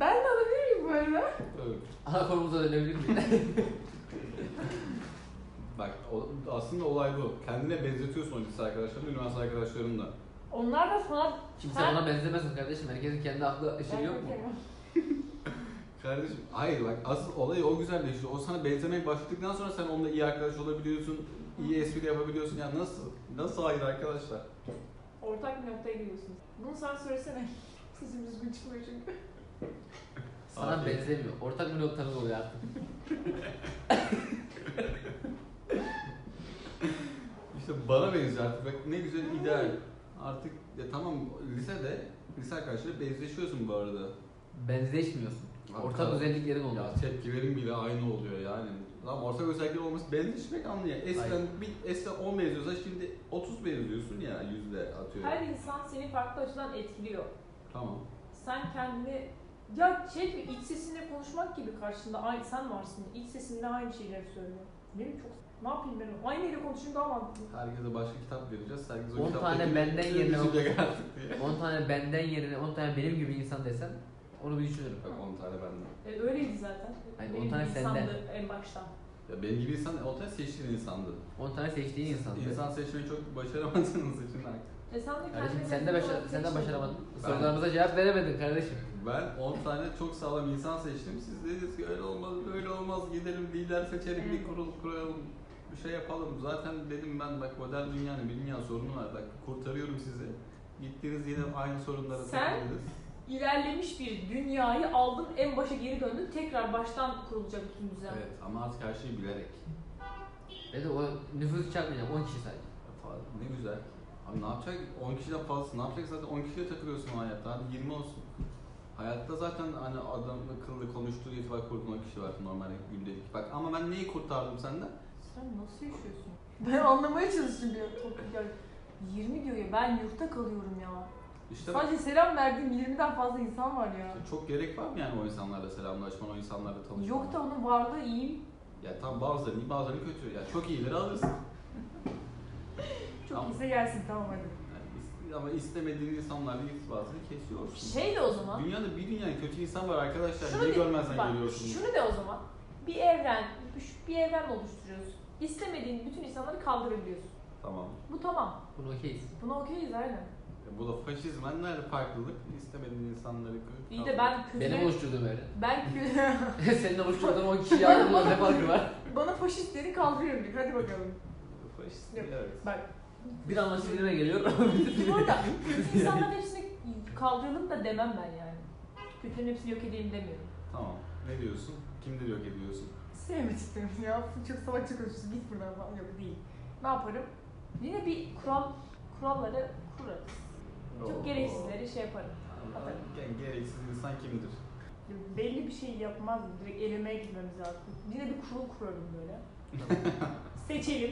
Speaker 4: Ben de alabilir miyim bu arada?
Speaker 1: Evet.
Speaker 2: Ana konumuza dönebilir miyim?
Speaker 1: Bak o- aslında olay bu. Kendine benzetiyorsun o lise arkadaşlarını, üniversite arkadaşlarını da.
Speaker 4: Onlar da sana...
Speaker 2: Kimse
Speaker 4: Ha?
Speaker 2: ona benzemez kardeşim. Herkesin kendi aklı şey yok mu?
Speaker 1: Kardeşim hayır bak asıl olayı o güzelleşiyor. O sana benzemek başladıktan sonra sen onunla iyi arkadaş olabiliyorsun. iyi espri yapabiliyorsun. Ya nasıl? Nasıl hayır arkadaşlar?
Speaker 4: Ortak bir noktaya geliyorsunuz. Bunu sen söylesene. Sesim düzgün çıkmıyor çünkü.
Speaker 2: Sana
Speaker 1: Abi.
Speaker 2: benzemiyor. Ortak bir noktanız oluyor artık.
Speaker 1: İşte bana benziyor artık. Bak ne güzel ideal. Artık ya tamam lisede lise arkadaşları benzeşiyorsun bu arada.
Speaker 2: Benzeşmiyorsun.
Speaker 1: Abi,
Speaker 2: Ortak
Speaker 1: kal-
Speaker 2: özelliklerin oluyor.
Speaker 1: Ya tepkilerin bile aynı oluyor yani. Lan ortak özellikler olması benzeşmek anlıyor. Eskiden, bir, eskiden 10 benziyorsa şimdi 30 benziyorsun ya yüzde atıyorum.
Speaker 4: Her insan seni farklı açıdan etkiliyor.
Speaker 1: Tamam.
Speaker 4: Sen kendini ya şey gibi iç sesinle konuşmak gibi karşında aynı sen varsın. İç sesinle aynı şeyleri söylüyor. Benim çok ne yapayım ben? Aynı ile konuşayım daha mantıklı.
Speaker 1: Herkese başka kitap vereceğiz. Herkes o
Speaker 2: 10
Speaker 1: kitaptaki
Speaker 2: tane benden
Speaker 1: bütün
Speaker 2: yerine
Speaker 1: düşünecek artık diye.
Speaker 2: 10 tane benden yerine 10 tane benim gibi insan desem onu bir düşünürüm.
Speaker 1: Bak 10 tane benden.
Speaker 4: E, öyleydi zaten.
Speaker 2: Hayır,
Speaker 4: Benim
Speaker 2: on tane
Speaker 4: gibi
Speaker 2: senden.
Speaker 4: insandı en baştan.
Speaker 1: Ya benim gibi insan, 10 tane seçtiğin insandı.
Speaker 2: 10 tane seçtiğin insan.
Speaker 1: İnsan seçmeyi çok başaramadığınız için haklı.
Speaker 4: E sen de
Speaker 2: Kardeşim
Speaker 4: kendini
Speaker 2: sen de, başa- sen de başaramadın. Sorularımıza cevap veremedin kardeşim.
Speaker 1: Ben 10 tane çok sağlam insan seçtim. Siz dediniz ki öyle olmaz, böyle olmaz. Gidelim lider seçelim, bir kurul kuralım. Bir şey yapalım. Zaten dedim ben bak modern dünyanın bir dünya sorunu var. Bak kurtarıyorum sizi. Gittiniz yine aynı sorunlara
Speaker 4: Sen-
Speaker 1: takıldınız.
Speaker 4: İlerlemiş bir dünyayı aldım en başa geri döndüm. Tekrar baştan kurulacak bütün düzen.
Speaker 1: Evet ama artık her şeyi bilerek.
Speaker 2: Ve de o nüfusu çarpmayacak 10 kişi sadece.
Speaker 1: Fa- Ne güzel. Abi ne yapacak? 10 kişiden fazlası ne yapacak? Zaten 10 kişiyle takılıyorsun hayatta. Hadi 20 olsun. Hayatta zaten hani adam akıllı konuştuğu irtibat kurduğun 10 kişi var normal gündelik. Bak ama ben neyi kurtardım senden?
Speaker 4: Sen nasıl yaşıyorsun? Ben anlamaya çalıştım ya. Toplu yani 20 diyor ya ben yurtta kalıyorum ya.
Speaker 1: İşte bak,
Speaker 4: Sadece selam verdiğim 20'den fazla insan var ya.
Speaker 1: çok gerek var mı yani o insanlarla selamlaşman, o insanlarla tanışman?
Speaker 4: Yok da onun varlığı iyi.
Speaker 1: Ya tam bazıları iyi, bazıları kötü. Ya çok iyileri alırsın.
Speaker 3: Çok
Speaker 1: Tamam.
Speaker 3: bize gelsin tamam hadi.
Speaker 1: Yani is- ama istemediğin insanlarla irtibatını kesiyorsun.
Speaker 4: Şey de o zaman.
Speaker 1: Dünyada bir dünya kötü insan var arkadaşlar.
Speaker 4: Şunu
Speaker 1: Niye
Speaker 4: bir-
Speaker 1: görmezden
Speaker 4: bak,
Speaker 1: geliyorsun?
Speaker 4: Şunu de o zaman. Bir evren, bir- bir evren oluşturuyoruz. İstemediğin bütün insanları kaldırabiliyorsun.
Speaker 1: Tamam.
Speaker 4: Bu tamam.
Speaker 2: Bunu okeyiz.
Speaker 4: Buna okeyiz aynen.
Speaker 1: Ya bu da faşizmen nerede farklılık? İstemediğin insanları kırıp
Speaker 4: İyi de ben kötü...
Speaker 2: Benim oluşturduğum öyle.
Speaker 4: Ben kötü...
Speaker 2: Senin oluşturduğun 10 kişi yargılamaz ne farkı var?
Speaker 3: Bana faşistleri kaldırıyorum diyor. Hadi bakalım.
Speaker 1: Faşist
Speaker 3: Yok.
Speaker 1: evet.
Speaker 3: Bak
Speaker 2: Bir anlaşılır birine geliyor.
Speaker 4: Bu arada kötü insanların hepsini kaldıralım da demem ben yani. Kötülerin hepsini yok edeyim demiyorum.
Speaker 1: Tamam. Ne diyorsun? Kimleri yok ediyorsun?
Speaker 3: sevmedim ya. Çok salakça konuşuyorsun. Git buradan falan. Yok değil. Ne yaparım?
Speaker 4: Yine bir kural, kuralları kurarız. Çok gereksizleri şey yaparım.
Speaker 1: Ama ge- Gereksiz insan kimdir?
Speaker 3: Belli bir şey yapmaz. Direkt elemeye gitmemiz lazım. Yine bir kurul kurarım böyle. Seçelim.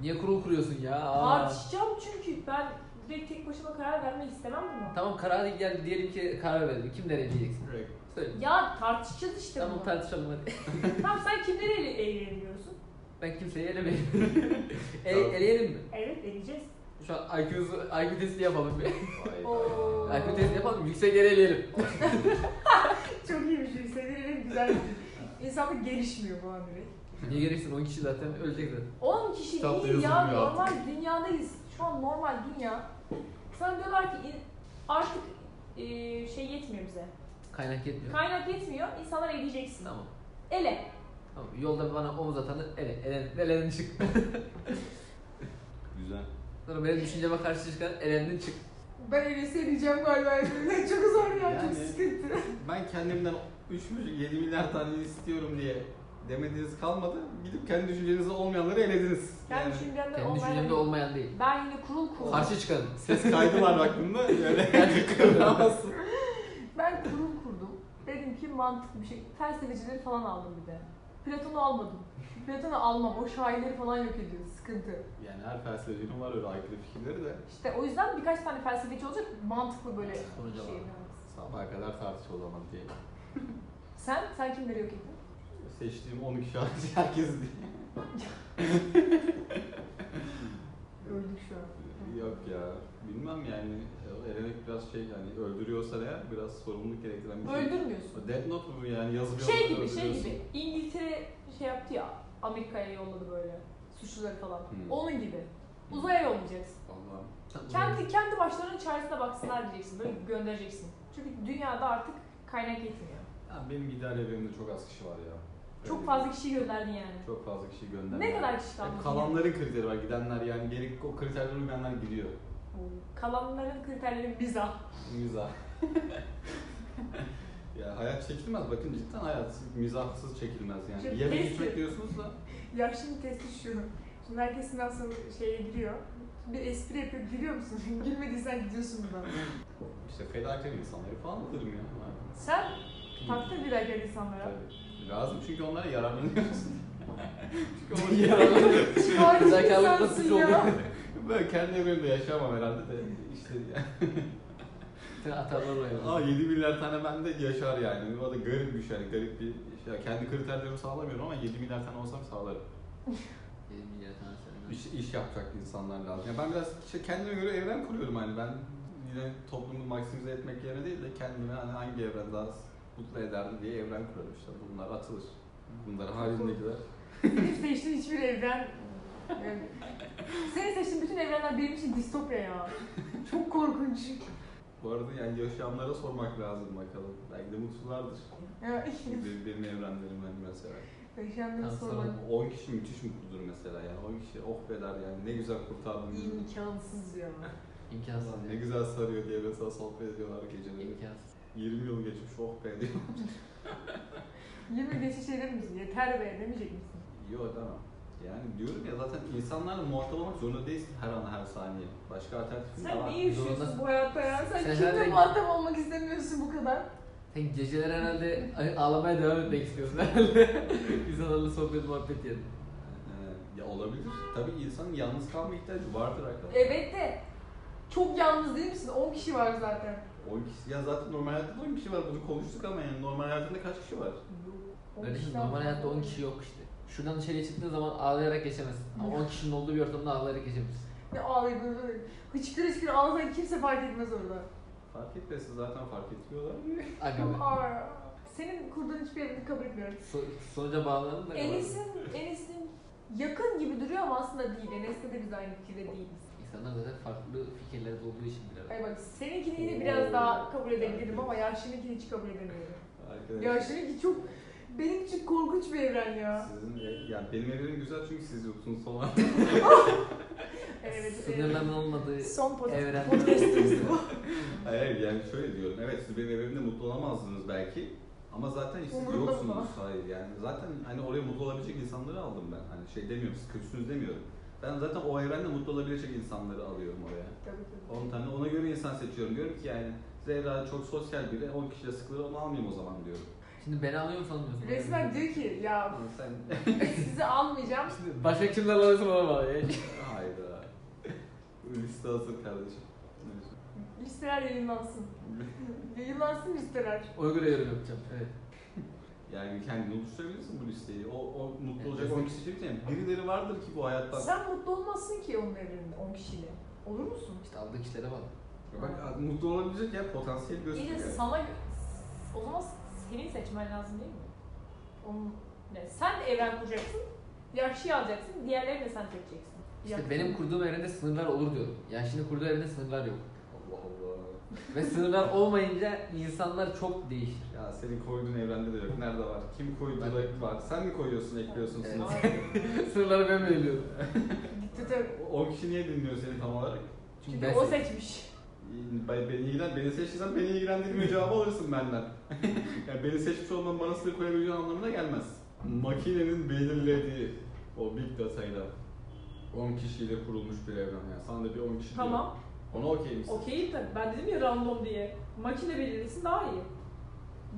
Speaker 2: Niye kurul kuruyorsun ya? Aa.
Speaker 4: Tartışacağım çünkü ben direkt tek başıma karar vermek istemem bunu.
Speaker 2: Tamam karar geldi diyelim ki karar verdim. Kim nereye diyeceksin?
Speaker 1: Direkt.
Speaker 2: Söyle.
Speaker 4: Ya tartışacağız işte
Speaker 2: Tamam
Speaker 4: bunu.
Speaker 2: tartışalım hadi.
Speaker 4: tamam sen kimleri ele- eğleniyorsun?
Speaker 2: Ben kimseyi elemeyeyim. e,
Speaker 1: Tamam.
Speaker 2: eleyelim mi?
Speaker 3: Evet deneyeceğiz.
Speaker 2: Şu an IQ'su, IQ testi yapalım bir.
Speaker 1: Vay
Speaker 4: Oo.
Speaker 1: be.
Speaker 2: IQ testi yapalım yüksek yere eleyelim.
Speaker 3: Çok iyi bir şey. Sevilerim güzel bir şey. İnsanlık gelişmiyor bu an direkt.
Speaker 2: Niye gereksin 10 kişi zaten ölecek zaten.
Speaker 4: 10 kişi
Speaker 1: Kitapta
Speaker 4: değil ya
Speaker 1: yazılmıyor
Speaker 4: normal dünyadayız. Şu an normal dünya. Sana diyorlar ki in- artık e, şey yetmiyor bize.
Speaker 2: Kaynak yetmiyor.
Speaker 4: Kaynak yetmiyor. İnsanlar eleyeceksin.
Speaker 2: Tamam.
Speaker 4: Ele.
Speaker 2: Tamam. Yolda bana omuz atanı ele, elen, elendin çık.
Speaker 1: Güzel.
Speaker 2: Sonra benim düşünceme karşı çıkan elendin çık.
Speaker 3: Ben öyleyse diyeceğim galiba. çok zor ya.
Speaker 1: Yani.
Speaker 3: Çok sıkıntı.
Speaker 1: Ben kendimden 3,7 milyar tane istiyorum diye demediğiniz kalmadı. Gidip kendi düşüncenizde olmayanları elediniz.
Speaker 3: Ben
Speaker 1: Yani
Speaker 3: düşüncemde
Speaker 2: Kendi
Speaker 3: olmayan-
Speaker 2: düşüncemde olmayan değil.
Speaker 4: Ben yine kurul kurul.
Speaker 2: Karşı çıkarım.
Speaker 1: ses kaydı var aklımda. Öyle
Speaker 2: Kıvıramazsın.
Speaker 4: Ben kurul kurdum. Dedim ki mantıklı bir şey. Felsefecileri falan aldım bir de. Platon'u almadım. Platon'u almam. O şairleri falan yok ediyor. Sıkıntı.
Speaker 1: Yani her felsefecinin var öyle aykırı fikirleri de.
Speaker 4: İşte o yüzden birkaç tane felsefeci olacak. Mantıklı böyle
Speaker 2: Sonuca
Speaker 4: şey.
Speaker 2: bak.
Speaker 1: Sabaha kadar tartış o zaman diye.
Speaker 4: Sen? Sen kimleri yok ettin?
Speaker 1: Seçtiğim 12 şarkı herkes diye.
Speaker 3: Öldük şu an.
Speaker 1: Yok ya. Bilmem yani. O Elemek biraz şey yani öldürüyorsa eğer biraz sorumluluk gerektiren bir şey.
Speaker 4: Öldürmüyorsun.
Speaker 1: O Death Note mu bu yani yazılıyor.
Speaker 4: Şey gibi şey gibi. İngiltere şey yaptı ya. Amerika'ya yolladı böyle. Suçluları falan.
Speaker 1: Hmm.
Speaker 4: Onun gibi. Uzaya yollayacaksın.
Speaker 1: Allah'ım.
Speaker 4: Kendi kendi başlarının çaresine baksınlar diyeceksin. Böyle göndereceksin. Çünkü dünyada artık kaynak yetmiyor.
Speaker 1: Ya benim gider evimde çok az kişi var ya. Öyle
Speaker 4: Çok
Speaker 1: bir-
Speaker 4: fazla kişi gönderdin yani.
Speaker 1: Çok fazla kişi gönderdi.
Speaker 4: Ne kadar kişi kaldı?
Speaker 1: Hep kalanların kriteri var. Gidenler yani gerek o kriterlere uymayanlar gidiyor.
Speaker 4: Kalanların kriterleri mizah.
Speaker 1: Mizah. ya hayat çekilmez. Bakın cidden hayat mizahsız çekilmez
Speaker 3: Çok
Speaker 1: yani. Yemek
Speaker 3: testi.
Speaker 1: içmek diyorsunuz da.
Speaker 3: Ya şimdi testi şu. Şimdi herkes sınav sonu şeye giriyor. Bir espri yapıyor. Gülüyor musun? Gülmediysen gidiyorsun buradan.
Speaker 1: İşte fedakar insanları falan alırım ya.
Speaker 3: Sen taktın bir dakika insanlara.
Speaker 1: Tabii. Lazım çünkü onlara yararlanıyorsun. çünkü onlara
Speaker 3: Çıkarcı
Speaker 2: Fedakarlık nasıl
Speaker 3: sensin
Speaker 2: oluyor?
Speaker 3: ya.
Speaker 1: Böyle kendi evimde yaşamam herhalde de işte yani.
Speaker 2: Seni atarlar oraya.
Speaker 1: Aa 7 milyar tane bende yaşar yani. Bu da garip bir şey yani garip bir şey. Kendi kriterlerimi sağlamıyorum ama 7 milyar tane olsam sağlarım.
Speaker 2: Benim milyar tane senin.
Speaker 1: İş, iş yapacak insanlar lazım. Ya ben biraz işte kendime göre evren kuruyorum hani ben yine toplumu maksimize etmek yerine değil de kendime hani hangi evren daha mutlu ederdi diye evren kurarım işte. Bunlar atılır. Bunlar haricindekiler.
Speaker 3: Benim seçtiğin hiçbir evren. Yani Senin seçtiğin bütün evrenler benim için distopya ya. Çok korkunç.
Speaker 1: Bu arada yani yaşayanlara sormak lazım bakalım. Belki de mutlulardır.
Speaker 3: Ya,
Speaker 1: Benim, benim evrenlerim hani mesela.
Speaker 3: Yaşayanları
Speaker 2: Tamam,
Speaker 3: sormak.
Speaker 1: 10 kişi müthiş mutludur mesela yani. 10 kişi oh be der yani ne güzel kurtardım bizi.
Speaker 3: İmkansız ya.
Speaker 2: İmkansız.
Speaker 1: Ulan Ne
Speaker 2: ya.
Speaker 1: güzel sarıyor diye mesela sohbet ediyorlar geceleri.
Speaker 2: İmkansız.
Speaker 1: 20 yıl geçmiş oh be diyor.
Speaker 3: 20 geçiş eder misin? Yeter be demeyecek misin?
Speaker 1: Yok tamam. Yani diyorum ya zaten insanlarla muhatap olmak zorunda değiliz ki her an her saniye. Başka alternatifimiz de
Speaker 3: Sen
Speaker 1: var.
Speaker 3: niye üşüyorsun bu hayatta ya? Sen,
Speaker 2: Sen
Speaker 3: kimle
Speaker 2: herhalde-
Speaker 3: muhatap olmak istemiyorsun bu kadar?
Speaker 2: Sen geceler herhalde ay- ağlamaya devam etmek istiyorsun herhalde. İnsanlarla sohbet muhabbet yerine.
Speaker 1: Ee, ya olabilir. Tabii insanın yalnız kalma ihtiyacı vardır arkadaşlar.
Speaker 3: Evet de çok yalnız değil misin? 10 kişi var zaten.
Speaker 1: 10 kişi ya zaten normal hayatta 10 kişi var. Bunu konuştuk ama yani normal hayatında kaç kişi var?
Speaker 3: On
Speaker 2: Kardeşim
Speaker 3: kişi var.
Speaker 2: normal hayatta 10 kişi yok işte. Şuradan dışarıya çıktığın zaman ağlayarak geçemezsin. Ama 10 kişinin olduğu bir ortamda ağlayarak geçebilirsin.
Speaker 3: Ne ağlayıp böyle hıçkır hıçkır ağlasan kimse fark etmez orada.
Speaker 1: Fark etmesin zaten fark etmiyorlar.
Speaker 2: Aga be.
Speaker 3: Çok ağır. Senin kurduğun hiçbir evini kabul etmiyorum.
Speaker 2: So- sonuca bağlanalım da.
Speaker 4: Enes'in Enes'in yakın gibi duruyor ama aslında değil. Enes'le de biz aynı fikirde değiliz.
Speaker 2: insanlar zaten farklı fikirlerde olduğu için bir arada.
Speaker 3: Ay bak seninkini yine biraz daha kabul edebilirim ama Yasin'inkini hiç kabul edemiyorum.
Speaker 1: Arkadaşlar.
Speaker 3: Yasin'inki çok benim için korkunç bir evren ya.
Speaker 1: Sizin ya benim evlerim güzel çünkü siz yoksunuz falan.
Speaker 3: Evet. evet.
Speaker 2: Sınırların olmadığı
Speaker 3: Son pod-
Speaker 2: evren.
Speaker 3: podcastımız bu.
Speaker 1: Hayır yani şöyle diyorum. Evet siz benim evimde mutlu olamazdınız belki. Ama zaten siz
Speaker 3: Umurumda mı
Speaker 1: yoksunuz. Hayır yani zaten hani oraya mutlu olabilecek insanları aldım ben. Hani şey demiyorum siz kötüsünüz demiyorum. Ben zaten o evrende mutlu olabilecek insanları alıyorum oraya.
Speaker 3: Tabii tabii.
Speaker 1: 10 tane ona göre insan seçiyorum. Diyorum ki yani Zehra çok sosyal biri. 10 kişiyle sıkılır onu almayayım o zaman diyorum.
Speaker 2: Şimdi beni alıyor mu sanmıyorsun?
Speaker 3: Resmen diyor ki
Speaker 4: Ah.
Speaker 3: ya
Speaker 1: Ama sen...
Speaker 3: sizi almayacağım.
Speaker 2: Başka kimler alıyorsun bana bana ya.
Speaker 1: Hayda. Liste hazır kardeşim.
Speaker 3: Listeler yayınlansın. yayınlansın listeler.
Speaker 2: Ona göre yorum yapacağım. Evet.
Speaker 1: Yani kendini oluşturabilirsin bu listeyi. O, o mutlu
Speaker 2: Evet,
Speaker 1: olacak 10 kişi için yani birileri vardır ki bu hayattan.
Speaker 3: Sen mutlu olmazsın ki onun evreninde 10 kişiyle. Olur musun?
Speaker 2: İşte aldığı kişilere bak.
Speaker 1: Bak mutlu olabilecek ya potansiyel
Speaker 4: İyi de
Speaker 1: gösteriyor.
Speaker 4: sana o zaman senin seçmen lazım değil mi? Onun, ne, sen evren kuracaksın, yaşlı alacaksın, diğerlerini de sen seçeceksin.
Speaker 2: İşte benim kurduğum evrende sınırlar olur diyordum. Yani şimdi kurduğu evrende sınırlar yok.
Speaker 1: Allah Allah.
Speaker 2: Ve sınırlar olmayınca insanlar çok değişir.
Speaker 1: Ya senin koyduğun evrende de yok. Nerede var? Kim koydu
Speaker 2: Ben-
Speaker 1: da var? Sen mi koyuyorsun, ekliyorsun
Speaker 2: Evet.
Speaker 1: sınıf?
Speaker 2: Sınırları ben belirliyorum.
Speaker 3: Diktatör.
Speaker 1: 10 kişi niye dinliyor seni tam olarak?
Speaker 2: Çünkü
Speaker 3: Çünkü
Speaker 2: ben
Speaker 3: o
Speaker 2: seçtim.
Speaker 3: seçmiş.
Speaker 1: Ben, beni ilgilen, beni seçtiysen beni ilgilendirmiyor cevabı alırsın benden. yani beni seçmiş olman bana sınır koyabileceğin anlamına gelmez. Makinenin belirlediği o big data'yla 10 kişiyle kurulmuş bir evren. Yani sana da bir 10 kişi
Speaker 4: Tamam,
Speaker 1: diyor. Ona okey misin?
Speaker 4: okeyim tabii. Ben dedim ya random diye. Makine belirlesin daha iyi.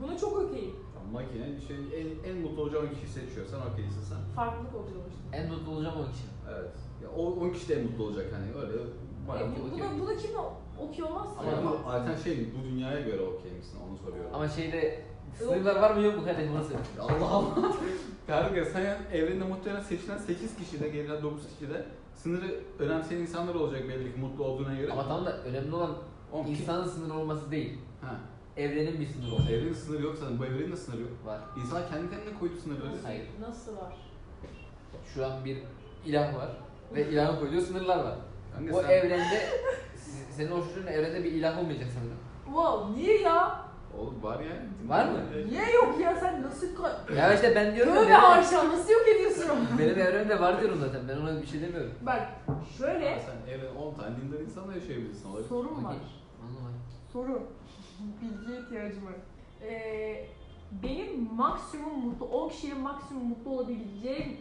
Speaker 4: Buna çok okeyim.
Speaker 1: Tamam, makine şey, en, en mutlu olacağı 10 kişi seçiyor. Sen okeysin sen.
Speaker 4: Farklılık olacağını düşünüyorum.
Speaker 2: En mutlu olacağım o kişi.
Speaker 1: Evet. Ya o 10 kişi de mutlu olacak hani öyle bayağı
Speaker 4: E,
Speaker 1: mutlu.
Speaker 4: bu,
Speaker 2: okey.
Speaker 4: buna, buna kim o- okey olmazsa
Speaker 1: Ama,
Speaker 2: Ama-
Speaker 1: ama zaten şey mi, bu dünyaya göre okey misin onu soruyorum.
Speaker 2: Ama şeyde sınırlar var mı yok mu kardeşim nasıl?
Speaker 1: Allah Allah. Kanka sen yani evrende muhtemelen seçilen 8 kişi de gerilen 9 kişi de sınırı önemseyen insanlar olacak belli ki mutlu olduğuna göre.
Speaker 2: Ama tam da önemli olan
Speaker 1: 10 kişi.
Speaker 2: insanın sınırı olması değil.
Speaker 1: Ha.
Speaker 2: Evrenin bir sınırı olması.
Speaker 1: Evrenin sınırı yok zaten bu evrenin de sınırı yok.
Speaker 2: Var.
Speaker 1: İnsan kendi kendine koydu sınırları.
Speaker 4: Nasıl,
Speaker 2: Hayır.
Speaker 4: nasıl var?
Speaker 2: Şu an bir ilah var ve ilahın koyduğu sınırlar var.
Speaker 1: Kanka
Speaker 2: o
Speaker 1: sen-
Speaker 2: evrende siz- senin hoşçakalın evrende bir ilah olmayacak sanırım.
Speaker 3: Wow niye ya?
Speaker 1: Oğlum var ya.
Speaker 2: Var mı?
Speaker 3: Niye yok ya sen nasıl... ka-
Speaker 2: Ya işte ben diyorum
Speaker 3: Tövbe
Speaker 2: ya,
Speaker 3: haşa nasıl yok ediyorsun?
Speaker 2: benim, benim evremde var diyorum zaten. Ben ona bir şey demiyorum.
Speaker 3: Bak
Speaker 1: Sen,
Speaker 3: şöyle
Speaker 1: sen evren 10 tane dindar insanla yaşayabilirsin olabilir.
Speaker 3: sorun var.
Speaker 2: Anlamadım.
Speaker 3: Soru. Bilgiye ihtiyacım var.
Speaker 4: Ee, benim maksimum mutlu, 10 kişinin maksimum mutlu olabileceği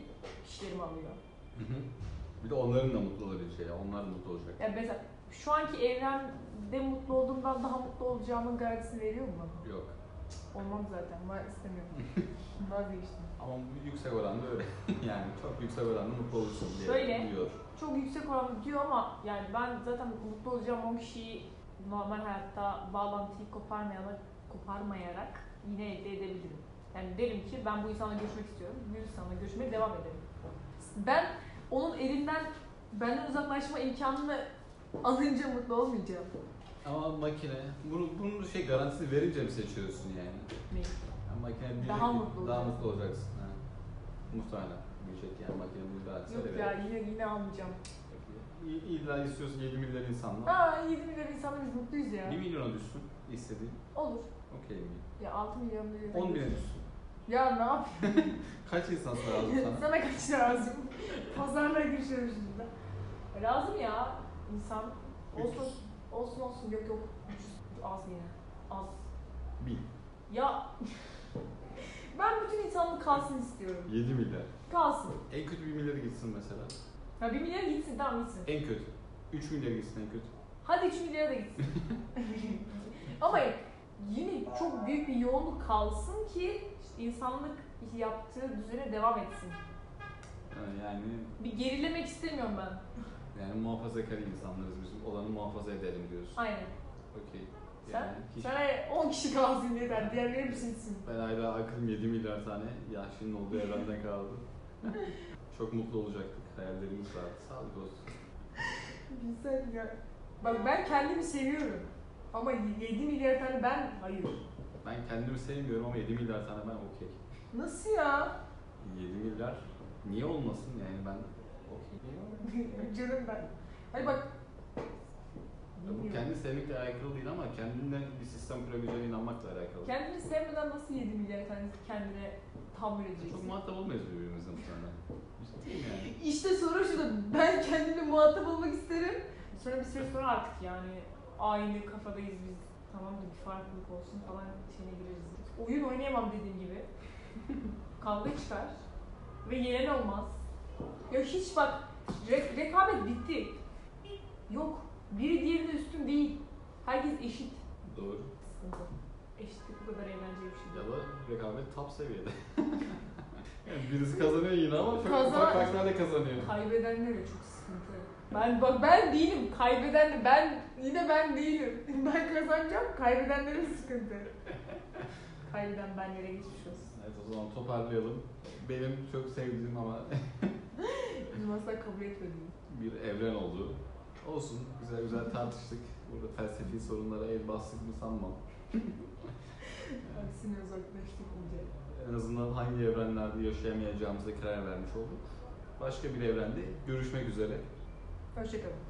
Speaker 4: kişilerimi alıyor.
Speaker 1: Hı hı. Bir de onların da mutlu olabileceği, şey. onlar da mutlu olacak.
Speaker 4: Ya mesela şu anki evrende mutlu olduğumdan daha mutlu olacağımın garantisini veriyor mu bana?
Speaker 1: Yok.
Speaker 3: Olmam zaten. Ben istemiyorum. Vazgeçtim.
Speaker 1: Ama bu yüksek oranda öyle. yani çok yüksek oranda mutlu olursun diye
Speaker 4: Şöyle.
Speaker 1: diyor.
Speaker 4: Çok yüksek oranda diyor ama yani ben zaten mutlu olacağım 10 kişiyi normal hayatta bağlantıyı koparmayarak, koparmayarak yine elde edebilirim. Yani derim ki ben bu insanla görüşmek istiyorum. Bu insanla görüşmeye devam ederim.
Speaker 3: Ben onun elinden benden uzaklaşma imkanını alınca mutlu olmayacağım.
Speaker 1: Ama makine, bunu, bunun şey garantisi verince mi seçiyorsun yani?
Speaker 4: Neyi?
Speaker 1: yani makine diyecek
Speaker 3: Daha
Speaker 1: ki,
Speaker 3: mutlu
Speaker 1: daha
Speaker 3: olacaksın.
Speaker 1: mutlu olacaksın. Ha. Muhtemelen diyecek yani makine bunu garantisi
Speaker 3: Yok ya yine yine almayacağım.
Speaker 1: İlla istiyorsun 7 milyon insanla.
Speaker 3: Aa 7 milyon insanla biz mutluyuz ya.
Speaker 1: 1 milyona düşsün istediğin.
Speaker 3: Olur.
Speaker 1: Okey mi?
Speaker 3: Ya 6 milyon da
Speaker 1: 10 bine düşsün.
Speaker 3: Ya ne yapayım?
Speaker 1: Kaç insan lazım sana?
Speaker 3: Sana kaç lazım? Pazarlığa girişiyorum şimdi.
Speaker 4: Lazım ya insan. Olsun.
Speaker 1: 300.
Speaker 4: Olsun olsun yok yok. Az yine. Az.
Speaker 1: 1000.
Speaker 4: Ya ben bütün insanlık kalsın istiyorum.
Speaker 1: 7 milyar.
Speaker 4: Kalsın.
Speaker 1: En kötü 1 milyar gitsin mesela.
Speaker 4: Ya bir milyar gitsin tamam gitsin.
Speaker 1: En kötü. 3 milyar gitsin en kötü.
Speaker 4: Hadi 3 milyara da gitsin. Ama yine çok büyük bir yoğunluk kalsın ki işte insanlık yaptığı düzene devam etsin.
Speaker 1: Ha, Yani
Speaker 4: Bir gerilemek istemiyorum ben.
Speaker 1: yani muhafazakar insanlarız bizim olanı muhafaza edelim diyoruz.
Speaker 4: Aynen.
Speaker 1: Okey.
Speaker 3: Sen-
Speaker 1: Yani hiç-
Speaker 3: Sana 10 kişi kalsın yeter. Diğerleri bir şey silsin.
Speaker 1: Ben hala aklım 7 milyar tane yaşının olduğu evrenden kaldı. Çok mutlu olacaktık. Hayallerimiz vardı. Sağlık olsun.
Speaker 3: Güzel ya. Bak ben kendimi seviyorum. Ama 7 milyar tane ben hayır.
Speaker 1: Ben kendimi sevmiyorum ama 7 milyar tane ben okey.
Speaker 3: Nasıl ya?
Speaker 1: 7 milyar niye olmasın yani ben okey.
Speaker 3: Canım ben. Hayır bak
Speaker 1: Ya Bu
Speaker 4: Bilmiyorum.
Speaker 1: kendi sevmekle alakalı değil ama kendine bir sistem kurabileceğine inanmakla alakalı.
Speaker 7: Kendini sevmeden nasıl 7 milyar tane kendine tahammül edeceksin?
Speaker 1: Çok muhatap olmayız birbirimizden sonra. Ciddiyim yani.
Speaker 7: İşte soru şurada. Ben kendimle muhatap olmak isterim.
Speaker 4: Sonra bir süre sonra artık yani aynı kafadayız biz. Tamam da bir farklılık olsun falan şeyine gireriz. Oyun oynayamam dediğim gibi. Kavga çıkar. Ve yenen olmaz. Ya hiç bak re- rekabet bitti. Yok. Biri diğerine üstün değil. Herkes eşit.
Speaker 1: Doğru.
Speaker 4: Sıkıntı. Eşitlik bu kadar eğlenceli bir şey.
Speaker 1: Ya
Speaker 4: değil.
Speaker 1: da rekabet top seviyede. yani birisi kazanıyor yine ama çok
Speaker 4: Kazan-
Speaker 1: ufak farklarla kazanıyor.
Speaker 4: Kaybedenler de çok sıkıntı. Ben bak ben değilim. Kaybeden de ben yine ben değilim. Ben kazanacağım. Kaybedenlerin sıkıntı. Kaybeden benlere geçmiş olsun.
Speaker 1: Evet o zaman toparlayalım. Benim çok sevdiğim ama
Speaker 4: Bizim asla kabul etmediğim.
Speaker 1: bir evren oldu. Olsun güzel güzel tartıştık. Burada felsefi sorunlara el bastık mı sanmam.
Speaker 4: Aksine uzaklaştık iyice.
Speaker 1: En azından hangi evrenlerde yaşayamayacağımıza karar vermiş olduk. Başka bir evrende görüşmek üzere.
Speaker 4: Hoşçakalın.